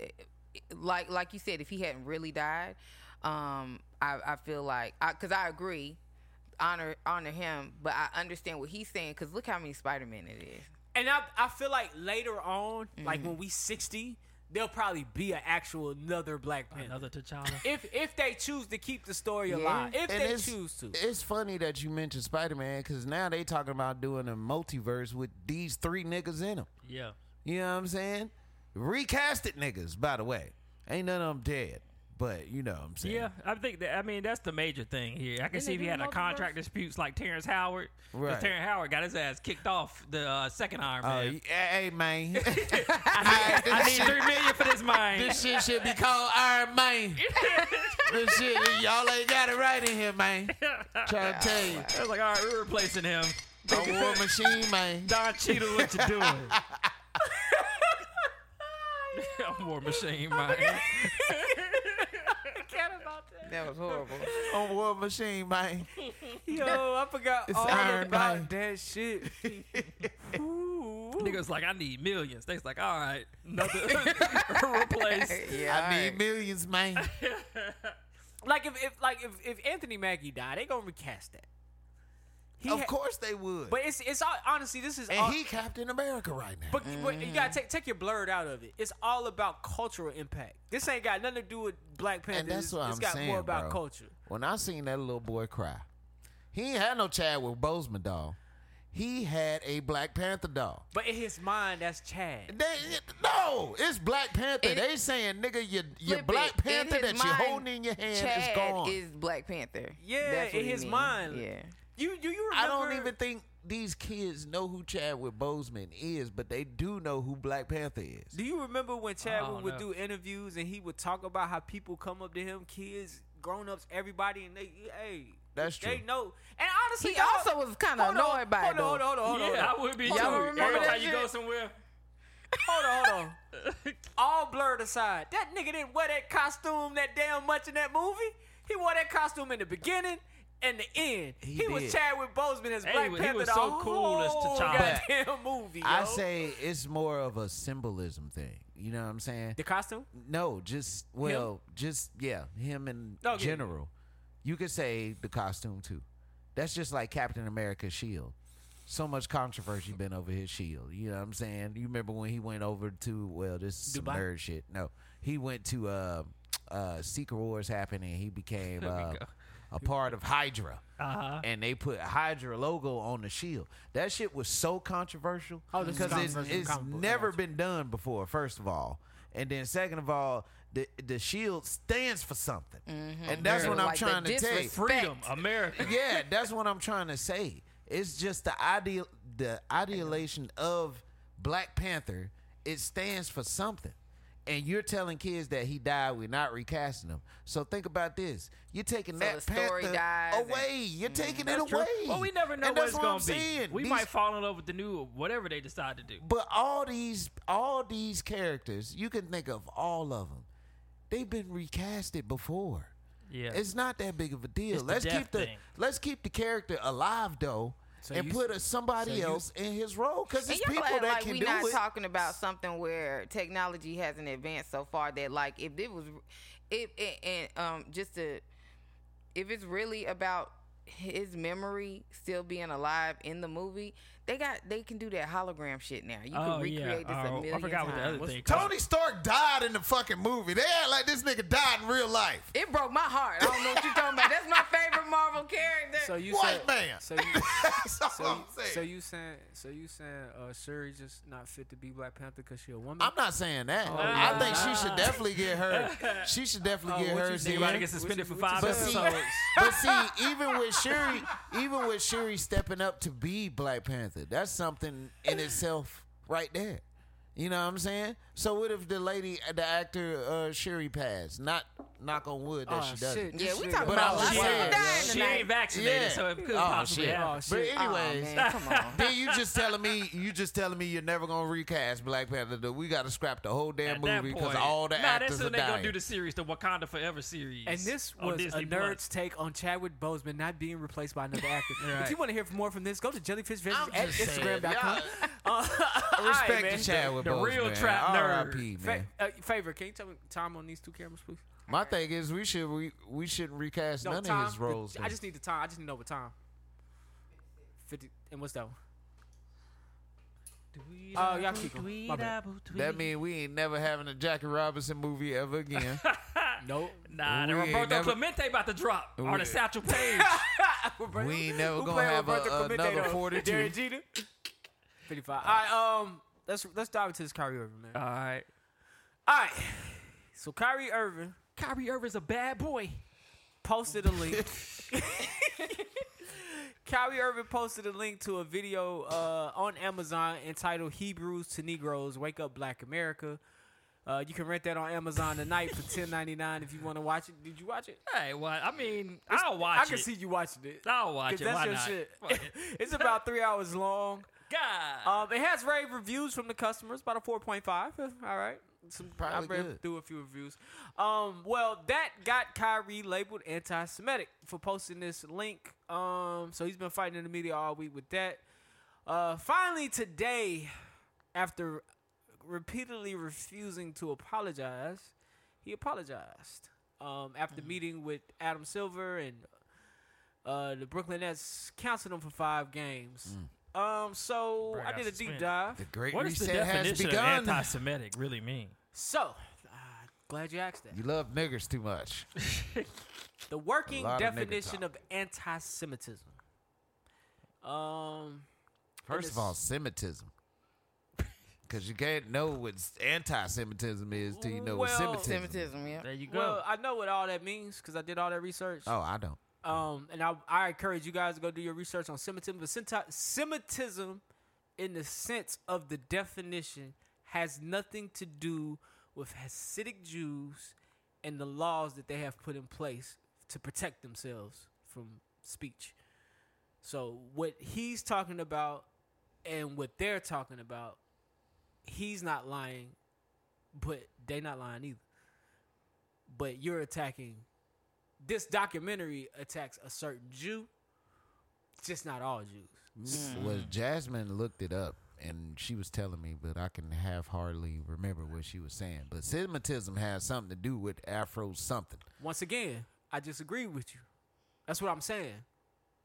[SPEAKER 5] like like you said, if he hadn't really died, um, I, I feel like because I, agree, honor honor him, but I understand what he's saying because look how many Spider Men it is.
[SPEAKER 3] Mm-hmm.
[SPEAKER 6] And I I feel like later on, like when we sixty, there'll probably be an actual another Black Panther.
[SPEAKER 4] Another T'Challa.
[SPEAKER 6] if if they choose to keep the story alive, if
[SPEAKER 3] And
[SPEAKER 6] they
[SPEAKER 3] it's-
[SPEAKER 6] choose to,
[SPEAKER 3] It's funny that you mentioned Spider Man because now they talking about doing a multiverse with these three niggas in them.
[SPEAKER 4] yeah.
[SPEAKER 3] You know what I'm saying? Recasted niggas, by the way. Ain't none of them dead, but you know what I'm saying.
[SPEAKER 4] Yeah, I think that. I mean, that's the major thing here. I can see if he had a contract disputes like Terrence Howard. 'cause
[SPEAKER 3] Right.
[SPEAKER 4] Terrence Howard got his ass kicked off the uh, second Iron
[SPEAKER 3] Uh,
[SPEAKER 4] Man.
[SPEAKER 3] y- hey man,
[SPEAKER 4] I need three million for this mine.
[SPEAKER 3] this shit should be called Iron Man. this shit, y'all ain't got it right in here, man. Trying to tell you,
[SPEAKER 4] I was like, all right, we're replacing him.
[SPEAKER 3] a war machine, man.
[SPEAKER 4] Don Cheadle, what you doing? War Machine, man.
[SPEAKER 5] That was horrible.
[SPEAKER 3] A war machine, man.
[SPEAKER 6] yo, I forgot all
[SPEAKER 3] Iron
[SPEAKER 6] about
[SPEAKER 3] Man.
[SPEAKER 6] that shit.
[SPEAKER 4] Niggas like, I need millions. They's like, all right, nothing. Replace.
[SPEAKER 5] Yeah, all
[SPEAKER 3] I
[SPEAKER 5] right.
[SPEAKER 3] need millions, man.
[SPEAKER 6] like if, if like if, if Anthony Mackie died, they gonna recast that. He
[SPEAKER 3] of
[SPEAKER 6] ha-
[SPEAKER 3] course they would.
[SPEAKER 6] but it's it's all honestly this is
[SPEAKER 3] and
[SPEAKER 6] all,
[SPEAKER 3] he Mm-hmm. Captain America right now.
[SPEAKER 6] But, but you gotta take take your blurred out of it. It's all about cultural impact. This ain't got nothing to do with Black Panther.
[SPEAKER 3] and that's
[SPEAKER 6] It's-
[SPEAKER 3] what
[SPEAKER 6] it's
[SPEAKER 3] I'm
[SPEAKER 6] got
[SPEAKER 3] saying,
[SPEAKER 6] more about
[SPEAKER 3] bro.
[SPEAKER 6] culture.
[SPEAKER 3] When I seen that little boy cry, he ain't had no Chadwick Boseman doll. He had a Black Panther doll.
[SPEAKER 6] But in his mind, that's Chad.
[SPEAKER 3] They, no, it's Black Panther.
[SPEAKER 5] In-
[SPEAKER 3] they saying, nigga, your, your
[SPEAKER 5] Flip
[SPEAKER 3] Black
[SPEAKER 5] it. In
[SPEAKER 3] Panther
[SPEAKER 5] his
[SPEAKER 3] that you
[SPEAKER 5] mind,
[SPEAKER 3] holding in your hand
[SPEAKER 5] Chad
[SPEAKER 3] is gone.
[SPEAKER 5] is Black Panther.
[SPEAKER 6] Yeah,
[SPEAKER 5] That's what
[SPEAKER 6] in
[SPEAKER 5] he
[SPEAKER 6] his
[SPEAKER 5] mean.
[SPEAKER 6] mind.
[SPEAKER 5] Yeah.
[SPEAKER 6] You do you
[SPEAKER 3] I
[SPEAKER 6] remember?
[SPEAKER 3] don't even think these kids know who Chadwick Boseman is, but they do know who Black Panther is.
[SPEAKER 6] Do you remember when Chad
[SPEAKER 4] don't
[SPEAKER 6] would
[SPEAKER 4] know.
[SPEAKER 6] do interviews and he would talk about how people come up to him, kids, grown ups, everybody, and they hey.
[SPEAKER 3] That's
[SPEAKER 6] They
[SPEAKER 3] true.
[SPEAKER 6] know. And honestly,
[SPEAKER 5] He
[SPEAKER 6] y'all-
[SPEAKER 5] also was kinda
[SPEAKER 6] Hold on,
[SPEAKER 5] annoyed by
[SPEAKER 6] hold
[SPEAKER 5] it,
[SPEAKER 6] on,
[SPEAKER 5] though.
[SPEAKER 6] Hold on, hold on, hold on.
[SPEAKER 4] yeah, I would be
[SPEAKER 5] Y'all
[SPEAKER 4] too.
[SPEAKER 5] remember
[SPEAKER 4] Every
[SPEAKER 5] that
[SPEAKER 4] time you go
[SPEAKER 5] shit?
[SPEAKER 4] somewhere,
[SPEAKER 6] Hold on, hold on. All blurred aside, that nigga didn't wear that costume that damn much in that movie. He wore that costume in the beginning and the end. He,
[SPEAKER 3] He
[SPEAKER 6] was
[SPEAKER 3] did.
[SPEAKER 6] Chadwick Boseman as
[SPEAKER 4] Hey,
[SPEAKER 6] Black
[SPEAKER 4] he was- he
[SPEAKER 6] Panther
[SPEAKER 4] was
[SPEAKER 6] the
[SPEAKER 4] so cool as
[SPEAKER 6] whole
[SPEAKER 4] T'Challa.
[SPEAKER 6] goddamn movie. Yo.
[SPEAKER 3] I say it's more of a symbolism thing. You know what I'm saying?
[SPEAKER 6] the costume.
[SPEAKER 3] No, just well, just yeah, him in
[SPEAKER 6] Okay.
[SPEAKER 3] general. You could say the costume too. That's just like Captain America's shield. So much controversy been over his shield. You know what I'm saying? You remember when he went over to well, this is some
[SPEAKER 6] Dubai?
[SPEAKER 3] nerd shit. No, he went to uh, uh, Secret Wars happened and he became uh, a part of Hydra. Uh-huh. And they put Hydra logo on the shield. That shit was so controversial
[SPEAKER 6] Oh, this is
[SPEAKER 3] because it's,
[SPEAKER 6] controversial
[SPEAKER 3] it's
[SPEAKER 6] comic book, I
[SPEAKER 3] never
[SPEAKER 6] gotcha.
[SPEAKER 3] been done before. First of all, and then second of all, the the shield stands for something, and
[SPEAKER 5] Mm-hmm.
[SPEAKER 3] that's
[SPEAKER 5] Very.
[SPEAKER 3] what I'm
[SPEAKER 5] Like the
[SPEAKER 3] trying to tell you.
[SPEAKER 5] disrespect.
[SPEAKER 4] freedom, America.
[SPEAKER 3] Yeah, that's what I'm trying to say. It's just the ideal, the idealization of Black Panther. It stands for something. And you're telling kids that he died, we're not recasting him. So think about this: you're taking that
[SPEAKER 5] the story
[SPEAKER 3] Panther
[SPEAKER 5] dies and- Mm-hmm.
[SPEAKER 3] away. You're taking it
[SPEAKER 4] That's true.
[SPEAKER 3] away.
[SPEAKER 4] Well, we never know
[SPEAKER 3] And
[SPEAKER 4] what
[SPEAKER 3] that's
[SPEAKER 4] it's
[SPEAKER 3] what I'm
[SPEAKER 4] gonna be.
[SPEAKER 3] saying.
[SPEAKER 4] We
[SPEAKER 3] These
[SPEAKER 4] might fall in love with the new, whatever they decide to do.
[SPEAKER 3] But all these all these characters, you can think of all of them. They've been recasted before.
[SPEAKER 4] Yeah.
[SPEAKER 3] It's not that big of a deal.
[SPEAKER 4] It's the
[SPEAKER 3] let's
[SPEAKER 4] death
[SPEAKER 3] keep the
[SPEAKER 4] thing.
[SPEAKER 3] let's keep the character alive though, and
[SPEAKER 6] you-
[SPEAKER 3] put a, somebody
[SPEAKER 6] so you-
[SPEAKER 3] else in his role because
[SPEAKER 5] And
[SPEAKER 3] it's
[SPEAKER 5] y'all
[SPEAKER 3] people
[SPEAKER 5] act
[SPEAKER 3] that
[SPEAKER 5] like
[SPEAKER 3] can
[SPEAKER 5] we
[SPEAKER 3] do
[SPEAKER 5] not
[SPEAKER 3] it.
[SPEAKER 5] talking about something where technology hasn't advanced so far that like if it was, if and, and um just to, if it's really about his memory still being alive in the movie, they got they can do that hologram shit now. You can
[SPEAKER 4] oh yeah.
[SPEAKER 5] recreate this a
[SPEAKER 4] Oh,
[SPEAKER 5] million
[SPEAKER 4] I forgot what the
[SPEAKER 5] times.
[SPEAKER 4] other thing. called.
[SPEAKER 3] Tony Stark died in the fucking movie. They act like this nigga died in real life.
[SPEAKER 5] It broke my heart. I don't know what you're talking about. That's my favorite Marvel character.
[SPEAKER 6] So you
[SPEAKER 3] White
[SPEAKER 6] said,
[SPEAKER 3] man.
[SPEAKER 6] So you,
[SPEAKER 3] That's all
[SPEAKER 6] so,
[SPEAKER 3] I'm
[SPEAKER 6] you,
[SPEAKER 3] saying.
[SPEAKER 6] so you saying so you saying uh, Shuri just not fit to be Black Panther because she a woman?
[SPEAKER 3] I'm not saying that.
[SPEAKER 6] Oh,
[SPEAKER 3] I think she should definitely get her. She should definitely get
[SPEAKER 6] what you
[SPEAKER 3] hers.
[SPEAKER 6] think?
[SPEAKER 3] in.
[SPEAKER 4] Everybody gets suspended for five
[SPEAKER 3] But see,
[SPEAKER 4] episodes.
[SPEAKER 3] but see, even with Shuri, even with Shuri stepping up to be Black Panther, that's something in itself right there. You know what I'm saying? So what if the lady, the actor uh, Shuri passed? Not knock on wood that
[SPEAKER 6] Oh,
[SPEAKER 3] she doesn't.
[SPEAKER 6] shit.
[SPEAKER 5] yeah,
[SPEAKER 6] this
[SPEAKER 5] we
[SPEAKER 6] nigga-
[SPEAKER 5] talking
[SPEAKER 3] But I
[SPEAKER 5] about
[SPEAKER 3] was
[SPEAKER 5] lots of
[SPEAKER 3] saying,
[SPEAKER 5] people dying
[SPEAKER 4] She
[SPEAKER 5] tonight.
[SPEAKER 4] ain't vaccinated, so it could
[SPEAKER 3] oh,
[SPEAKER 4] possibly
[SPEAKER 3] shit.
[SPEAKER 4] happen.
[SPEAKER 6] Oh,
[SPEAKER 3] But
[SPEAKER 6] shit.
[SPEAKER 5] Aw,
[SPEAKER 3] anyways,
[SPEAKER 5] man, come on.
[SPEAKER 3] then you just telling me you just telling me you're never gonna recast Black Panther. dude. We got to scrap the whole damn
[SPEAKER 4] At that
[SPEAKER 3] movie because
[SPEAKER 4] point-
[SPEAKER 3] all the
[SPEAKER 4] nah,
[SPEAKER 3] actors
[SPEAKER 4] that's
[SPEAKER 3] are
[SPEAKER 4] when they
[SPEAKER 3] dying.
[SPEAKER 4] gonna do the series, the Wakanda Forever series.
[SPEAKER 6] And this
[SPEAKER 4] on
[SPEAKER 6] was a
[SPEAKER 4] Disney Plus.
[SPEAKER 6] nerd's take on Chadwick Boseman not being replaced by another actor.
[SPEAKER 4] Right.
[SPEAKER 6] If you want to hear more from this, go to jellyfishvisions
[SPEAKER 3] I'm
[SPEAKER 6] at
[SPEAKER 3] just saying,
[SPEAKER 6] Instagram.com.
[SPEAKER 3] y'all-
[SPEAKER 6] Uh, all right,
[SPEAKER 3] Respect
[SPEAKER 6] man.
[SPEAKER 3] the Chadwick
[SPEAKER 4] The- the real
[SPEAKER 3] Boseman.
[SPEAKER 4] trap nerd.
[SPEAKER 3] R.I.P.
[SPEAKER 6] Fa-
[SPEAKER 3] Man.
[SPEAKER 6] uh, favor, can you tell me time on these two cameras, please?
[SPEAKER 3] My thing is we should we, we shouldn't recast none
[SPEAKER 6] time.
[SPEAKER 3] of his roles.
[SPEAKER 6] The- I just need the time. I just need to know what time. Fifty. And what's that one? Oh, y'all keep 'em. My bad.
[SPEAKER 3] That mean we ain't never having a Jackie Robinson movie ever again.
[SPEAKER 6] Nope.
[SPEAKER 4] Nah, the
[SPEAKER 3] We ain't
[SPEAKER 4] Roberto
[SPEAKER 3] never-
[SPEAKER 4] Clemente about to drop
[SPEAKER 3] We-
[SPEAKER 4] or the Satchel Page.
[SPEAKER 6] Roberto-
[SPEAKER 3] We ain't never
[SPEAKER 6] who
[SPEAKER 3] gonna
[SPEAKER 6] played
[SPEAKER 3] have a-
[SPEAKER 6] Roberto Clemente,
[SPEAKER 3] another
[SPEAKER 6] though?
[SPEAKER 3] 42.
[SPEAKER 6] Derek Jeter. Fifty-five. All right. Um. Let's let's dive into this Kyrie Irving man.
[SPEAKER 4] All right,
[SPEAKER 6] All right. So Kyrie Irving
[SPEAKER 4] Kyrie Irving's a bad boy.
[SPEAKER 6] posted a link. Kyrie Irving posted a link to a video uh, on Amazon entitled "Hebrews to Negroes: Wake Up Black America." Uh, you can rent that on Amazon tonight for ten ninety nine if you want to watch it. Did you watch it?
[SPEAKER 4] Hey, what? I mean, I'll watch
[SPEAKER 6] I can
[SPEAKER 4] it.
[SPEAKER 6] see you watching it.
[SPEAKER 4] I'll watch
[SPEAKER 6] 'Cause
[SPEAKER 4] it.
[SPEAKER 6] that's
[SPEAKER 4] Why
[SPEAKER 6] your
[SPEAKER 4] not?
[SPEAKER 6] shit.
[SPEAKER 4] Fuck it.
[SPEAKER 6] it's about three hours long.
[SPEAKER 4] God.
[SPEAKER 6] Um, it has rave reviews from the customers, about a four point five. All right, some
[SPEAKER 3] Probably
[SPEAKER 6] I read
[SPEAKER 3] good.
[SPEAKER 6] through a few reviews. Um, well, that got Kyrie labeled anti-Semitic for posting this link. Um, so he's been fighting in the media all week with that. Uh, finally today, after repeatedly refusing to apologize, he apologized. Um, after
[SPEAKER 3] Mm-hmm.
[SPEAKER 6] meeting with Adam Silver and uh, the Brooklyn Nets canceled him for five games.
[SPEAKER 3] Mm.
[SPEAKER 6] Um, so
[SPEAKER 4] Bro,
[SPEAKER 6] I did a
[SPEAKER 4] that's
[SPEAKER 6] deep
[SPEAKER 4] spin.
[SPEAKER 6] dive.
[SPEAKER 3] the Great
[SPEAKER 4] what does the
[SPEAKER 3] Reset has
[SPEAKER 4] definition of
[SPEAKER 3] begun.
[SPEAKER 4] anti-Semitic really mean?
[SPEAKER 6] So, uh, glad you asked that.
[SPEAKER 3] you love niggers too much.
[SPEAKER 6] The working
[SPEAKER 3] A lot of nigga
[SPEAKER 6] definition
[SPEAKER 3] talk.
[SPEAKER 6] of anti-Semitism. Um,
[SPEAKER 3] First of
[SPEAKER 6] it's-
[SPEAKER 3] all, Semitism. Because you can't know what anti-Semitism is till you know what
[SPEAKER 6] Well-
[SPEAKER 3] Semitism. Is.
[SPEAKER 5] Semitism, yeah.
[SPEAKER 4] There you go.
[SPEAKER 6] well, I know what all that means because I did all that research.
[SPEAKER 3] Oh, I don't.
[SPEAKER 6] Um, and I, I encourage you guys to go do your research on Semitism. But Senti- Semitism, in the sense of the definition, has nothing to do with Hasidic Jews and the laws that they have put in place to protect themselves from speech. So, what he's talking about and what they're talking about, he's not lying, but they not lying either. But you're attacking this documentary attacks a certain Jew, just not all Jews. Mm.
[SPEAKER 3] Well, Jasmine looked it up and she was telling me, but I can half hardly remember what she was saying. But Semitism has something to do with Afro something.
[SPEAKER 6] Once again, I disagree with you. That's what I'm saying.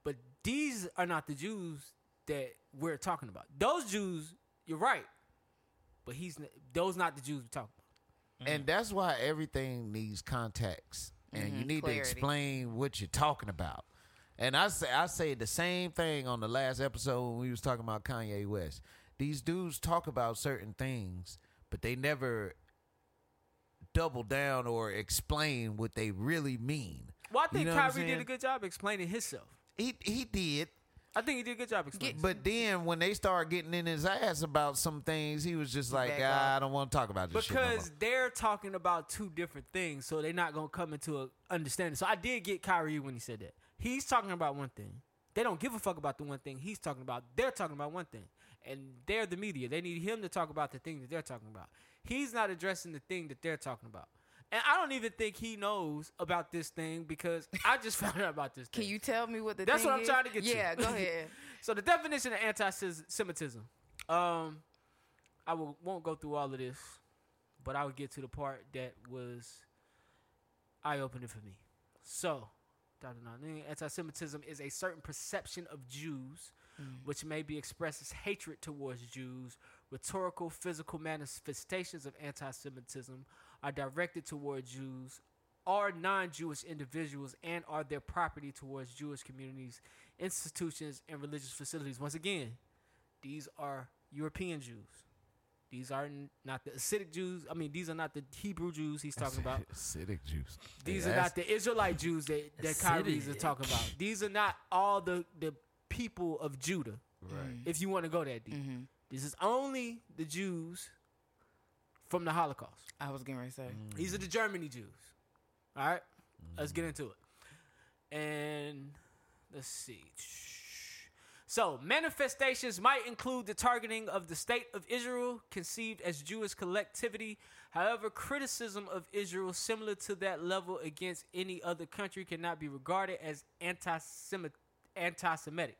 [SPEAKER 6] But these are not the Jews that we're talking about. Those Jews, you're right. But he's n- those not the Jews we're talking about.
[SPEAKER 3] And that's why everything needs context. And
[SPEAKER 6] Mm-hmm.
[SPEAKER 3] you need
[SPEAKER 5] clarity.
[SPEAKER 3] to explain what you're talking about. And I say I say the same thing on the last episode when we was talking about Kanye West. These dudes talk about certain things, but they never double down or explain what they really mean.
[SPEAKER 6] Well, I
[SPEAKER 3] You
[SPEAKER 6] think
[SPEAKER 3] know what I'm
[SPEAKER 6] Kyrie did a
[SPEAKER 3] saying?
[SPEAKER 6] good job explaining himself.
[SPEAKER 3] He he did.
[SPEAKER 6] I think he did a good job explaining.
[SPEAKER 3] But then when they started getting in his ass about some things, he was just like,
[SPEAKER 5] backed
[SPEAKER 3] ah,
[SPEAKER 5] off.
[SPEAKER 3] I don't want to talk about this shit no
[SPEAKER 6] because they're talking about two different things, so they're not gonna come into a understanding. So I did get Kyrie when he said that. He's talking about one thing. They don't give a fuck about the one thing he's talking about. They're talking about one thing, and they're the media. They need him to talk about the thing that they're talking about. He's not addressing the thing that they're talking about. And I don't even think he knows about this thing because I just found out about this.
[SPEAKER 5] Can
[SPEAKER 6] thing.
[SPEAKER 5] you tell me what the
[SPEAKER 6] That's
[SPEAKER 5] thing
[SPEAKER 6] what I'm
[SPEAKER 5] is?
[SPEAKER 6] trying to get to.
[SPEAKER 5] Yeah, go ahead.
[SPEAKER 6] So the definition of anti-Semitism. Um, I will, won't go through all of this, but I will get to the part that was eye-opening for me. So, Dr. Nalini, anti-Semitism is a certain perception of Jews, which may be expressed as hatred towards Jews. Rhetorical, physical manifestations of anti-Semitism are directed toward Jews are non-Jewish individuals and are their property towards Jewish communities, institutions, and religious facilities. Once again, these are European Jews. These are n- not the Hasidic Jews. I mean, these are not the Hebrew Jews he's talking
[SPEAKER 3] more.
[SPEAKER 6] about.
[SPEAKER 3] Acidic juice.
[SPEAKER 6] These
[SPEAKER 3] Yeah,
[SPEAKER 6] are
[SPEAKER 3] that's-
[SPEAKER 6] not the Israelite Jews that, that Kyrie is talking about. These are not all the, the people of Judah, right. if you want to go that deep. This is only the Jews from the Holocaust.
[SPEAKER 5] I was getting ready to say.
[SPEAKER 4] Mm.
[SPEAKER 6] These are the Germany Jews. All right? let's get into it. And let's see. So, manifestations might include the targeting of the state of Israel, conceived as Jewish collectivity. However, criticism of Israel, similar to that level against any other country, cannot be regarded as anti-Semit- anti-Semitic.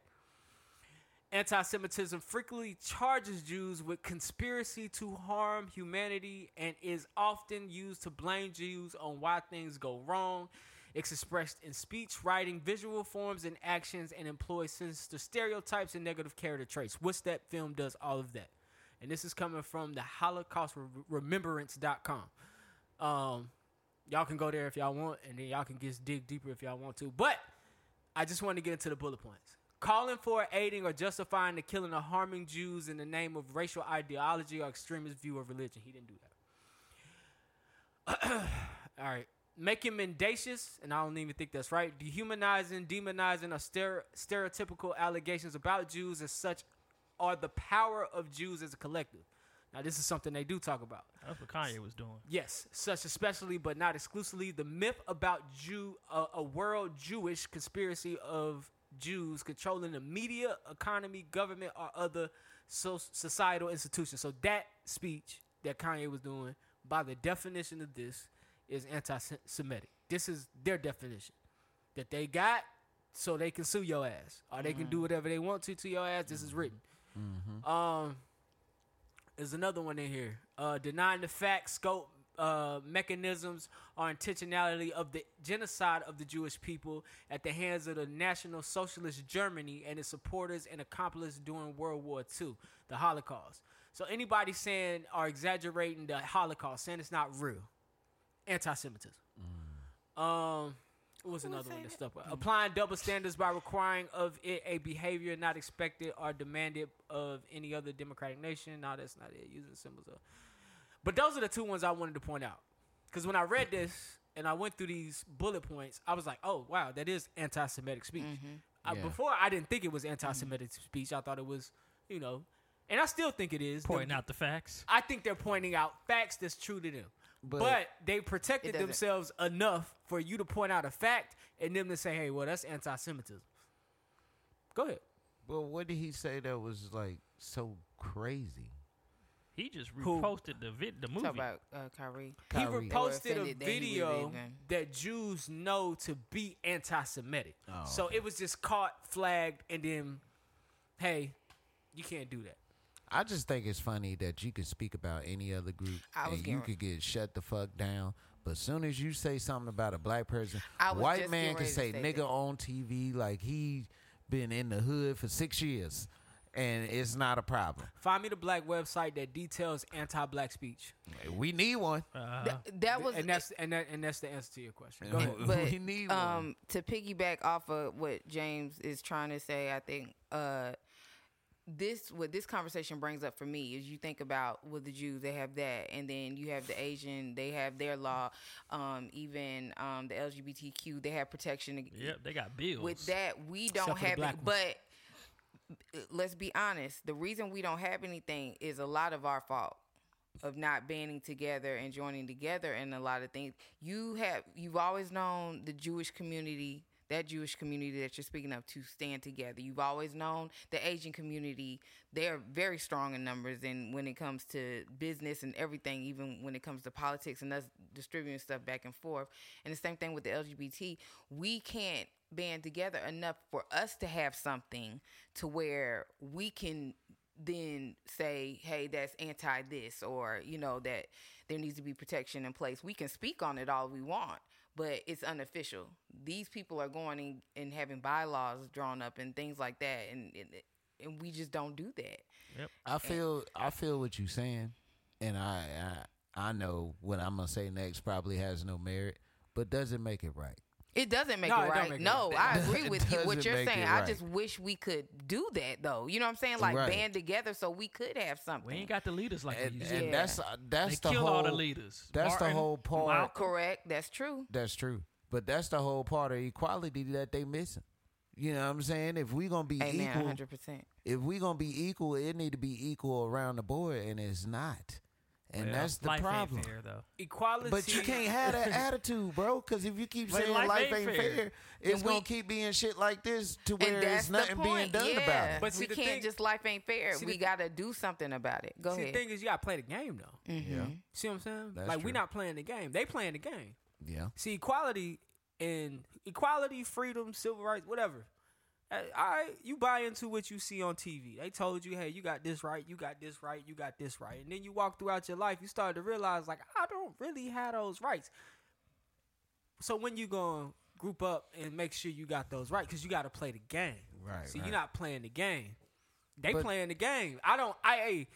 [SPEAKER 6] Anti-Semitism frequently charges Jews with conspiracy to harm humanity and is often used to blame Jews on why things go wrong. It's expressed in speech, writing, visual forms, and actions, and employs sinister stereotypes and negative character traits. What's that film does all of that? and this is coming from the Holocaust Remembrance.com. Um, y'all can go there if y'all want, and then y'all can just dig deeper if y'all want to. But I just want to get into the bullet points. Calling for, aiding, or justifying the killing or harming Jews in the name of racial ideology or extremist view of religion. He didn't do that. All right. Making mendacious, and I don't even think that's right, dehumanizing, demonizing, or stere- stereotypical allegations about Jews as such are the power of Jews as a collective. Now, this is something they do talk about.
[SPEAKER 4] That's what Kanye was doing.
[SPEAKER 6] Yes, such especially, but not exclusively, the myth about Jew, a, a world Jewish conspiracy of Jews controlling the media, economy, government, or other so- societal institutions. So that speech that Kanye was doing, by the definition of this, is anti-Semitic. This is their definition that they got, so they can sue your ass, or they can do whatever they want to to your ass. This is written. Um is another one in here. Uh, denying the fact, scope, uh, mechanisms, or intentionality of the genocide of the Jewish people at the hands of the National Socialist Germany and its supporters and accomplices during World War II, the Holocaust. So anybody saying or exaggerating the Holocaust, saying it's not real, anti-Semitism. Um, what was another one that stuff? Applying double standards by requiring of it a behavior not expected or demanded of any other democratic nation. No, that's not it. Using symbols of. But those are the two ones I wanted to point out. Because when I read this and I went through these bullet points, I was like, oh, wow, that is anti Semitic speech. I, Before, I didn't think it was anti Semitic speech. I thought it was, you know, and I still think it is.
[SPEAKER 4] Pointing out the facts.
[SPEAKER 6] I think they're pointing out facts that's true to them. But, they protected
[SPEAKER 5] doesn't-
[SPEAKER 6] themselves enough for you to point out a fact and them to say, hey, well, that's anti Semitism. Go ahead.
[SPEAKER 3] Well, what did he say that was like so crazy?
[SPEAKER 4] He just
[SPEAKER 6] Who?
[SPEAKER 4] reposted the vid, the movie.
[SPEAKER 5] Talk about uh, Kyrie.
[SPEAKER 6] He
[SPEAKER 3] Kyrie.
[SPEAKER 6] reposted
[SPEAKER 5] Or
[SPEAKER 6] a
[SPEAKER 5] offended that he
[SPEAKER 6] video
[SPEAKER 5] was even-
[SPEAKER 6] that Jews know to be anti Semitic.
[SPEAKER 3] Oh,
[SPEAKER 6] so it was just caught, flagged, and then, hey, you can't do that.
[SPEAKER 3] I just think it's funny that you can speak about any other group
[SPEAKER 5] I was
[SPEAKER 3] and you
[SPEAKER 5] getting-
[SPEAKER 3] could get shut the fuck down. But as soon as you say something about a black person,
[SPEAKER 5] I was
[SPEAKER 3] white
[SPEAKER 5] just
[SPEAKER 3] man
[SPEAKER 5] getting
[SPEAKER 3] can
[SPEAKER 5] ready to
[SPEAKER 3] say
[SPEAKER 5] say
[SPEAKER 3] nigga
[SPEAKER 5] that.
[SPEAKER 3] on TV like he been in the hood for six years and it's not a problem.
[SPEAKER 6] Find me the black website that details anti black speech.
[SPEAKER 3] We need one.
[SPEAKER 5] Th- that was
[SPEAKER 6] And that's and that and that's the answer to your question. Go ahead.
[SPEAKER 5] but
[SPEAKER 3] we need one.
[SPEAKER 5] um to piggyback off of what James is trying to say, I think uh this what this conversation brings up for me is you think about with the Jews they have that and then you have the Asian they have their law um even um the LGBTQ they have protection ag-
[SPEAKER 4] Yep, they got bills.
[SPEAKER 5] with that we don't
[SPEAKER 6] for the
[SPEAKER 5] have
[SPEAKER 6] black
[SPEAKER 5] it
[SPEAKER 6] ones.
[SPEAKER 5] but uh, let's be honest the reason we don't have anything is a lot of our fault of not banding together and joining together in a lot of things you have you've always known the jewish community that jewish community that you're speaking of to stand together you've always known the asian community they're very strong in numbers and when it comes to business and everything even when it comes to politics and us distributing stuff back and forth and the same thing with the lgbt we can't band together enough for us to have something to where we can then say, hey, that's anti this, or, you know, that there needs to be protection in place. We can speak on it all we want, but it's unofficial. These people are going and, and having bylaws drawn up and things like that. And, and, and we just don't do that.
[SPEAKER 3] I feel I feel what you're saying, and I, I I know what I'm gonna say next probably has no merit, but does it make it right?
[SPEAKER 5] It doesn't make
[SPEAKER 6] No, it
[SPEAKER 5] it
[SPEAKER 6] don't
[SPEAKER 5] right.
[SPEAKER 6] make it
[SPEAKER 5] no,
[SPEAKER 6] right.
[SPEAKER 5] I
[SPEAKER 3] It
[SPEAKER 5] agree with you.
[SPEAKER 3] doesn't
[SPEAKER 5] What you're
[SPEAKER 3] make
[SPEAKER 5] saying,
[SPEAKER 3] it
[SPEAKER 5] I just wish we could do that, though. You know what I'm saying? Like
[SPEAKER 3] Right.
[SPEAKER 5] band together so we could have something.
[SPEAKER 4] we ain't got the leaders like
[SPEAKER 3] And,
[SPEAKER 4] we used to.
[SPEAKER 3] and
[SPEAKER 5] Yeah.
[SPEAKER 3] that's uh,
[SPEAKER 4] They
[SPEAKER 3] that's the
[SPEAKER 4] kill
[SPEAKER 3] whole
[SPEAKER 4] all the leaders.
[SPEAKER 3] That's the
[SPEAKER 4] Martin,
[SPEAKER 3] whole part.
[SPEAKER 4] Malcolm,
[SPEAKER 5] Correct. That's true.
[SPEAKER 3] That's true, but that's the whole part of equality that they missing. You know what I'm saying? If we gonna be
[SPEAKER 5] Amen.
[SPEAKER 3] equal,
[SPEAKER 5] 100%.
[SPEAKER 3] if we gonna be equal, it need to be equal around the board, and it's not, and
[SPEAKER 4] Yeah.
[SPEAKER 3] that's the
[SPEAKER 4] Life ain't
[SPEAKER 3] problem.
[SPEAKER 4] fair, though.
[SPEAKER 6] Equality.
[SPEAKER 3] But you can't have that attitude, bro. Because if you keep
[SPEAKER 4] But
[SPEAKER 3] saying life, ain't fair,
[SPEAKER 5] Then
[SPEAKER 3] it's
[SPEAKER 5] we-
[SPEAKER 3] gonna keep being shit like this to where
[SPEAKER 5] and that's
[SPEAKER 3] there's
[SPEAKER 5] the
[SPEAKER 3] nothing
[SPEAKER 5] point.
[SPEAKER 3] being done
[SPEAKER 5] yeah.
[SPEAKER 3] about it.
[SPEAKER 6] But see,
[SPEAKER 5] we
[SPEAKER 6] the
[SPEAKER 5] can't
[SPEAKER 6] thing-
[SPEAKER 5] just life ain't fair.
[SPEAKER 6] see,
[SPEAKER 5] we
[SPEAKER 6] the-
[SPEAKER 5] gotta do something about it. Go
[SPEAKER 6] See,
[SPEAKER 5] ahead.
[SPEAKER 6] the thing is, you gotta play the game though. See what I'm saying?
[SPEAKER 3] That's
[SPEAKER 6] like
[SPEAKER 3] true.
[SPEAKER 6] we're not playing the game; they playing the game.
[SPEAKER 3] Yeah,
[SPEAKER 6] See, equality and equality, freedom, civil rights, whatever. Uh, All right, you buy into what you see on TV. They told you, hey, you got this right, you got this right, you got this right, and then you walk throughout your life, you start to realize like I don't really have those rights. So when you going group up and make sure you got those right, because you got to play the game.
[SPEAKER 3] Right,
[SPEAKER 6] See,
[SPEAKER 3] right.
[SPEAKER 6] you're not playing the game. They
[SPEAKER 3] But-
[SPEAKER 6] playing the game. I don't. I. Hey,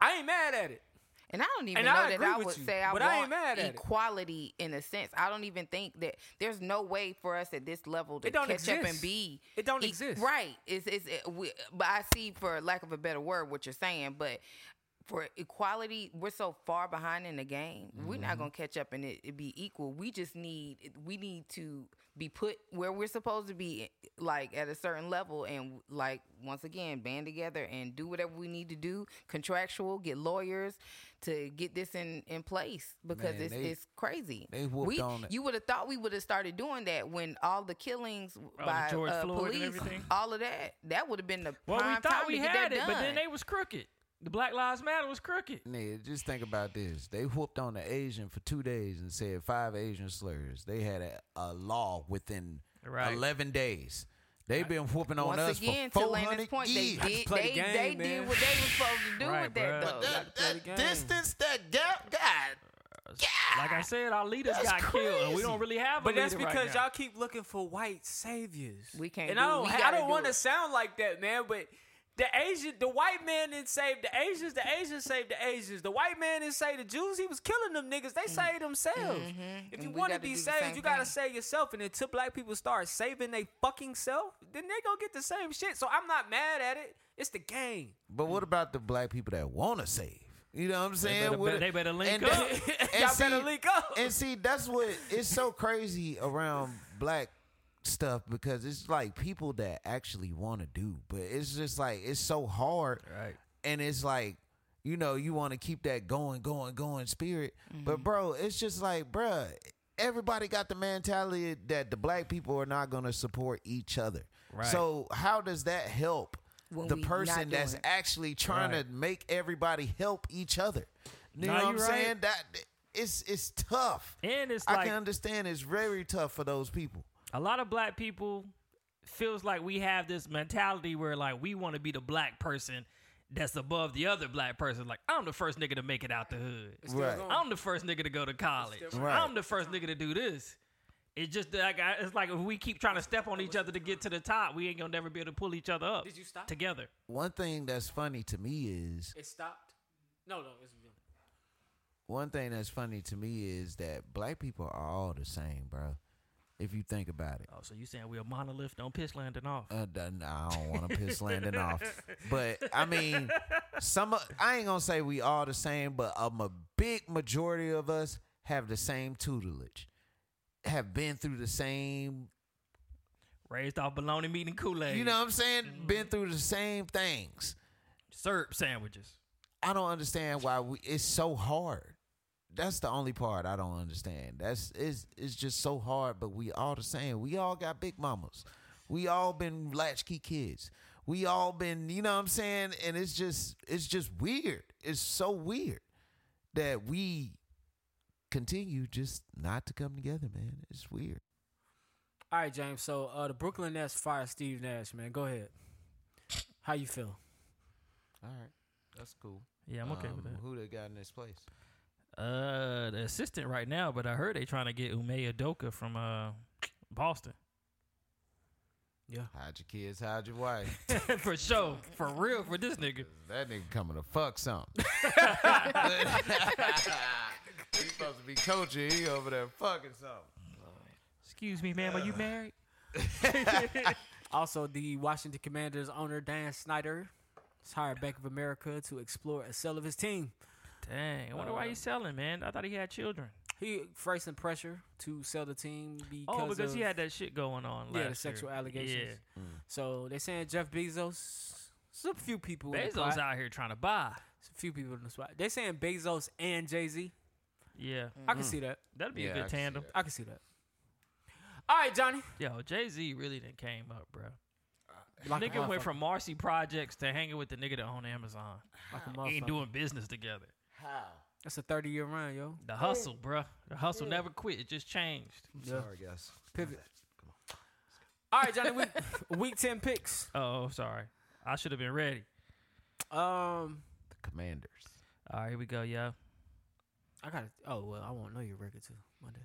[SPEAKER 6] I ain't mad at it.
[SPEAKER 5] And I don't even
[SPEAKER 6] And
[SPEAKER 5] know
[SPEAKER 6] I
[SPEAKER 5] that
[SPEAKER 6] agree
[SPEAKER 5] I
[SPEAKER 6] with
[SPEAKER 5] would
[SPEAKER 6] you,
[SPEAKER 5] say I
[SPEAKER 6] but
[SPEAKER 5] want
[SPEAKER 6] I ain't mad at it.
[SPEAKER 5] equality in a sense. I don't even think that there's no way for us at this level to
[SPEAKER 6] It don't
[SPEAKER 5] catch up and
[SPEAKER 6] exist.
[SPEAKER 5] be. e
[SPEAKER 6] It don't exist.
[SPEAKER 5] Right. It's it's. It, we, but I see, for lack of a better word, what you're saying. But for equality, we're so far behind in the game. We're
[SPEAKER 3] Mm-hmm.
[SPEAKER 5] not gonna catch up and it, it be equal. We just need we need to be put where we're supposed to be, like at a certain level, and like once again, band together and do whatever we need to do. Contractual, get lawyers to get this in in place because
[SPEAKER 3] Man,
[SPEAKER 5] it's
[SPEAKER 3] they-
[SPEAKER 5] it's crazy.
[SPEAKER 3] they whooped
[SPEAKER 5] we,
[SPEAKER 3] on it.
[SPEAKER 5] You would have thought we would have started doing that when all the killings
[SPEAKER 4] the
[SPEAKER 5] by
[SPEAKER 4] George
[SPEAKER 5] uh,
[SPEAKER 4] Floyd and
[SPEAKER 5] police,
[SPEAKER 4] everything.
[SPEAKER 5] all of that, that would have been the
[SPEAKER 4] Well, we
[SPEAKER 5] prime
[SPEAKER 4] thought
[SPEAKER 5] time
[SPEAKER 4] we
[SPEAKER 5] to get
[SPEAKER 4] had
[SPEAKER 5] that
[SPEAKER 4] it, but
[SPEAKER 5] done.
[SPEAKER 4] then they was crooked. The Black Lives Matter was crooked.
[SPEAKER 3] Nigga, just think about this. They whooped on the Asian for two days and said five Asian slurs. They had a, a law within
[SPEAKER 4] Right.
[SPEAKER 3] eleven days. They've been whooping on
[SPEAKER 5] Once
[SPEAKER 3] us
[SPEAKER 5] again,
[SPEAKER 3] for
[SPEAKER 5] to
[SPEAKER 3] four
[SPEAKER 5] Landon's
[SPEAKER 3] hundred
[SPEAKER 5] point,
[SPEAKER 3] years.
[SPEAKER 5] they did
[SPEAKER 6] play
[SPEAKER 5] they,
[SPEAKER 6] the game,
[SPEAKER 5] they
[SPEAKER 6] man.
[SPEAKER 5] did what they were supposed to do
[SPEAKER 4] Right,
[SPEAKER 5] with that
[SPEAKER 4] bruh.
[SPEAKER 5] though.
[SPEAKER 6] Gotta play the game.
[SPEAKER 2] distance, that gap, God.
[SPEAKER 4] Like I said, our leaders got killed, and we don't really have a
[SPEAKER 6] But
[SPEAKER 4] leader
[SPEAKER 6] that's because
[SPEAKER 4] right now.
[SPEAKER 6] y'all keep looking for white saviors.
[SPEAKER 5] We can't
[SPEAKER 6] And
[SPEAKER 5] do
[SPEAKER 6] I
[SPEAKER 5] it.
[SPEAKER 6] don't.
[SPEAKER 5] We
[SPEAKER 6] I
[SPEAKER 5] gotta
[SPEAKER 6] don't
[SPEAKER 5] do
[SPEAKER 6] want to
[SPEAKER 5] it.
[SPEAKER 6] sound like that, man. But the Asian, the white man didn't save the Asians. The Asians saved the Asians. The white man didn't save the Jews. He was killing them niggas. They saved themselves. If you
[SPEAKER 5] Mm. Mm-hmm. And we
[SPEAKER 6] want to
[SPEAKER 5] gotta
[SPEAKER 6] be
[SPEAKER 5] do the
[SPEAKER 6] saved,
[SPEAKER 5] same
[SPEAKER 6] you
[SPEAKER 5] thing.
[SPEAKER 6] gotta save yourself. And until black people start saving they fucking self, then they gonna get the same shit. So I'm not mad at it. It's the game.
[SPEAKER 3] But what about the black people that want to save? You know what I'm saying?
[SPEAKER 4] better-
[SPEAKER 3] What-
[SPEAKER 4] they better link
[SPEAKER 3] and
[SPEAKER 4] up.
[SPEAKER 3] that- and
[SPEAKER 6] Y'all better link up.
[SPEAKER 3] And see, that's what it's so crazy around black stuff because it's like people that actually want to do, but it's just like it's so hard.
[SPEAKER 4] Right.
[SPEAKER 3] And it's like you know you want to keep that going, going, going spirit, but bro, it's just like bruh, everybody got the mentality that the black people are not going to support each other.
[SPEAKER 4] Right.
[SPEAKER 3] So how does that help?
[SPEAKER 5] When
[SPEAKER 3] the
[SPEAKER 5] we not
[SPEAKER 3] person that's
[SPEAKER 5] doing it.
[SPEAKER 3] actually trying
[SPEAKER 4] Right.
[SPEAKER 3] to make everybody help each other. You
[SPEAKER 4] Nah,
[SPEAKER 3] know what
[SPEAKER 4] you
[SPEAKER 3] I'm
[SPEAKER 4] right.
[SPEAKER 3] saying? That it's it's tough.
[SPEAKER 4] And it's
[SPEAKER 3] I
[SPEAKER 4] like-
[SPEAKER 3] can understand it's very tough for those people.
[SPEAKER 4] a lot of black people feels like we have this mentality where like we want to be the black person that's above the other black person. Like I'm the first nigga to make it out the hood.
[SPEAKER 3] Right. going.
[SPEAKER 4] I'm the first nigga to go to college.
[SPEAKER 3] Right.
[SPEAKER 4] I'm the first nigga to do this. It's just like I- it's like if we keep trying to step on each other to get to the top, we ain't gonna never be able to pull each other up.
[SPEAKER 6] Did you stop?
[SPEAKER 4] together?
[SPEAKER 3] One thing that's funny to me is
[SPEAKER 6] It stopped. No, no, it's
[SPEAKER 3] one thing that's funny to me is that black people are all the same, bro. If you think about it.
[SPEAKER 4] Oh, so you saying we're a monolith? Don't piss landing off.
[SPEAKER 3] Uh, d- nah, I don't want to piss Landon off, but I mean, some. of- I ain't gonna say we all the same, but um, a big majority of us have the same tutelage, have been through the same.
[SPEAKER 4] Raised off bologna meat and Kool Aid.
[SPEAKER 3] You know what I'm saying? Been through the same things.
[SPEAKER 4] syrup sandwiches.
[SPEAKER 3] I don't understand why we. It's so hard. That's the only part I don't understand. That's it's it's just so hard. But we all the same. We all got big mamas. We all been latchkey kids. We all been, you know what I'm saying? And it's just it's just weird. It's so weird that we continue just not to come together, man. It's weird.
[SPEAKER 6] All right, James. So uh, the Brooklyn Nets fired Steve Nash, man. Go ahead. How you feel?
[SPEAKER 3] All right. That's cool. Um,
[SPEAKER 4] Yeah, I'm okay with that.
[SPEAKER 3] Who they got in this place?
[SPEAKER 4] Uh, the assistant right now, but I heard they trying to get Ume Adoka from uh Boston
[SPEAKER 3] Hide your kids, hide your wife.
[SPEAKER 4] for sure, for real, for this nigga.
[SPEAKER 3] That nigga coming to fuck something. He's supposed to be coaching. He over there fucking something.
[SPEAKER 4] Excuse me, ma'am, are you married?
[SPEAKER 6] Also, the Washington Commanders owner Dan Snyder has hired Bank of America to explore a sale of his team.
[SPEAKER 4] Dang, I wonder why
[SPEAKER 6] Uh,
[SPEAKER 4] he's selling, man. I thought he had children.
[SPEAKER 6] He facing pressure to sell the team because,
[SPEAKER 4] oh, because
[SPEAKER 6] of,
[SPEAKER 4] he had that shit going on.
[SPEAKER 6] yeah, the
[SPEAKER 4] last year.
[SPEAKER 6] sexual allegations. So they saying Jeff Bezos, some few people,
[SPEAKER 4] Yeah,
[SPEAKER 6] in the
[SPEAKER 4] Bezos
[SPEAKER 6] plot.
[SPEAKER 4] out here trying to buy.
[SPEAKER 6] few people in the spot. They saying Bezos and Jay Z.
[SPEAKER 4] Yeah,
[SPEAKER 6] I can see that.
[SPEAKER 4] that'd be
[SPEAKER 3] Yeah,
[SPEAKER 4] a
[SPEAKER 3] I
[SPEAKER 4] good
[SPEAKER 3] can see
[SPEAKER 4] tandem.
[SPEAKER 6] I can see that. All right, Johnny.
[SPEAKER 4] Yo, Jay Z really didn't came up, bro.
[SPEAKER 6] Uh, Like a
[SPEAKER 4] nigga went
[SPEAKER 6] motherfucker.
[SPEAKER 4] from Marcy Projects to hanging with the nigga that owned Amazon.
[SPEAKER 6] Like a
[SPEAKER 4] Ain't
[SPEAKER 6] motherfucker.
[SPEAKER 4] doing business together.
[SPEAKER 6] That's a thirty year run, yo.
[SPEAKER 4] The hustle, bruh. The hustle never quit. It just changed.
[SPEAKER 3] Sorry, guys.
[SPEAKER 6] Pivot. All right, Johnny. Week, week ten picks.
[SPEAKER 4] Oh, sorry. I should have been ready.
[SPEAKER 6] Um,
[SPEAKER 3] The commanders.
[SPEAKER 4] All right, here we go, yo.
[SPEAKER 6] I gotta. Oh well, I won't know your record till Monday.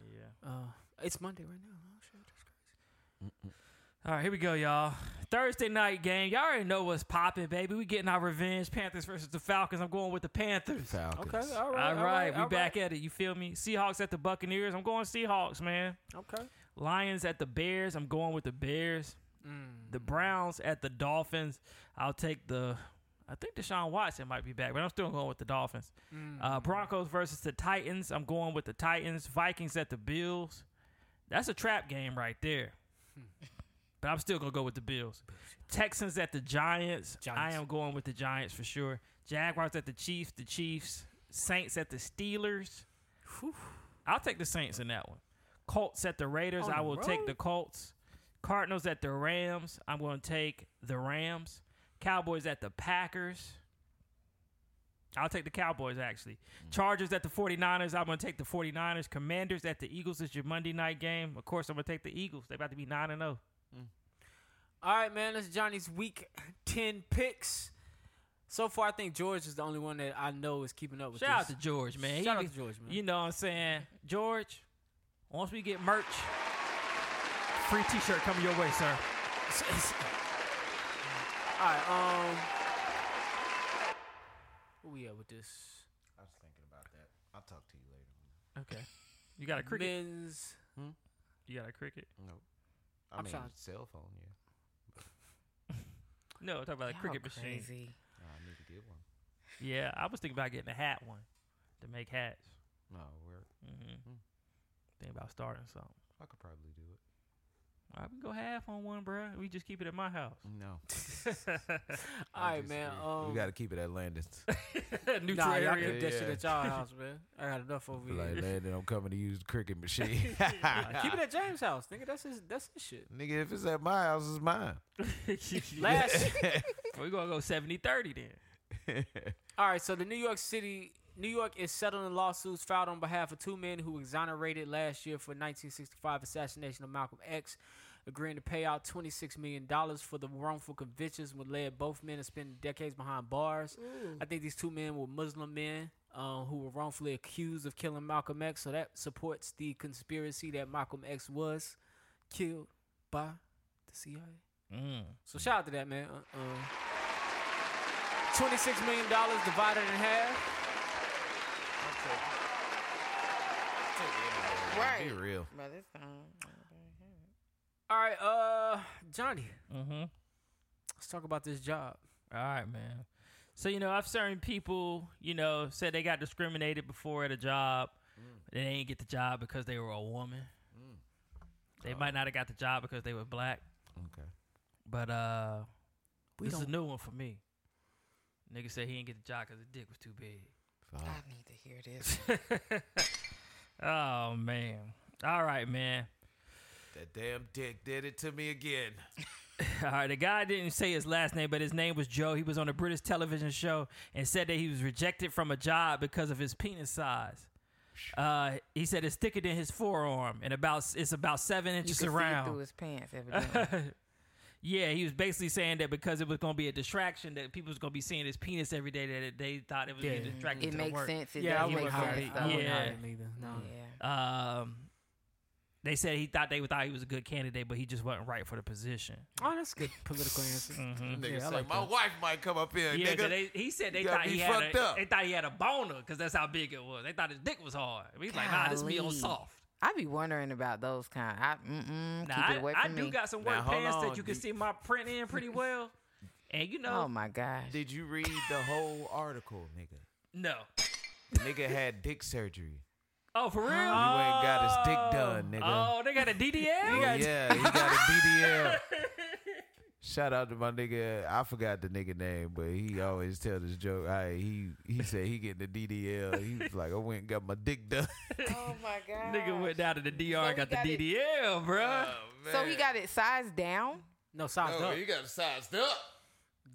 [SPEAKER 4] Yeah.
[SPEAKER 6] Uh, it's Monday right now. Oh shit, that's crazy.
[SPEAKER 4] All right, here we go, y'all. Thursday night game. Y'all already know what's popping, baby. We getting our revenge. Panthers versus the Falcons. I'm going with the Panthers.
[SPEAKER 3] Falcons.
[SPEAKER 6] Okay, all right,
[SPEAKER 4] All
[SPEAKER 6] all right,
[SPEAKER 4] right, we
[SPEAKER 6] all
[SPEAKER 4] back at it. You feel me? Seahawks at the Buccaneers. I'm going Seahawks, man.
[SPEAKER 6] Okay,
[SPEAKER 4] Lions at the Bears. I'm going with the Bears. The Browns at the Dolphins. I'll take the. I think Deshaun Watson might be back, but I'm still going with the Dolphins. Uh, Broncos versus the Titans. I'm going with the Titans. Vikings at the Bills. That's a trap game right there. But I'm still gonna go with the Bills. Texans at the Giants.
[SPEAKER 6] Giants.
[SPEAKER 4] I am going with the Giants for sure. Jaguars at the Chiefs. The Chiefs. Saints at the Steelers. I'll take the Saints in that one. Colts at the Raiders.
[SPEAKER 6] On
[SPEAKER 4] I
[SPEAKER 6] the
[SPEAKER 4] will take
[SPEAKER 6] road?
[SPEAKER 4] the Colts. Cardinals at the Rams. I'm going to take the Rams. Cowboys at the Packers. I'll take the Cowboys, actually.
[SPEAKER 6] Mm.
[SPEAKER 4] Chargers at the 49ers. I'm going to take the 49ers. Commanders at the Eagles. It's your Monday night game. Of course, I'm going to take the Eagles. They're about to be 9 and oh. 0.
[SPEAKER 6] all right, man. That's Johnny's week ten picks. So far, I think George is the only one that I know is keeping up with.
[SPEAKER 4] Shout out
[SPEAKER 6] this.
[SPEAKER 4] to George, man.
[SPEAKER 6] Shout
[SPEAKER 4] He-
[SPEAKER 6] out to George, man.
[SPEAKER 4] You know what I'm saying? George, once we get merch, free t shirt coming your way, sir.
[SPEAKER 6] All right, um, where we at with this?
[SPEAKER 2] I was thinking about that. I'll talk to you later.
[SPEAKER 4] Okay. You got a cricket?
[SPEAKER 6] Men's.
[SPEAKER 4] You got a cricket?
[SPEAKER 2] I
[SPEAKER 6] I'm
[SPEAKER 2] mean,
[SPEAKER 6] trying-
[SPEAKER 2] cell phone, yeah.
[SPEAKER 4] No, talk about a cricket
[SPEAKER 6] Oh,
[SPEAKER 4] machine.
[SPEAKER 5] crazy.
[SPEAKER 2] I need to get one.
[SPEAKER 4] Yeah, I was thinking about getting a hat one to make hats.
[SPEAKER 2] No, where
[SPEAKER 4] Mm-hmm. Think about starting something.
[SPEAKER 2] I could probably do it.
[SPEAKER 4] All right, we can go half on one, bro. We just keep it at my house.
[SPEAKER 2] No,
[SPEAKER 6] All right, man. Um,
[SPEAKER 3] we got to keep it at Landon's.
[SPEAKER 4] Neutral
[SPEAKER 6] nah, y'all
[SPEAKER 4] area.
[SPEAKER 6] keep that shit
[SPEAKER 3] Yeah.
[SPEAKER 6] at y'all house, man. I got enough over here.
[SPEAKER 3] like Landon, I'm coming to use the cricket machine.
[SPEAKER 6] Nah, keep it at James' house, nigga. That's his. That's his shit.
[SPEAKER 3] Nigga, if it's at my house, it's mine.
[SPEAKER 6] Last.
[SPEAKER 4] We're going to go 70 30 then.
[SPEAKER 6] All right, so the New York City, New York is settling lawsuits filed on behalf of two men who exonerated last year for 1965 assassination of Malcolm X, agreeing to pay out 26 million dollars for the wrongful convictions, would led both men to spend decades behind bars. I think these two men were Muslim men. Um, who were wrongfully accused of killing Malcolm X, so that supports the conspiracy that Malcolm X was killed by the CIA.
[SPEAKER 4] Mm,
[SPEAKER 6] So shout out to that man. Uh, uh, Twenty-six million dollars divided in half.
[SPEAKER 5] Right.
[SPEAKER 3] Be real.
[SPEAKER 5] By this time,
[SPEAKER 6] All right, uh, Johnny,
[SPEAKER 4] Mm-hmm.
[SPEAKER 6] let's talk about this job.
[SPEAKER 4] All right, man. So you know, I've certain people, you know, said they got discriminated before at a job. They didn't get the job because they were a woman. Mm. They might not have got the job because they were black.
[SPEAKER 3] Okay.
[SPEAKER 4] But uh, this is a new one for me. Nigga said he didn't get the job because his dick was too big.
[SPEAKER 5] I need to hear this.
[SPEAKER 4] Oh man. All right, man.
[SPEAKER 3] That damn dick did it to me again.
[SPEAKER 4] All right, the guy didn't say his last name, but his name was Joe. He was on a British television show and said that he was rejected from a job because of his penis size. Uh, he said it's thicker than his forearm and about it's about seven
[SPEAKER 5] You
[SPEAKER 4] inches
[SPEAKER 5] can see it through
[SPEAKER 4] around.
[SPEAKER 5] his pants, evidently.
[SPEAKER 4] Yeah, he was basically saying that because it was going to be a distraction that people was going to be seeing his penis every day that they thought it was being distracted.
[SPEAKER 5] Mm-hmm. it
[SPEAKER 4] to
[SPEAKER 5] makes
[SPEAKER 4] work.
[SPEAKER 5] sense. It
[SPEAKER 6] Yeah, I
[SPEAKER 5] does make
[SPEAKER 6] wouldn't hire
[SPEAKER 5] sense.
[SPEAKER 6] it. I
[SPEAKER 5] though.
[SPEAKER 6] wouldn't
[SPEAKER 4] Yeah.
[SPEAKER 6] hire him either. No.
[SPEAKER 5] Yeah.
[SPEAKER 4] Um, they said he thought they thought he was a good candidate, but he just wasn't right for the position.
[SPEAKER 6] Oh, that's a good political answer.
[SPEAKER 2] nigga
[SPEAKER 6] Yeah, I
[SPEAKER 2] said
[SPEAKER 6] like
[SPEAKER 2] my
[SPEAKER 6] that.
[SPEAKER 2] wife might come up here,
[SPEAKER 4] Yeah, 'cause
[SPEAKER 2] nigga.
[SPEAKER 4] they, he said they
[SPEAKER 2] gotta
[SPEAKER 4] thought
[SPEAKER 2] be
[SPEAKER 4] he had
[SPEAKER 2] fucked
[SPEAKER 4] a,
[SPEAKER 2] up.
[SPEAKER 4] they thought he had a boner because that's how big it was. They thought his dick was hard. He's like, nah, this meal
[SPEAKER 5] Golly.
[SPEAKER 4] soft.
[SPEAKER 5] I be wondering about those kind. I mm-mm,
[SPEAKER 4] Now
[SPEAKER 5] keep
[SPEAKER 4] I,
[SPEAKER 5] it away
[SPEAKER 4] I
[SPEAKER 5] from
[SPEAKER 4] do
[SPEAKER 5] me.
[SPEAKER 4] got some
[SPEAKER 2] Now,
[SPEAKER 4] work
[SPEAKER 2] hold
[SPEAKER 4] pants
[SPEAKER 2] on,
[SPEAKER 4] that you can
[SPEAKER 2] you-
[SPEAKER 4] see my print in pretty well, and you know,
[SPEAKER 5] oh my gosh.
[SPEAKER 3] Did you read the whole article, nigga?
[SPEAKER 4] no.
[SPEAKER 3] The nigga had dick surgery.
[SPEAKER 4] Oh, for real?
[SPEAKER 3] He went and got his dick done, nigga.
[SPEAKER 4] Oh, they got a DDL.
[SPEAKER 3] yeah, he got a DDL. Shout out to my nigga. I forgot the nigga name, but he always tell this joke. I he he said he getting the DDL. He was like, I went and got my dick done.
[SPEAKER 5] Oh my god.
[SPEAKER 4] Nigga went down to the DR
[SPEAKER 5] So
[SPEAKER 4] and
[SPEAKER 5] he
[SPEAKER 4] got the
[SPEAKER 5] got it-
[SPEAKER 4] DDL, bruh.
[SPEAKER 2] Uh,
[SPEAKER 5] So he got it sized down.
[SPEAKER 6] No, size
[SPEAKER 2] Oh,
[SPEAKER 6] up.
[SPEAKER 2] you got sized up.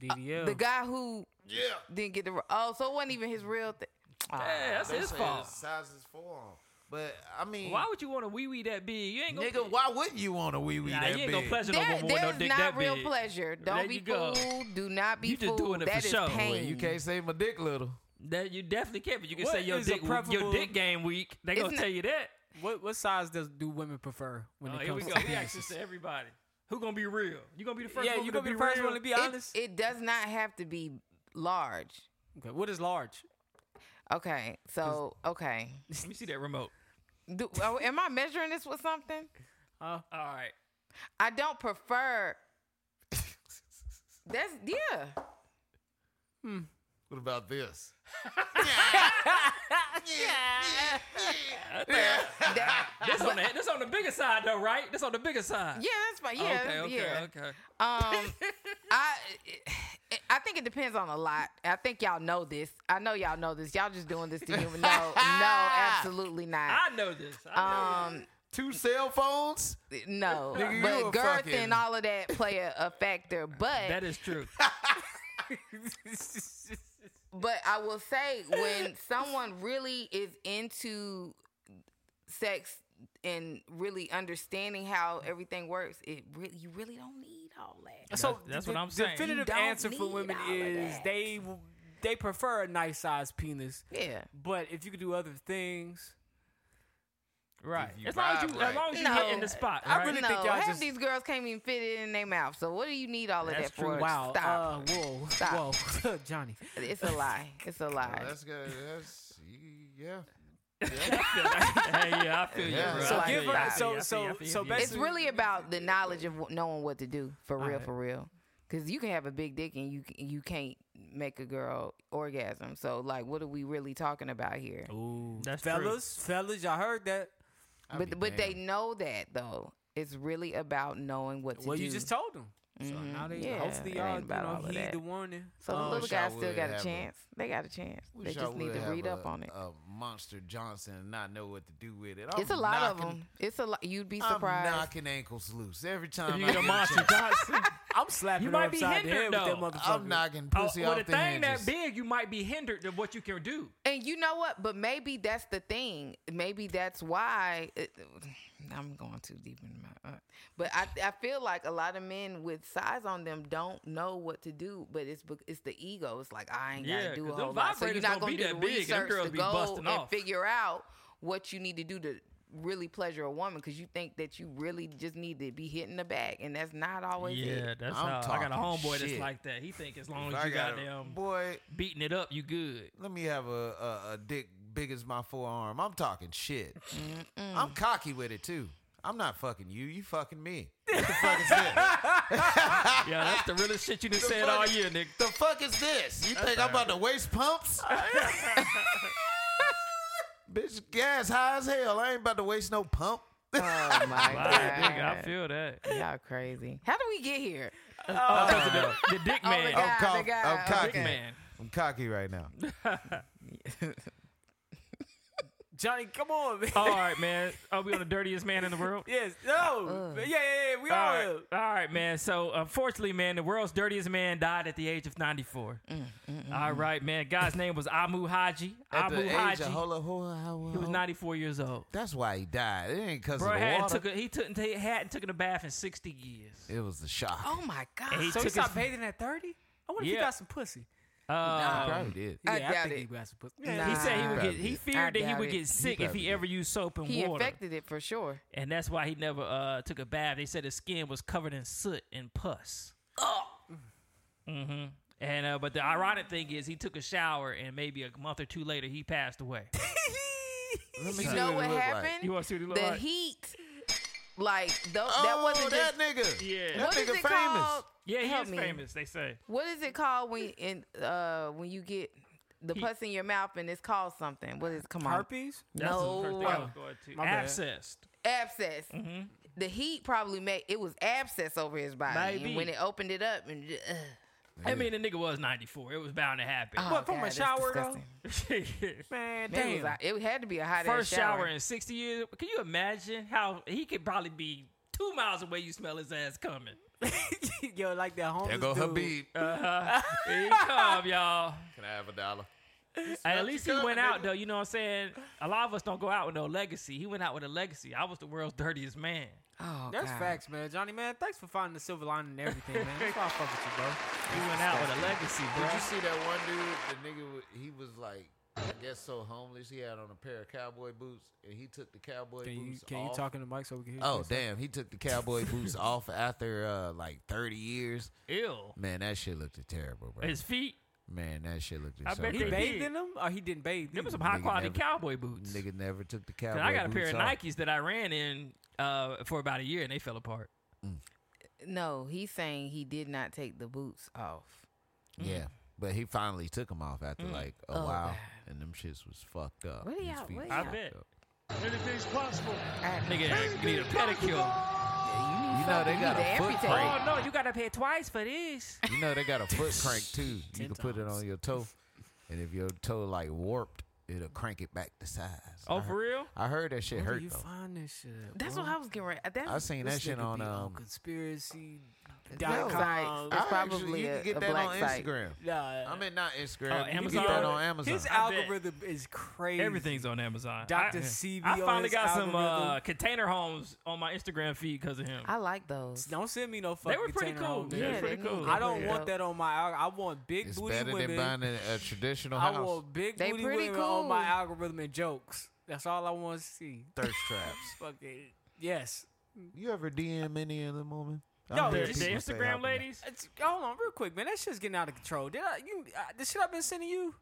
[SPEAKER 6] DDL.
[SPEAKER 5] The guy who
[SPEAKER 2] Yeah.
[SPEAKER 5] didn't get the oh, so it wasn't even his real thing.
[SPEAKER 4] yeah, that's
[SPEAKER 2] They
[SPEAKER 4] his
[SPEAKER 2] say
[SPEAKER 4] fault.
[SPEAKER 2] his Size is forearm. But I mean,
[SPEAKER 4] Why would you want a wee wee that big? You ain't gonna
[SPEAKER 3] nigga, why wouldn't you want a wee wee
[SPEAKER 4] Nah,
[SPEAKER 3] that
[SPEAKER 4] you ain't
[SPEAKER 3] big?
[SPEAKER 4] gonna pleasure no
[SPEAKER 5] There,
[SPEAKER 4] woman with no
[SPEAKER 5] there's
[SPEAKER 4] dick
[SPEAKER 5] not
[SPEAKER 4] that
[SPEAKER 5] real
[SPEAKER 4] big.
[SPEAKER 5] pleasure. Don't
[SPEAKER 4] There
[SPEAKER 5] be
[SPEAKER 4] you go.
[SPEAKER 5] fooled. Do not be
[SPEAKER 4] You just
[SPEAKER 5] fooled.
[SPEAKER 4] doing it
[SPEAKER 5] That
[SPEAKER 4] for
[SPEAKER 5] is
[SPEAKER 4] show. Well,
[SPEAKER 5] pain.
[SPEAKER 3] you can't say my dick little.
[SPEAKER 4] That you definitely can, but you can
[SPEAKER 6] What
[SPEAKER 4] say your
[SPEAKER 6] is a
[SPEAKER 4] dick your
[SPEAKER 6] preferable-
[SPEAKER 4] dick game week. They gonna
[SPEAKER 5] Isn't
[SPEAKER 4] tell
[SPEAKER 5] it-
[SPEAKER 4] you that.
[SPEAKER 6] what what size does do women prefer when
[SPEAKER 4] Oh,
[SPEAKER 6] it
[SPEAKER 4] here we
[SPEAKER 6] comes
[SPEAKER 4] go.
[SPEAKER 6] to
[SPEAKER 4] We ask this
[SPEAKER 6] penises?
[SPEAKER 4] to everybody. Who gonna be real? You gonna be the first?
[SPEAKER 6] yeah,
[SPEAKER 4] woman
[SPEAKER 6] you
[SPEAKER 4] to
[SPEAKER 6] gonna be the
[SPEAKER 4] real?
[SPEAKER 6] first one to be
[SPEAKER 5] It,
[SPEAKER 6] honest.
[SPEAKER 5] it does not have to be large.
[SPEAKER 6] okay, what is large?
[SPEAKER 5] Okay, so okay,
[SPEAKER 4] Let me see that remote.
[SPEAKER 5] Do, oh, am I measuring this with something?
[SPEAKER 6] Huh?
[SPEAKER 4] All right.
[SPEAKER 5] I don't prefer. That's yeah.
[SPEAKER 2] What about this?
[SPEAKER 5] That-
[SPEAKER 4] That's on the that's on the bigger side though, right? That's on the bigger side.
[SPEAKER 5] yeah, that's fine. Yeah,
[SPEAKER 4] okay. Okay.
[SPEAKER 5] yeah.
[SPEAKER 4] Okay.
[SPEAKER 5] Um, I I think it depends on a lot. I think y'all know this. I know y'all know this. Y'all just doing this to you. No, no, absolutely not.
[SPEAKER 4] I know this. I know
[SPEAKER 5] Um,
[SPEAKER 2] Two cell phones?
[SPEAKER 5] no,
[SPEAKER 2] Nigga, you a
[SPEAKER 5] but girth
[SPEAKER 2] fucking-
[SPEAKER 5] and all of that play a, a factor. But
[SPEAKER 4] this. that is true.
[SPEAKER 5] But I will say when someone really is into sex and really understanding how everything works, it really you really don't need all that.
[SPEAKER 6] So
[SPEAKER 4] that's
[SPEAKER 6] the
[SPEAKER 4] what I'm saying.
[SPEAKER 6] Definitive
[SPEAKER 5] You don't
[SPEAKER 6] answer for
[SPEAKER 5] need
[SPEAKER 6] women
[SPEAKER 5] all of
[SPEAKER 6] is
[SPEAKER 5] that.
[SPEAKER 6] they w- they prefer a nice sized penis,
[SPEAKER 5] Yeah.
[SPEAKER 6] but if you could do other things,
[SPEAKER 4] Right.
[SPEAKER 2] If you
[SPEAKER 4] As long as
[SPEAKER 2] vibe
[SPEAKER 4] you,
[SPEAKER 2] right.
[SPEAKER 4] as long as you
[SPEAKER 5] No.
[SPEAKER 4] hit in the spot.
[SPEAKER 6] I
[SPEAKER 4] right?
[SPEAKER 6] really
[SPEAKER 5] no,
[SPEAKER 6] think y'all
[SPEAKER 5] half
[SPEAKER 6] just-
[SPEAKER 5] these girls can't even fit it in their mouth. So what do you need all of
[SPEAKER 4] That's
[SPEAKER 5] that for?
[SPEAKER 4] true.
[SPEAKER 6] wow,
[SPEAKER 5] Stop.
[SPEAKER 6] uh, whoa,
[SPEAKER 5] Stop.
[SPEAKER 6] whoa, Johnny.
[SPEAKER 5] It's a lie. It's a lie.
[SPEAKER 2] That's good. That's yeah.
[SPEAKER 4] hey, yeah, I feel you.
[SPEAKER 5] Uh,
[SPEAKER 2] Yeah.
[SPEAKER 4] Bro.
[SPEAKER 6] So
[SPEAKER 4] I feel
[SPEAKER 6] give
[SPEAKER 4] you,
[SPEAKER 6] her-
[SPEAKER 4] I feel
[SPEAKER 6] so-
[SPEAKER 4] you, I feel
[SPEAKER 6] so-
[SPEAKER 4] you, I feel
[SPEAKER 6] so
[SPEAKER 4] you.
[SPEAKER 6] basically-
[SPEAKER 5] it's really about the knowledge of wh- knowing what to do for real, for real. Because you can have a big dick and you c- you can't make a girl orgasm. So like, what are we really talking about here?
[SPEAKER 4] that's true.
[SPEAKER 6] fellas, fellas, y'all heard that?
[SPEAKER 5] but but they know that though. It's really about knowing what to
[SPEAKER 6] Well,
[SPEAKER 5] do.
[SPEAKER 6] you just told them. So now they
[SPEAKER 5] Mm-hmm. Yeah,
[SPEAKER 6] hopefully
[SPEAKER 5] it
[SPEAKER 6] y'all
[SPEAKER 5] ain't
[SPEAKER 6] you
[SPEAKER 5] about
[SPEAKER 6] know
[SPEAKER 5] all of
[SPEAKER 6] heed
[SPEAKER 5] that.
[SPEAKER 6] the warning.
[SPEAKER 5] so the
[SPEAKER 6] Um,
[SPEAKER 5] little
[SPEAKER 2] Oh, wish I
[SPEAKER 5] guys still
[SPEAKER 2] would
[SPEAKER 5] got a
[SPEAKER 2] have a-
[SPEAKER 5] chance. They got a chance. They
[SPEAKER 2] Wish I
[SPEAKER 5] just need
[SPEAKER 2] would
[SPEAKER 5] to
[SPEAKER 2] have
[SPEAKER 5] read up
[SPEAKER 2] a-
[SPEAKER 5] on it.
[SPEAKER 2] A monster Johnson and not know what to do with it.
[SPEAKER 5] it's a
[SPEAKER 2] I'm
[SPEAKER 5] lot of
[SPEAKER 2] knocking-
[SPEAKER 5] them. It's a lot. You'd be
[SPEAKER 2] I'm
[SPEAKER 5] surprised.
[SPEAKER 2] knocking ankles loose every time.
[SPEAKER 4] If you
[SPEAKER 2] I
[SPEAKER 4] get a
[SPEAKER 2] get
[SPEAKER 4] monster
[SPEAKER 2] chance.
[SPEAKER 4] Johnson,
[SPEAKER 6] I'm slapping
[SPEAKER 4] You
[SPEAKER 6] her
[SPEAKER 4] might be
[SPEAKER 6] upside the head
[SPEAKER 4] hindered, though.
[SPEAKER 6] with that motherfucker.
[SPEAKER 2] I'm knocking
[SPEAKER 4] oh,
[SPEAKER 2] pussy
[SPEAKER 4] with
[SPEAKER 2] off
[SPEAKER 4] a
[SPEAKER 2] the
[SPEAKER 4] thing that
[SPEAKER 2] hinges.
[SPEAKER 4] big, you might be hindered of what you can do.
[SPEAKER 5] And you know what? But maybe that's the thing. Maybe that's why. It, I'm going too deep in my. Uh, but I, I feel like a lot of men with size on them don't know what to do. But it's bec- it's the ego. It's like I ain't gotta
[SPEAKER 4] Yeah,
[SPEAKER 5] do a
[SPEAKER 4] 'cause
[SPEAKER 5] whole
[SPEAKER 4] them
[SPEAKER 5] lot. So you're
[SPEAKER 4] vibrators
[SPEAKER 5] not
[SPEAKER 4] don't
[SPEAKER 5] gonna
[SPEAKER 4] be
[SPEAKER 5] do the
[SPEAKER 4] that big, and them
[SPEAKER 5] research
[SPEAKER 4] girls
[SPEAKER 5] to
[SPEAKER 4] be
[SPEAKER 5] go
[SPEAKER 4] busting
[SPEAKER 5] and
[SPEAKER 4] off.
[SPEAKER 5] figure out what you need to do to really pleasure a woman because you think that you really just need to be hitting the bag, and that's not always it.
[SPEAKER 4] that's
[SPEAKER 2] I'm
[SPEAKER 4] I got a
[SPEAKER 2] talking
[SPEAKER 4] homeboy
[SPEAKER 2] shit.
[SPEAKER 4] that's like that. He think as long as
[SPEAKER 2] I
[SPEAKER 4] you
[SPEAKER 2] got
[SPEAKER 4] got
[SPEAKER 2] a-
[SPEAKER 4] them
[SPEAKER 2] boy.
[SPEAKER 4] beating it up, you good.
[SPEAKER 2] Let me have a, a a dick big as my forearm. I'm talking shit. I'm cocky with it too. I'm not fucking you. You fucking me. What the fuck is this?
[SPEAKER 4] Yeah, that's the realest shit you done said all year, nigga.
[SPEAKER 2] The fuck is this? You think I'm about to waste pumps? Bitch, gas high as hell. I ain't about to waste no pump.
[SPEAKER 5] Oh my
[SPEAKER 4] nigga, I
[SPEAKER 5] god,
[SPEAKER 4] feel that.
[SPEAKER 5] y'all crazy. How do we get here?
[SPEAKER 4] the, the dick
[SPEAKER 5] Oh, the
[SPEAKER 4] man.
[SPEAKER 5] guy,
[SPEAKER 2] cock-
[SPEAKER 5] the guy.
[SPEAKER 2] oh, cock.
[SPEAKER 4] dick man.
[SPEAKER 2] I'm cocky right now.
[SPEAKER 6] Johnny, come on, man.
[SPEAKER 4] All right, man. Are we on the dirtiest man in the world?
[SPEAKER 6] yes, no, yeah, yeah, yeah, we
[SPEAKER 4] All
[SPEAKER 6] all.
[SPEAKER 4] right. All right, man. So, unfortunately, man, the world's dirtiest man died at the age of 94. All right, man. Guy's name was Amu Haji.
[SPEAKER 2] At the
[SPEAKER 4] Amu
[SPEAKER 2] age
[SPEAKER 4] Haji.
[SPEAKER 2] of hold up, hold up, hold up.
[SPEAKER 4] he was 94 years old.
[SPEAKER 2] That's why he died. It ain't because of
[SPEAKER 4] Bro
[SPEAKER 2] the
[SPEAKER 4] hadn't
[SPEAKER 2] water.
[SPEAKER 4] took a, he took he hadn't taken a bath in 60 years.
[SPEAKER 2] it was the shock.
[SPEAKER 5] Oh my god.
[SPEAKER 4] And he
[SPEAKER 6] So
[SPEAKER 4] took
[SPEAKER 6] he
[SPEAKER 4] his-
[SPEAKER 6] stopped bathing at thirty. I wonder if
[SPEAKER 4] Yeah.
[SPEAKER 6] he got some pussy.
[SPEAKER 4] uh,
[SPEAKER 2] he probably did.
[SPEAKER 5] I
[SPEAKER 6] yeah,
[SPEAKER 5] doubt
[SPEAKER 6] I think
[SPEAKER 5] it.
[SPEAKER 6] he got some pussy.
[SPEAKER 5] Nah.
[SPEAKER 4] He said he would get.
[SPEAKER 2] Probably
[SPEAKER 4] He
[SPEAKER 2] did.
[SPEAKER 5] I
[SPEAKER 4] feared that he
[SPEAKER 5] doubt
[SPEAKER 4] would
[SPEAKER 5] it.
[SPEAKER 4] get sick if he ever used soap and
[SPEAKER 5] He
[SPEAKER 4] water,
[SPEAKER 5] infected it for sure.
[SPEAKER 4] and that's why he never uh, took a bath. They said his skin was covered in soot and pus. hmm And uh, but the ironic thing is, he took a shower, and maybe a month or two later, he passed away.
[SPEAKER 2] Let me
[SPEAKER 5] You
[SPEAKER 2] see
[SPEAKER 5] know
[SPEAKER 2] it
[SPEAKER 5] what
[SPEAKER 2] look like.
[SPEAKER 5] happened?
[SPEAKER 4] You want to see what he look
[SPEAKER 5] the
[SPEAKER 4] like?
[SPEAKER 5] heat, like tho-
[SPEAKER 2] Oh,
[SPEAKER 5] that wasn't
[SPEAKER 2] that
[SPEAKER 5] just.
[SPEAKER 2] nigga.
[SPEAKER 4] Yeah.
[SPEAKER 2] that
[SPEAKER 5] what is
[SPEAKER 2] nigga
[SPEAKER 5] it
[SPEAKER 2] famous.
[SPEAKER 5] called?
[SPEAKER 4] yeah, he
[SPEAKER 5] Help
[SPEAKER 4] is
[SPEAKER 5] me.
[SPEAKER 4] famous. They say.
[SPEAKER 5] What is it called when in uh when you get the pus in your mouth and it's called something? What is come on?
[SPEAKER 6] Herpes?
[SPEAKER 4] That's the first thing I was
[SPEAKER 5] No,
[SPEAKER 4] going to.
[SPEAKER 6] My bad.
[SPEAKER 4] Abscessed.
[SPEAKER 5] abscess.
[SPEAKER 6] Mm-hmm.
[SPEAKER 5] The heat probably made it was abscess over his body,
[SPEAKER 4] Maybe.
[SPEAKER 5] and when it opened it up and. ju- Ugh.
[SPEAKER 4] I mean, the nigga was 94. It was bound to happen.
[SPEAKER 5] Oh,
[SPEAKER 6] What, from a
[SPEAKER 5] God, that's
[SPEAKER 6] shower, though?
[SPEAKER 5] disgusting. Man,
[SPEAKER 6] Man,
[SPEAKER 5] It, was,
[SPEAKER 6] damn.
[SPEAKER 5] like- it had to be a hot ass
[SPEAKER 4] First shower.
[SPEAKER 5] shower.
[SPEAKER 4] in 60 years. Can you imagine how he could probably be two miles away? You smell his ass coming.
[SPEAKER 6] Yo, like that homeless
[SPEAKER 2] There go
[SPEAKER 6] dude.
[SPEAKER 2] Habib.
[SPEAKER 4] Here he come, y'all.
[SPEAKER 2] Can I have a dollar?
[SPEAKER 4] At least he went out though. You know what I'm saying? A lot of us don't go out with no legacy. He went out with a legacy. I was the world's dirtiest man.
[SPEAKER 5] Oh,
[SPEAKER 6] That's
[SPEAKER 5] God.
[SPEAKER 6] facts, man. Johnny, man, thanks for finding the silver lining and everything, man. That's why I fuck with you, bro.
[SPEAKER 4] He went out with a legacy, bro.
[SPEAKER 2] Did you see that one dude? The nigga, wa- he was like
[SPEAKER 3] I guess so homeless. He had on a pair of cowboy boots, and he took the cowboy
[SPEAKER 6] Can you
[SPEAKER 3] boots
[SPEAKER 6] can you
[SPEAKER 3] off.
[SPEAKER 6] talk in the mic so we can hear?
[SPEAKER 3] Oh
[SPEAKER 6] you?
[SPEAKER 3] damn! He took the cowboy boots off after uh, like thirty years.
[SPEAKER 4] Ew.
[SPEAKER 3] Man, that shit looked terrible, bro.
[SPEAKER 4] His feet.
[SPEAKER 3] Man, that shit looked.
[SPEAKER 4] I
[SPEAKER 3] so
[SPEAKER 4] bet
[SPEAKER 6] He
[SPEAKER 4] They
[SPEAKER 3] crazy.
[SPEAKER 6] bathed
[SPEAKER 4] did.
[SPEAKER 6] in them, or he didn't bathe.
[SPEAKER 4] Them
[SPEAKER 6] either?
[SPEAKER 4] were some high
[SPEAKER 3] Nigga
[SPEAKER 4] quality
[SPEAKER 3] never-
[SPEAKER 4] cowboy boots.
[SPEAKER 3] Nigga never took the
[SPEAKER 4] And
[SPEAKER 3] cowboy.
[SPEAKER 4] I got a pair
[SPEAKER 3] boots
[SPEAKER 4] of
[SPEAKER 3] off.
[SPEAKER 4] Nikes that I ran in uh, for about a year and they fell apart.
[SPEAKER 5] No, he's saying he did not take the boots off.
[SPEAKER 4] Mm-hmm.
[SPEAKER 3] Yeah, but he finally took them off after like a
[SPEAKER 5] Oh,
[SPEAKER 3] while,
[SPEAKER 5] God.
[SPEAKER 3] and them shits was fucked up.
[SPEAKER 5] Where they
[SPEAKER 3] His
[SPEAKER 5] at?
[SPEAKER 3] feet
[SPEAKER 5] Where
[SPEAKER 3] was
[SPEAKER 5] they
[SPEAKER 4] I
[SPEAKER 5] Yeah.
[SPEAKER 3] fucked
[SPEAKER 4] bet.
[SPEAKER 3] up.
[SPEAKER 9] Anything's possible.
[SPEAKER 4] Nigga, you need a pedicure.
[SPEAKER 5] Yeah, you need
[SPEAKER 3] You know
[SPEAKER 5] something.
[SPEAKER 3] they got
[SPEAKER 5] you
[SPEAKER 3] a
[SPEAKER 5] need to
[SPEAKER 3] foot
[SPEAKER 5] amputate.
[SPEAKER 3] crank.
[SPEAKER 4] Oh no, you gotta pay twice for this.
[SPEAKER 3] You know they got a foot crank too. You
[SPEAKER 6] Ten
[SPEAKER 3] can put it
[SPEAKER 6] times.
[SPEAKER 3] on your toe, and if your toe like warped, it'll crank it back to size. I
[SPEAKER 4] Oh,
[SPEAKER 3] heard-
[SPEAKER 4] for real?
[SPEAKER 3] I heard that shit
[SPEAKER 6] Where
[SPEAKER 3] hurt
[SPEAKER 6] do you
[SPEAKER 3] though.
[SPEAKER 6] find this shit? at,
[SPEAKER 5] That's
[SPEAKER 6] bro?
[SPEAKER 5] what I was getting ready. That's,
[SPEAKER 3] I seen that
[SPEAKER 6] This
[SPEAKER 3] shit
[SPEAKER 6] nigga
[SPEAKER 3] on
[SPEAKER 6] be
[SPEAKER 3] um.
[SPEAKER 6] conspiracy.
[SPEAKER 5] no,
[SPEAKER 6] dot com.
[SPEAKER 5] It's
[SPEAKER 3] I actually-
[SPEAKER 5] probably
[SPEAKER 3] you
[SPEAKER 5] a-
[SPEAKER 3] can get
[SPEAKER 5] a
[SPEAKER 3] that
[SPEAKER 5] black
[SPEAKER 3] on
[SPEAKER 5] site.
[SPEAKER 3] Instagram.
[SPEAKER 6] Nah,
[SPEAKER 3] I mean, not Instagram.
[SPEAKER 4] Oh,
[SPEAKER 3] you can
[SPEAKER 4] Amazon?
[SPEAKER 3] get that on Amazon.
[SPEAKER 6] his
[SPEAKER 4] I bet.
[SPEAKER 6] algorithm is crazy.
[SPEAKER 4] Everything's on Amazon.
[SPEAKER 6] Dr.
[SPEAKER 4] I-
[SPEAKER 6] CB
[SPEAKER 4] I
[SPEAKER 6] on
[SPEAKER 4] finally
[SPEAKER 6] his
[SPEAKER 4] got some uh,
[SPEAKER 6] algorithm.
[SPEAKER 4] container homes on my Instagram feed because of him.
[SPEAKER 5] I like those.
[SPEAKER 6] Don't send me no fucking.
[SPEAKER 4] They were pretty
[SPEAKER 6] container
[SPEAKER 4] cool.
[SPEAKER 6] home
[SPEAKER 4] They
[SPEAKER 6] things.
[SPEAKER 4] were
[SPEAKER 5] Yeah,
[SPEAKER 4] pretty
[SPEAKER 5] they need
[SPEAKER 4] cool.
[SPEAKER 5] it.
[SPEAKER 6] I don't
[SPEAKER 5] Yeah.
[SPEAKER 6] want that on my. alg- I want big
[SPEAKER 3] it's
[SPEAKER 6] booty
[SPEAKER 3] better
[SPEAKER 6] women.
[SPEAKER 3] than buying a, a traditional
[SPEAKER 6] I
[SPEAKER 3] house.
[SPEAKER 6] want big
[SPEAKER 5] They
[SPEAKER 6] booty
[SPEAKER 5] pretty
[SPEAKER 6] women on my
[SPEAKER 5] cool.
[SPEAKER 6] algorithm and jokes. That's all I want to see.
[SPEAKER 3] Thirst traps.
[SPEAKER 6] Fuck it. Yes.
[SPEAKER 3] You ever DM any of them women?
[SPEAKER 6] No,
[SPEAKER 3] I heard
[SPEAKER 4] the
[SPEAKER 6] it's-
[SPEAKER 4] the
[SPEAKER 3] people say
[SPEAKER 4] Instagram
[SPEAKER 3] helping them.
[SPEAKER 4] ladies.
[SPEAKER 6] It's, hold on, real quick, man. That shit's getting out of control. Did I? You? Uh, the shit I've been sending you.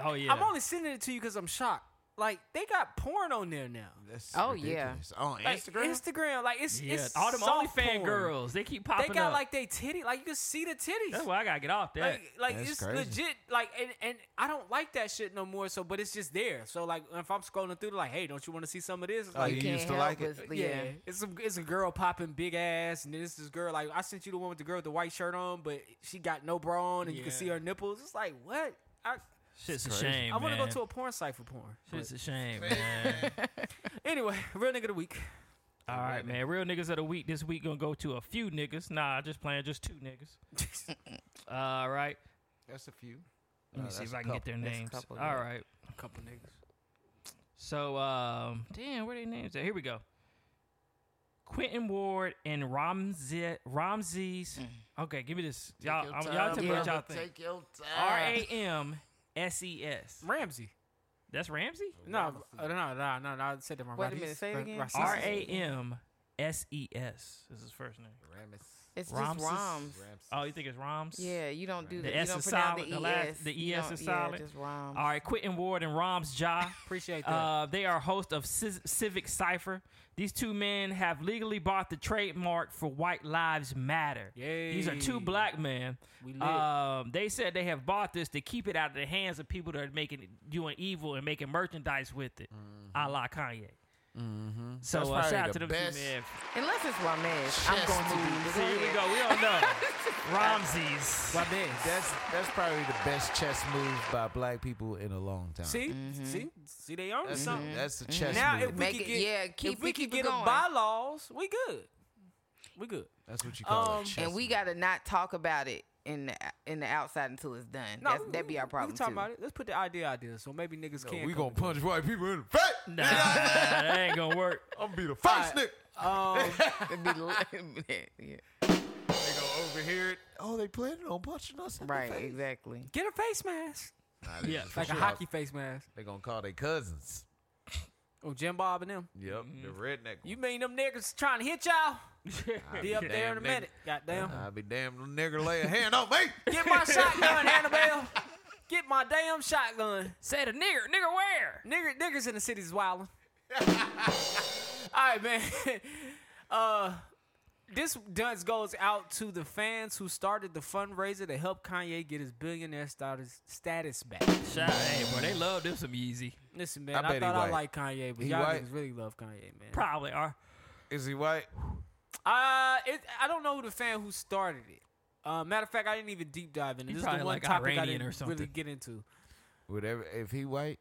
[SPEAKER 4] Oh yeah.
[SPEAKER 6] I'm only sending it to you because I'm shocked. Like they got porn on there now.
[SPEAKER 3] That's
[SPEAKER 5] Oh,
[SPEAKER 3] ridiculous. On
[SPEAKER 6] Like,
[SPEAKER 3] Instagram.
[SPEAKER 6] Instagram. Like it's
[SPEAKER 4] yeah.
[SPEAKER 6] it's
[SPEAKER 4] All them
[SPEAKER 6] soft
[SPEAKER 4] OnlyFans
[SPEAKER 6] porn.
[SPEAKER 4] girls. They keep popping
[SPEAKER 6] They got
[SPEAKER 4] up.
[SPEAKER 6] like they titty. Like you can see the titties.
[SPEAKER 4] That's why I gotta get off that.
[SPEAKER 6] Like, like
[SPEAKER 3] That's
[SPEAKER 6] it's
[SPEAKER 3] crazy.
[SPEAKER 6] legit. Like, and, and I don't like that shit no more. So, but it's just there. So, like, if I'm scrolling through, like, hey, don't you want to see some of this? It's
[SPEAKER 3] Oh,
[SPEAKER 6] Like,
[SPEAKER 3] you
[SPEAKER 5] Can't
[SPEAKER 3] used to
[SPEAKER 5] help
[SPEAKER 3] like it.
[SPEAKER 5] but-
[SPEAKER 6] yeah.
[SPEAKER 5] Yeah.
[SPEAKER 6] it's a it's a girl popping big ass, and then it's this girl. Like, I sent you the one with the girl with the white shirt on, but she got no bra on, and you can
[SPEAKER 4] Yeah.
[SPEAKER 6] see her nipples. It's like, what? I
[SPEAKER 4] Shit's a
[SPEAKER 3] crazy.
[SPEAKER 4] shame.
[SPEAKER 6] I want to go
[SPEAKER 4] man.
[SPEAKER 6] to a porn site for porn.
[SPEAKER 4] Shit's a shame, man.
[SPEAKER 6] Anyway, real nigga of the week.
[SPEAKER 4] All right, man. Real niggas of the week this week gonna go to a few niggas. Nah, just playing, just two niggas. All right.
[SPEAKER 3] That's a few.
[SPEAKER 4] Let me
[SPEAKER 3] Uh,
[SPEAKER 4] see
[SPEAKER 3] that's
[SPEAKER 4] if
[SPEAKER 3] a
[SPEAKER 4] I can get
[SPEAKER 3] couple.
[SPEAKER 4] their
[SPEAKER 5] That's a
[SPEAKER 4] names.
[SPEAKER 5] couple,
[SPEAKER 4] All
[SPEAKER 5] yeah.
[SPEAKER 4] right.
[SPEAKER 6] A couple niggas.
[SPEAKER 4] So, um, damn, where they names at? Here we go. Quentin Ward and Ramsey Ramses. Okay, give me this. Y'all, I'm, y'all tell me what y'all think.
[SPEAKER 3] Take your time.
[SPEAKER 4] R A M S E S.
[SPEAKER 6] Ramsey.
[SPEAKER 4] That's Ramsey.
[SPEAKER 6] No, uh, no, no, no, no. I said that wrong.
[SPEAKER 5] Wait a minute, say it
[SPEAKER 6] Ra-
[SPEAKER 5] again.
[SPEAKER 6] Ramses.
[SPEAKER 4] R A M S E S is his first name.
[SPEAKER 5] It's
[SPEAKER 4] Ramses.
[SPEAKER 5] just Roms.
[SPEAKER 4] Oh, you think it's Roms?
[SPEAKER 5] Yeah, you don't do
[SPEAKER 4] The
[SPEAKER 5] that.
[SPEAKER 4] S
[SPEAKER 5] you don't
[SPEAKER 4] is
[SPEAKER 5] pronounce
[SPEAKER 4] silent.
[SPEAKER 5] The,
[SPEAKER 4] The last-
[SPEAKER 5] ES.
[SPEAKER 4] the
[SPEAKER 5] You
[SPEAKER 4] ES
[SPEAKER 5] don't-
[SPEAKER 4] is
[SPEAKER 5] Yeah,
[SPEAKER 4] silent.
[SPEAKER 5] just Roms.
[SPEAKER 4] All right, Quentin Ward and Roms Ja.
[SPEAKER 6] Appreciate that.
[SPEAKER 4] Uh, they are host of Civ- Civic Cipher. These two men have legally bought the trademark for White Lives Matter.
[SPEAKER 6] Yay.
[SPEAKER 4] These are two black men.
[SPEAKER 6] We lit.
[SPEAKER 4] Um, they said they have bought this to keep it out of the hands of people that are making doing evil and making merchandise with it, a la Kanye. So
[SPEAKER 3] That's
[SPEAKER 4] uh, shout
[SPEAKER 3] probably
[SPEAKER 4] out
[SPEAKER 3] the
[SPEAKER 4] to them two
[SPEAKER 3] best
[SPEAKER 4] men.
[SPEAKER 5] Unless it's Ramez, I'm going to be.
[SPEAKER 4] See, here we go. We don't know. Ramses.
[SPEAKER 6] My man.
[SPEAKER 3] That's that's probably the best chess move by black people in a long time.
[SPEAKER 6] See,
[SPEAKER 5] Mm-hmm.
[SPEAKER 6] see, see, they own
[SPEAKER 3] that's
[SPEAKER 6] something.
[SPEAKER 3] the, that's the chess
[SPEAKER 6] Mm-hmm. Now
[SPEAKER 3] move.
[SPEAKER 6] if we
[SPEAKER 5] Make
[SPEAKER 6] could
[SPEAKER 5] it-
[SPEAKER 6] get,
[SPEAKER 5] yeah,
[SPEAKER 6] if
[SPEAKER 5] keep
[SPEAKER 6] we
[SPEAKER 5] it-
[SPEAKER 6] could
[SPEAKER 5] keep it
[SPEAKER 6] get them
[SPEAKER 5] going.
[SPEAKER 6] bylaws, we good. We good.
[SPEAKER 3] that's what you call
[SPEAKER 6] um,
[SPEAKER 3] a chess.
[SPEAKER 5] And we got to not talk about it in the in the outside until it's done.
[SPEAKER 6] No,
[SPEAKER 5] That's,
[SPEAKER 6] we-
[SPEAKER 5] that'd be our problem
[SPEAKER 6] We can talk
[SPEAKER 5] too.
[SPEAKER 6] about it. Let's put the idea out there, so maybe niggas
[SPEAKER 3] move.
[SPEAKER 6] can.
[SPEAKER 3] we
[SPEAKER 6] come
[SPEAKER 3] gonna punch white people in the face.
[SPEAKER 4] Nah, that ain't gonna work.
[SPEAKER 3] I'm gonna be the
[SPEAKER 6] All right.
[SPEAKER 3] first nigga.
[SPEAKER 5] It'd be like- yeah,
[SPEAKER 3] They gonna overhear it. Oh, they planning on punching us in
[SPEAKER 5] right,
[SPEAKER 3] the face.
[SPEAKER 5] exactly.
[SPEAKER 6] Get a face mask,
[SPEAKER 3] Nah, they
[SPEAKER 4] Yeah,
[SPEAKER 3] just
[SPEAKER 6] like a
[SPEAKER 3] gonna-
[SPEAKER 6] hockey face mask.
[SPEAKER 3] They gonna call their cousins.
[SPEAKER 6] Oh, Jim Bob and them.
[SPEAKER 3] Yep, the redneck.
[SPEAKER 6] Mm-hmm. You mean them niggas trying to hit y'all? Be up there
[SPEAKER 3] Damn nigga.
[SPEAKER 6] in a
[SPEAKER 3] Uh-huh.
[SPEAKER 6] minute. Goddamn.
[SPEAKER 3] I'll be damn little nigga lay a hand on me.
[SPEAKER 6] Get my shotgun, Annabelle. Get my damn shotgun.
[SPEAKER 4] Said a nigger. Nigger where?
[SPEAKER 6] Nigger, niggers in the city's wildin'. All right, man. Uh, this dunce goes out to the fans who started the fundraiser to help Kanye get his billionaire status status back.
[SPEAKER 4] Shout hey, bro. They love them some Yeezy.
[SPEAKER 6] Listen, man,
[SPEAKER 3] I
[SPEAKER 6] I,
[SPEAKER 3] bet he
[SPEAKER 6] thought I
[SPEAKER 3] white.
[SPEAKER 6] liked Kanye, but
[SPEAKER 3] He
[SPEAKER 6] y'all
[SPEAKER 3] white?
[SPEAKER 6] niggas really love Kanye, man.
[SPEAKER 4] Probably are.
[SPEAKER 3] Is he white?
[SPEAKER 6] Uh, it, I don't know who the fan who started it. Uh, matter of fact, I didn't even deep dive in
[SPEAKER 4] He
[SPEAKER 6] it. This is the
[SPEAKER 4] probably
[SPEAKER 6] one
[SPEAKER 4] like
[SPEAKER 6] topic I
[SPEAKER 4] Iranian
[SPEAKER 6] didn't
[SPEAKER 4] or
[SPEAKER 6] really
[SPEAKER 4] something.
[SPEAKER 6] get into.
[SPEAKER 3] Whatever. If he white,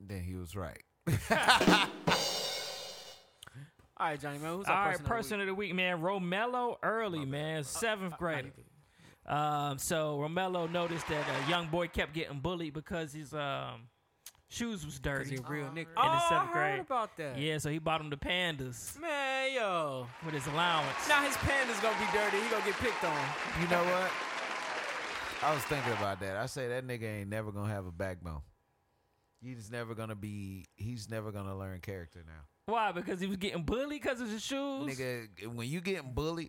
[SPEAKER 3] then he was right.
[SPEAKER 6] All right, Johnny, man, who's
[SPEAKER 4] All
[SPEAKER 6] our
[SPEAKER 4] right, person of the week, man. Romelo Early, man, seventh grader. Um, so Romelo noticed that a young boy kept getting bullied because his um shoes was
[SPEAKER 6] Because
[SPEAKER 4] dirty.
[SPEAKER 6] he's a real nigga.
[SPEAKER 4] the
[SPEAKER 6] Oh, I
[SPEAKER 4] seventh
[SPEAKER 6] heard
[SPEAKER 4] grade.
[SPEAKER 6] about that.
[SPEAKER 4] Yeah, so he bought him the pandas
[SPEAKER 6] Man, yo.
[SPEAKER 4] with his allowance.
[SPEAKER 6] Now his panda's gonna be dirty. He gonna get picked on.
[SPEAKER 3] You know what? I was thinking about that. I say that nigga ain't never gonna have a backbone. He's never gonna be. He's never gonna learn character now.
[SPEAKER 4] Why? Because he was getting bullied because of his shoes.
[SPEAKER 3] Nigga, when you getting bullied,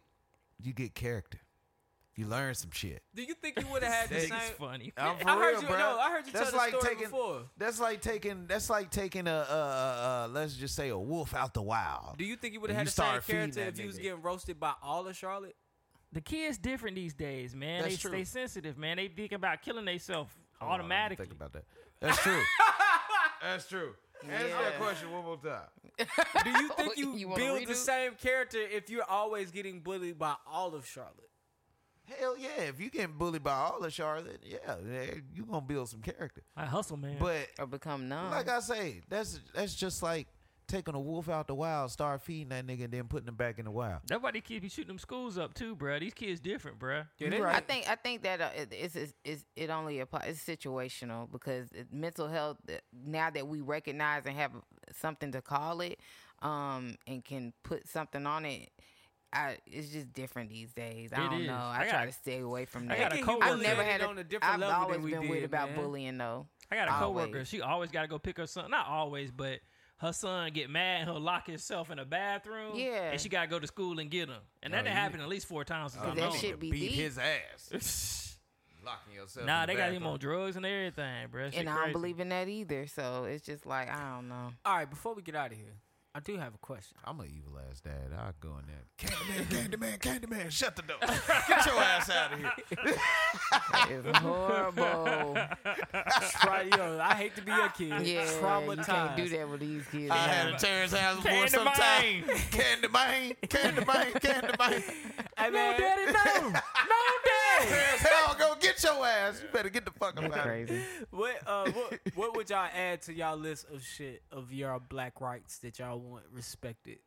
[SPEAKER 3] you get character. You learn some shit.
[SPEAKER 6] Do you think you would have had the
[SPEAKER 4] Nigga's
[SPEAKER 6] same?
[SPEAKER 4] funny.
[SPEAKER 3] I'm for
[SPEAKER 6] I heard
[SPEAKER 3] real,
[SPEAKER 6] you-
[SPEAKER 3] bruh.
[SPEAKER 6] no, I heard you tell
[SPEAKER 3] That's
[SPEAKER 6] the
[SPEAKER 3] like
[SPEAKER 6] story
[SPEAKER 3] taking,
[SPEAKER 6] before.
[SPEAKER 3] That's like taking. That's like taking a, a, a, a let's just say a wolf out the wild.
[SPEAKER 6] Do you think you would
[SPEAKER 3] And
[SPEAKER 6] have
[SPEAKER 3] you
[SPEAKER 6] had the same
[SPEAKER 3] start feeding
[SPEAKER 6] character
[SPEAKER 3] that
[SPEAKER 6] if you was
[SPEAKER 3] nigga.
[SPEAKER 6] getting roasted by all of Charlotte?
[SPEAKER 4] The kids different these days, man.
[SPEAKER 3] That's
[SPEAKER 4] they
[SPEAKER 3] true.
[SPEAKER 4] they sensitive, man. They think about killing themselves
[SPEAKER 3] Hold on, let me
[SPEAKER 4] automatically.
[SPEAKER 3] Oh, think about that. That's true.
[SPEAKER 2] That's true. Answer that question one more time.
[SPEAKER 6] Do you
[SPEAKER 5] Oh,
[SPEAKER 6] think you,
[SPEAKER 5] you wanna
[SPEAKER 6] build the
[SPEAKER 5] redo?
[SPEAKER 6] same character if you're always getting bullied by all of Charlotte?
[SPEAKER 3] Hell yeah! If you getting bullied by all of Charlotte, yeah, you gonna build some character.
[SPEAKER 4] I hustle, man.
[SPEAKER 3] But
[SPEAKER 5] or become
[SPEAKER 6] Uh-huh.
[SPEAKER 5] numb.
[SPEAKER 3] like I say, that's that's just like taking a wolf out the wild, start feeding that nigga, and then putting him back in the wild.
[SPEAKER 4] that's why these kids be shooting them schools up too, bruh. These kids different, bruh.
[SPEAKER 3] You
[SPEAKER 6] they-
[SPEAKER 5] I
[SPEAKER 3] right.
[SPEAKER 5] think I think that uh, it, it's, it's, it's it only applies. It's situational because it, mental health. uh, Now that we recognize and have something to call it, um, and can put something on it, I it's just different these days. I
[SPEAKER 4] It
[SPEAKER 5] don't
[SPEAKER 4] is.
[SPEAKER 5] know. I,
[SPEAKER 4] I
[SPEAKER 5] try
[SPEAKER 4] got-
[SPEAKER 5] to stay away from
[SPEAKER 4] I
[SPEAKER 5] that.
[SPEAKER 4] got a
[SPEAKER 6] Nigga, he
[SPEAKER 4] coworker.
[SPEAKER 5] I've never
[SPEAKER 6] bullying
[SPEAKER 5] had.
[SPEAKER 6] it
[SPEAKER 5] A,
[SPEAKER 6] on a different
[SPEAKER 5] I've
[SPEAKER 6] level than
[SPEAKER 5] always
[SPEAKER 6] we
[SPEAKER 5] been
[SPEAKER 6] did,
[SPEAKER 5] weird about
[SPEAKER 6] man.
[SPEAKER 5] bullying though.
[SPEAKER 4] I got a
[SPEAKER 5] Always.
[SPEAKER 4] coworker. She always got to go pick her son. Not always, but her son get mad and he'll lock himself in a bathroom.
[SPEAKER 5] Yeah.
[SPEAKER 4] and she got to go to school and get him. And that done happened at least four times
[SPEAKER 3] Oh,
[SPEAKER 4] since I've
[SPEAKER 5] that
[SPEAKER 4] known
[SPEAKER 5] shit
[SPEAKER 4] her.
[SPEAKER 5] be
[SPEAKER 2] Beat
[SPEAKER 5] deep.
[SPEAKER 2] his ass. Locking yourself.
[SPEAKER 4] Nah,
[SPEAKER 2] in the
[SPEAKER 4] they got him
[SPEAKER 2] bathroom.
[SPEAKER 4] on drugs and everything, bruh. Shit
[SPEAKER 5] and I
[SPEAKER 4] crazy.
[SPEAKER 5] don't believe in that either. So it's just like I don't know.
[SPEAKER 6] All right, before we get out of here, I do have a question.
[SPEAKER 3] I'm an evil ass dad. I'll go in there.
[SPEAKER 2] Candyman, Candyman, Candyman, shut the door. Get your ass out of here.
[SPEAKER 5] It's horrible.
[SPEAKER 6] Try, yo, I hate to be your kid.
[SPEAKER 5] yeah,
[SPEAKER 6] traumatized.
[SPEAKER 5] you can't do that with these kids.
[SPEAKER 2] I had a Terrence house before sometime. Candyman, Candyman, Candyman.
[SPEAKER 6] Hey, man,
[SPEAKER 4] Daddy, no, no, daddy.
[SPEAKER 2] Terrence Howell, go get your ass. You better get the fuck up
[SPEAKER 5] That's
[SPEAKER 2] out of here.
[SPEAKER 5] crazy.
[SPEAKER 6] what, uh, what, what would y'all add to y'all list of shit of your black rights that y'all want respected?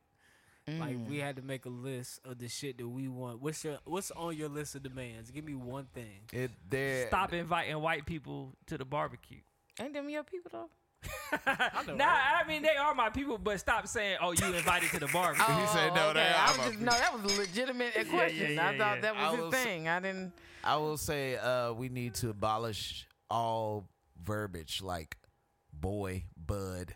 [SPEAKER 6] Like
[SPEAKER 5] Mm.
[SPEAKER 6] we had to make a list of the shit that we want. What's your what's on your list of demands? Give me one thing.
[SPEAKER 3] It there.
[SPEAKER 4] Stop inviting white people to the barbecue.
[SPEAKER 5] Ain't them your people though?
[SPEAKER 4] Nah, I mean they are my people, but stop saying, "Oh, you invited to the barbecue."
[SPEAKER 5] He
[SPEAKER 2] said, "No, they
[SPEAKER 5] Oh,
[SPEAKER 2] are
[SPEAKER 5] I was
[SPEAKER 2] my
[SPEAKER 5] just, no, that was a legitimate uh, question.
[SPEAKER 4] yeah,
[SPEAKER 5] I thought
[SPEAKER 4] yeah.
[SPEAKER 5] that was
[SPEAKER 3] I
[SPEAKER 5] his
[SPEAKER 3] will s-
[SPEAKER 5] thing. I didn't.
[SPEAKER 3] I will say, uh, we need to abolish all verbiage like boy, bud,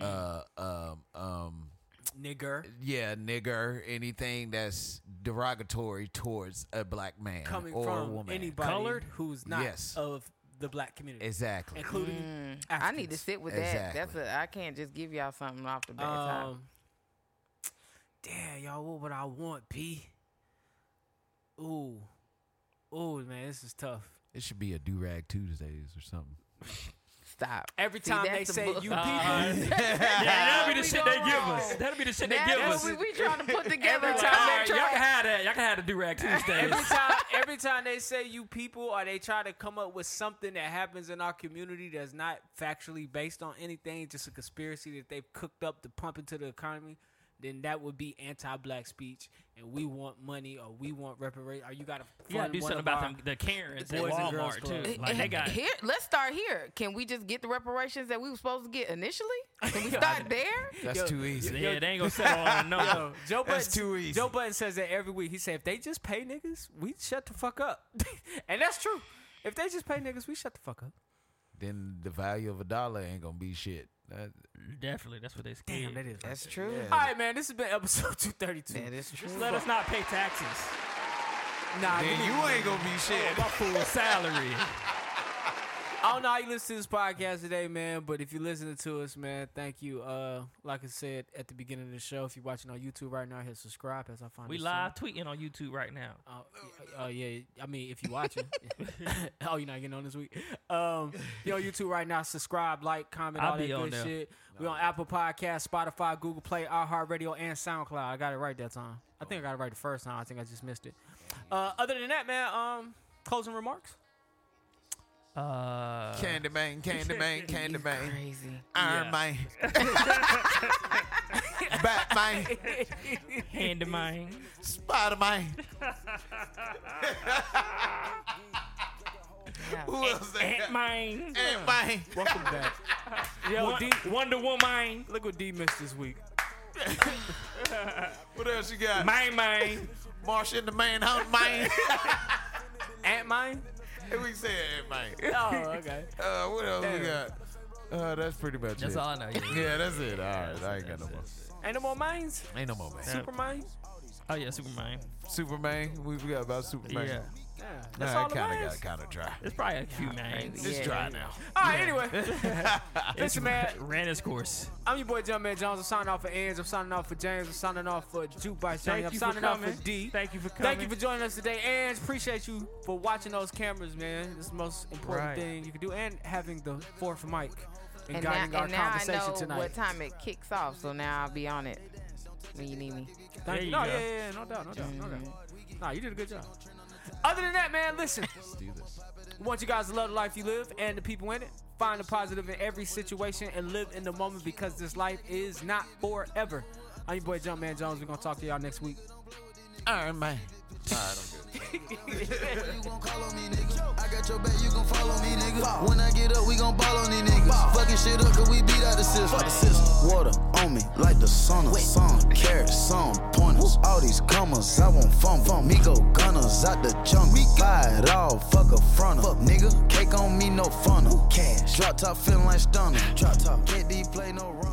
[SPEAKER 3] uh, um, um,
[SPEAKER 6] Nigger.
[SPEAKER 3] yeah, nigger, anything that's derogatory towards a black man
[SPEAKER 6] Coming
[SPEAKER 3] or
[SPEAKER 6] from
[SPEAKER 3] woman.
[SPEAKER 6] anybody
[SPEAKER 4] Colored?
[SPEAKER 6] who's not
[SPEAKER 3] Yes.
[SPEAKER 6] of the black community.
[SPEAKER 3] Exactly.
[SPEAKER 6] including
[SPEAKER 5] Mm. I need to sit with that. That's
[SPEAKER 3] Exactly.
[SPEAKER 5] a. I can't just give y'all something off the bat. top.
[SPEAKER 6] Um, damn, y'all, what would I want, P? Ooh, ooh, man, this is tough.
[SPEAKER 3] It should be a do rag Tuesdays or something.
[SPEAKER 5] Stop.
[SPEAKER 6] Every
[SPEAKER 5] See,
[SPEAKER 6] time
[SPEAKER 5] that's
[SPEAKER 6] they
[SPEAKER 5] the
[SPEAKER 6] say
[SPEAKER 5] book.
[SPEAKER 6] you
[SPEAKER 5] Uh,
[SPEAKER 6] people,
[SPEAKER 4] yeah, that'll be the
[SPEAKER 5] We
[SPEAKER 4] shit they
[SPEAKER 5] go
[SPEAKER 4] give
[SPEAKER 5] wrong.
[SPEAKER 4] us. That'll be the shit they
[SPEAKER 5] That-
[SPEAKER 4] give
[SPEAKER 5] that's
[SPEAKER 4] us.
[SPEAKER 5] what we trying to put together.
[SPEAKER 6] Every
[SPEAKER 5] a
[SPEAKER 6] time
[SPEAKER 4] Alright,
[SPEAKER 5] contract.
[SPEAKER 4] y'all can have that. Y'all can have the do rag Tuesdays.
[SPEAKER 6] every time, every time they say you people, or they try to come up with something that happens in our community that's not factually based on anything, just a conspiracy that they've cooked up to pump into the economy. Then that would be anti-black speech, and we want money, or we want reparation, or you got to
[SPEAKER 4] You gotta do something about them, the Karens at
[SPEAKER 6] Boys and Girls
[SPEAKER 4] Walmart
[SPEAKER 6] Club.
[SPEAKER 4] too. Like they got.
[SPEAKER 5] here, let's start here. Can we just get the reparations that we were supposed to get initially? Can we start there?
[SPEAKER 3] That's
[SPEAKER 6] Yo,
[SPEAKER 3] too easy.
[SPEAKER 4] Yeah, they ain't gonna settle on a number.
[SPEAKER 6] Yo, Joe Button,
[SPEAKER 3] That's too easy.
[SPEAKER 6] Joe Button says that every week. He said, if they just pay niggas, we shut the fuck up. and that's true. If they just pay niggas, we shut the fuck up.
[SPEAKER 3] Then the value of a dollar ain't gonna be shit. That-
[SPEAKER 4] Definitely, that's what they scared.
[SPEAKER 6] Damn, that is.
[SPEAKER 5] That's true.
[SPEAKER 6] All right, man. This has been episode 232.
[SPEAKER 5] That is true.
[SPEAKER 4] Let us not pay taxes.
[SPEAKER 6] Nah,
[SPEAKER 2] Then
[SPEAKER 6] give me-
[SPEAKER 2] you ain't gonna be shit.
[SPEAKER 4] My
[SPEAKER 3] Uh,
[SPEAKER 4] full salary.
[SPEAKER 6] I don't know how you listen to this podcast today, man, but if you're listening to us, man, thank you. Uh, like I said at the beginning of the show, if you're watching on YouTube right now, hit subscribe as I find
[SPEAKER 4] We
[SPEAKER 6] this
[SPEAKER 4] live tweeting on YouTube right now.
[SPEAKER 6] Oh, y- oh yeah, I mean if you watching, oh you're not getting on this week. Um, you on YouTube right now. Subscribe, like, comment,
[SPEAKER 4] I'll
[SPEAKER 6] all
[SPEAKER 4] be
[SPEAKER 6] that
[SPEAKER 4] on
[SPEAKER 6] good
[SPEAKER 4] there.
[SPEAKER 6] shit. We on Apple Podcast, Spotify, Google Play, iHeartRadio, and SoundCloud. I got it right that time. I think I got it right the first time. I think I just missed it. Uh, other than that, man, um, closing remarks.
[SPEAKER 4] Uh,
[SPEAKER 2] Candyman, Candyman, Candyman.
[SPEAKER 5] Crazy.
[SPEAKER 2] Iron
[SPEAKER 4] Yeah.
[SPEAKER 2] Man. Batman.
[SPEAKER 4] hand to mine.
[SPEAKER 2] Spider Man. Who else they
[SPEAKER 4] Ant
[SPEAKER 2] got?
[SPEAKER 4] mine.
[SPEAKER 2] Ant Man.
[SPEAKER 6] Welcome back. Yo,
[SPEAKER 4] Won-
[SPEAKER 6] D,
[SPEAKER 4] Wonder Woman.
[SPEAKER 6] look what D missed this week.
[SPEAKER 2] What else you got?
[SPEAKER 4] Mine, mine.
[SPEAKER 2] Marsh in the Manhunt Man.
[SPEAKER 6] Ant mine.
[SPEAKER 2] And we said everything.
[SPEAKER 6] Oh, okay.
[SPEAKER 2] Uh, what else we got? Uh, that's pretty much
[SPEAKER 4] That's
[SPEAKER 2] it.
[SPEAKER 4] all I know. Yeah.
[SPEAKER 2] Yeah, that's it. All right, I ain't got no more.
[SPEAKER 6] Ain't no more mines.
[SPEAKER 2] Ain't no more, man.
[SPEAKER 6] Super mines.
[SPEAKER 4] Oh yeah, Superman.
[SPEAKER 2] Superman, we forgot about Superman.
[SPEAKER 4] Yeah.
[SPEAKER 6] Yeah. That's
[SPEAKER 2] Nah,
[SPEAKER 6] all
[SPEAKER 2] it
[SPEAKER 6] the
[SPEAKER 2] kind of
[SPEAKER 6] mines.
[SPEAKER 2] got kind of dry.
[SPEAKER 4] It's probably a few names.
[SPEAKER 2] It's
[SPEAKER 5] Yeah.
[SPEAKER 2] dry now.
[SPEAKER 6] All right. Anyway, listen, man.
[SPEAKER 4] Ran his course.
[SPEAKER 6] I'm your boy Jumpman Jones. I'm signing off for Ends. I'm signing off for James. I'm signing off for Jukebox Johnny.
[SPEAKER 4] Thank
[SPEAKER 6] I'm
[SPEAKER 4] you for
[SPEAKER 6] signing off for
[SPEAKER 4] coming.
[SPEAKER 6] D.
[SPEAKER 4] Thank you for coming.
[SPEAKER 6] Thank you for joining us today, and appreciate you for watching those cameras, man. It's the most important
[SPEAKER 4] Right.
[SPEAKER 6] thing you can do, and having the fourth mic and,
[SPEAKER 5] And now,
[SPEAKER 6] guiding our
[SPEAKER 5] and now I
[SPEAKER 6] conversation
[SPEAKER 5] know
[SPEAKER 6] tonight.
[SPEAKER 5] what time it kicks off, so now I'll be on it when you need me.
[SPEAKER 6] Thank
[SPEAKER 4] There you go.
[SPEAKER 6] No,
[SPEAKER 4] Mm-hmm.
[SPEAKER 6] yeah, yeah, yeah, no doubt, no doubt, no doubt. Nah, you did a good job. Other than that, man, listen. We want you guys to love the life you live and the people in it. Find the positive in every situation and live in the moment because this life is not forever. I'm your boy Jumpman Jones. We're gonna talk to y'all next week.
[SPEAKER 8] you gon' call on me, nigga. I got your back, you gon' follow me, nigga. When I get up, we gon' ball on these niggas. Fucking shit up, cause we beat out the system. Fuck the system. Water on me, like the sun. Some carrots, some pointers. All these commas, I want fun. fun. Me go gunners out the jungle. We buy it all, fuck a front. Fuck nigga, cake on me, no funnel. Cash. Drop top, feeling like stunner. Drop top, can't play no run.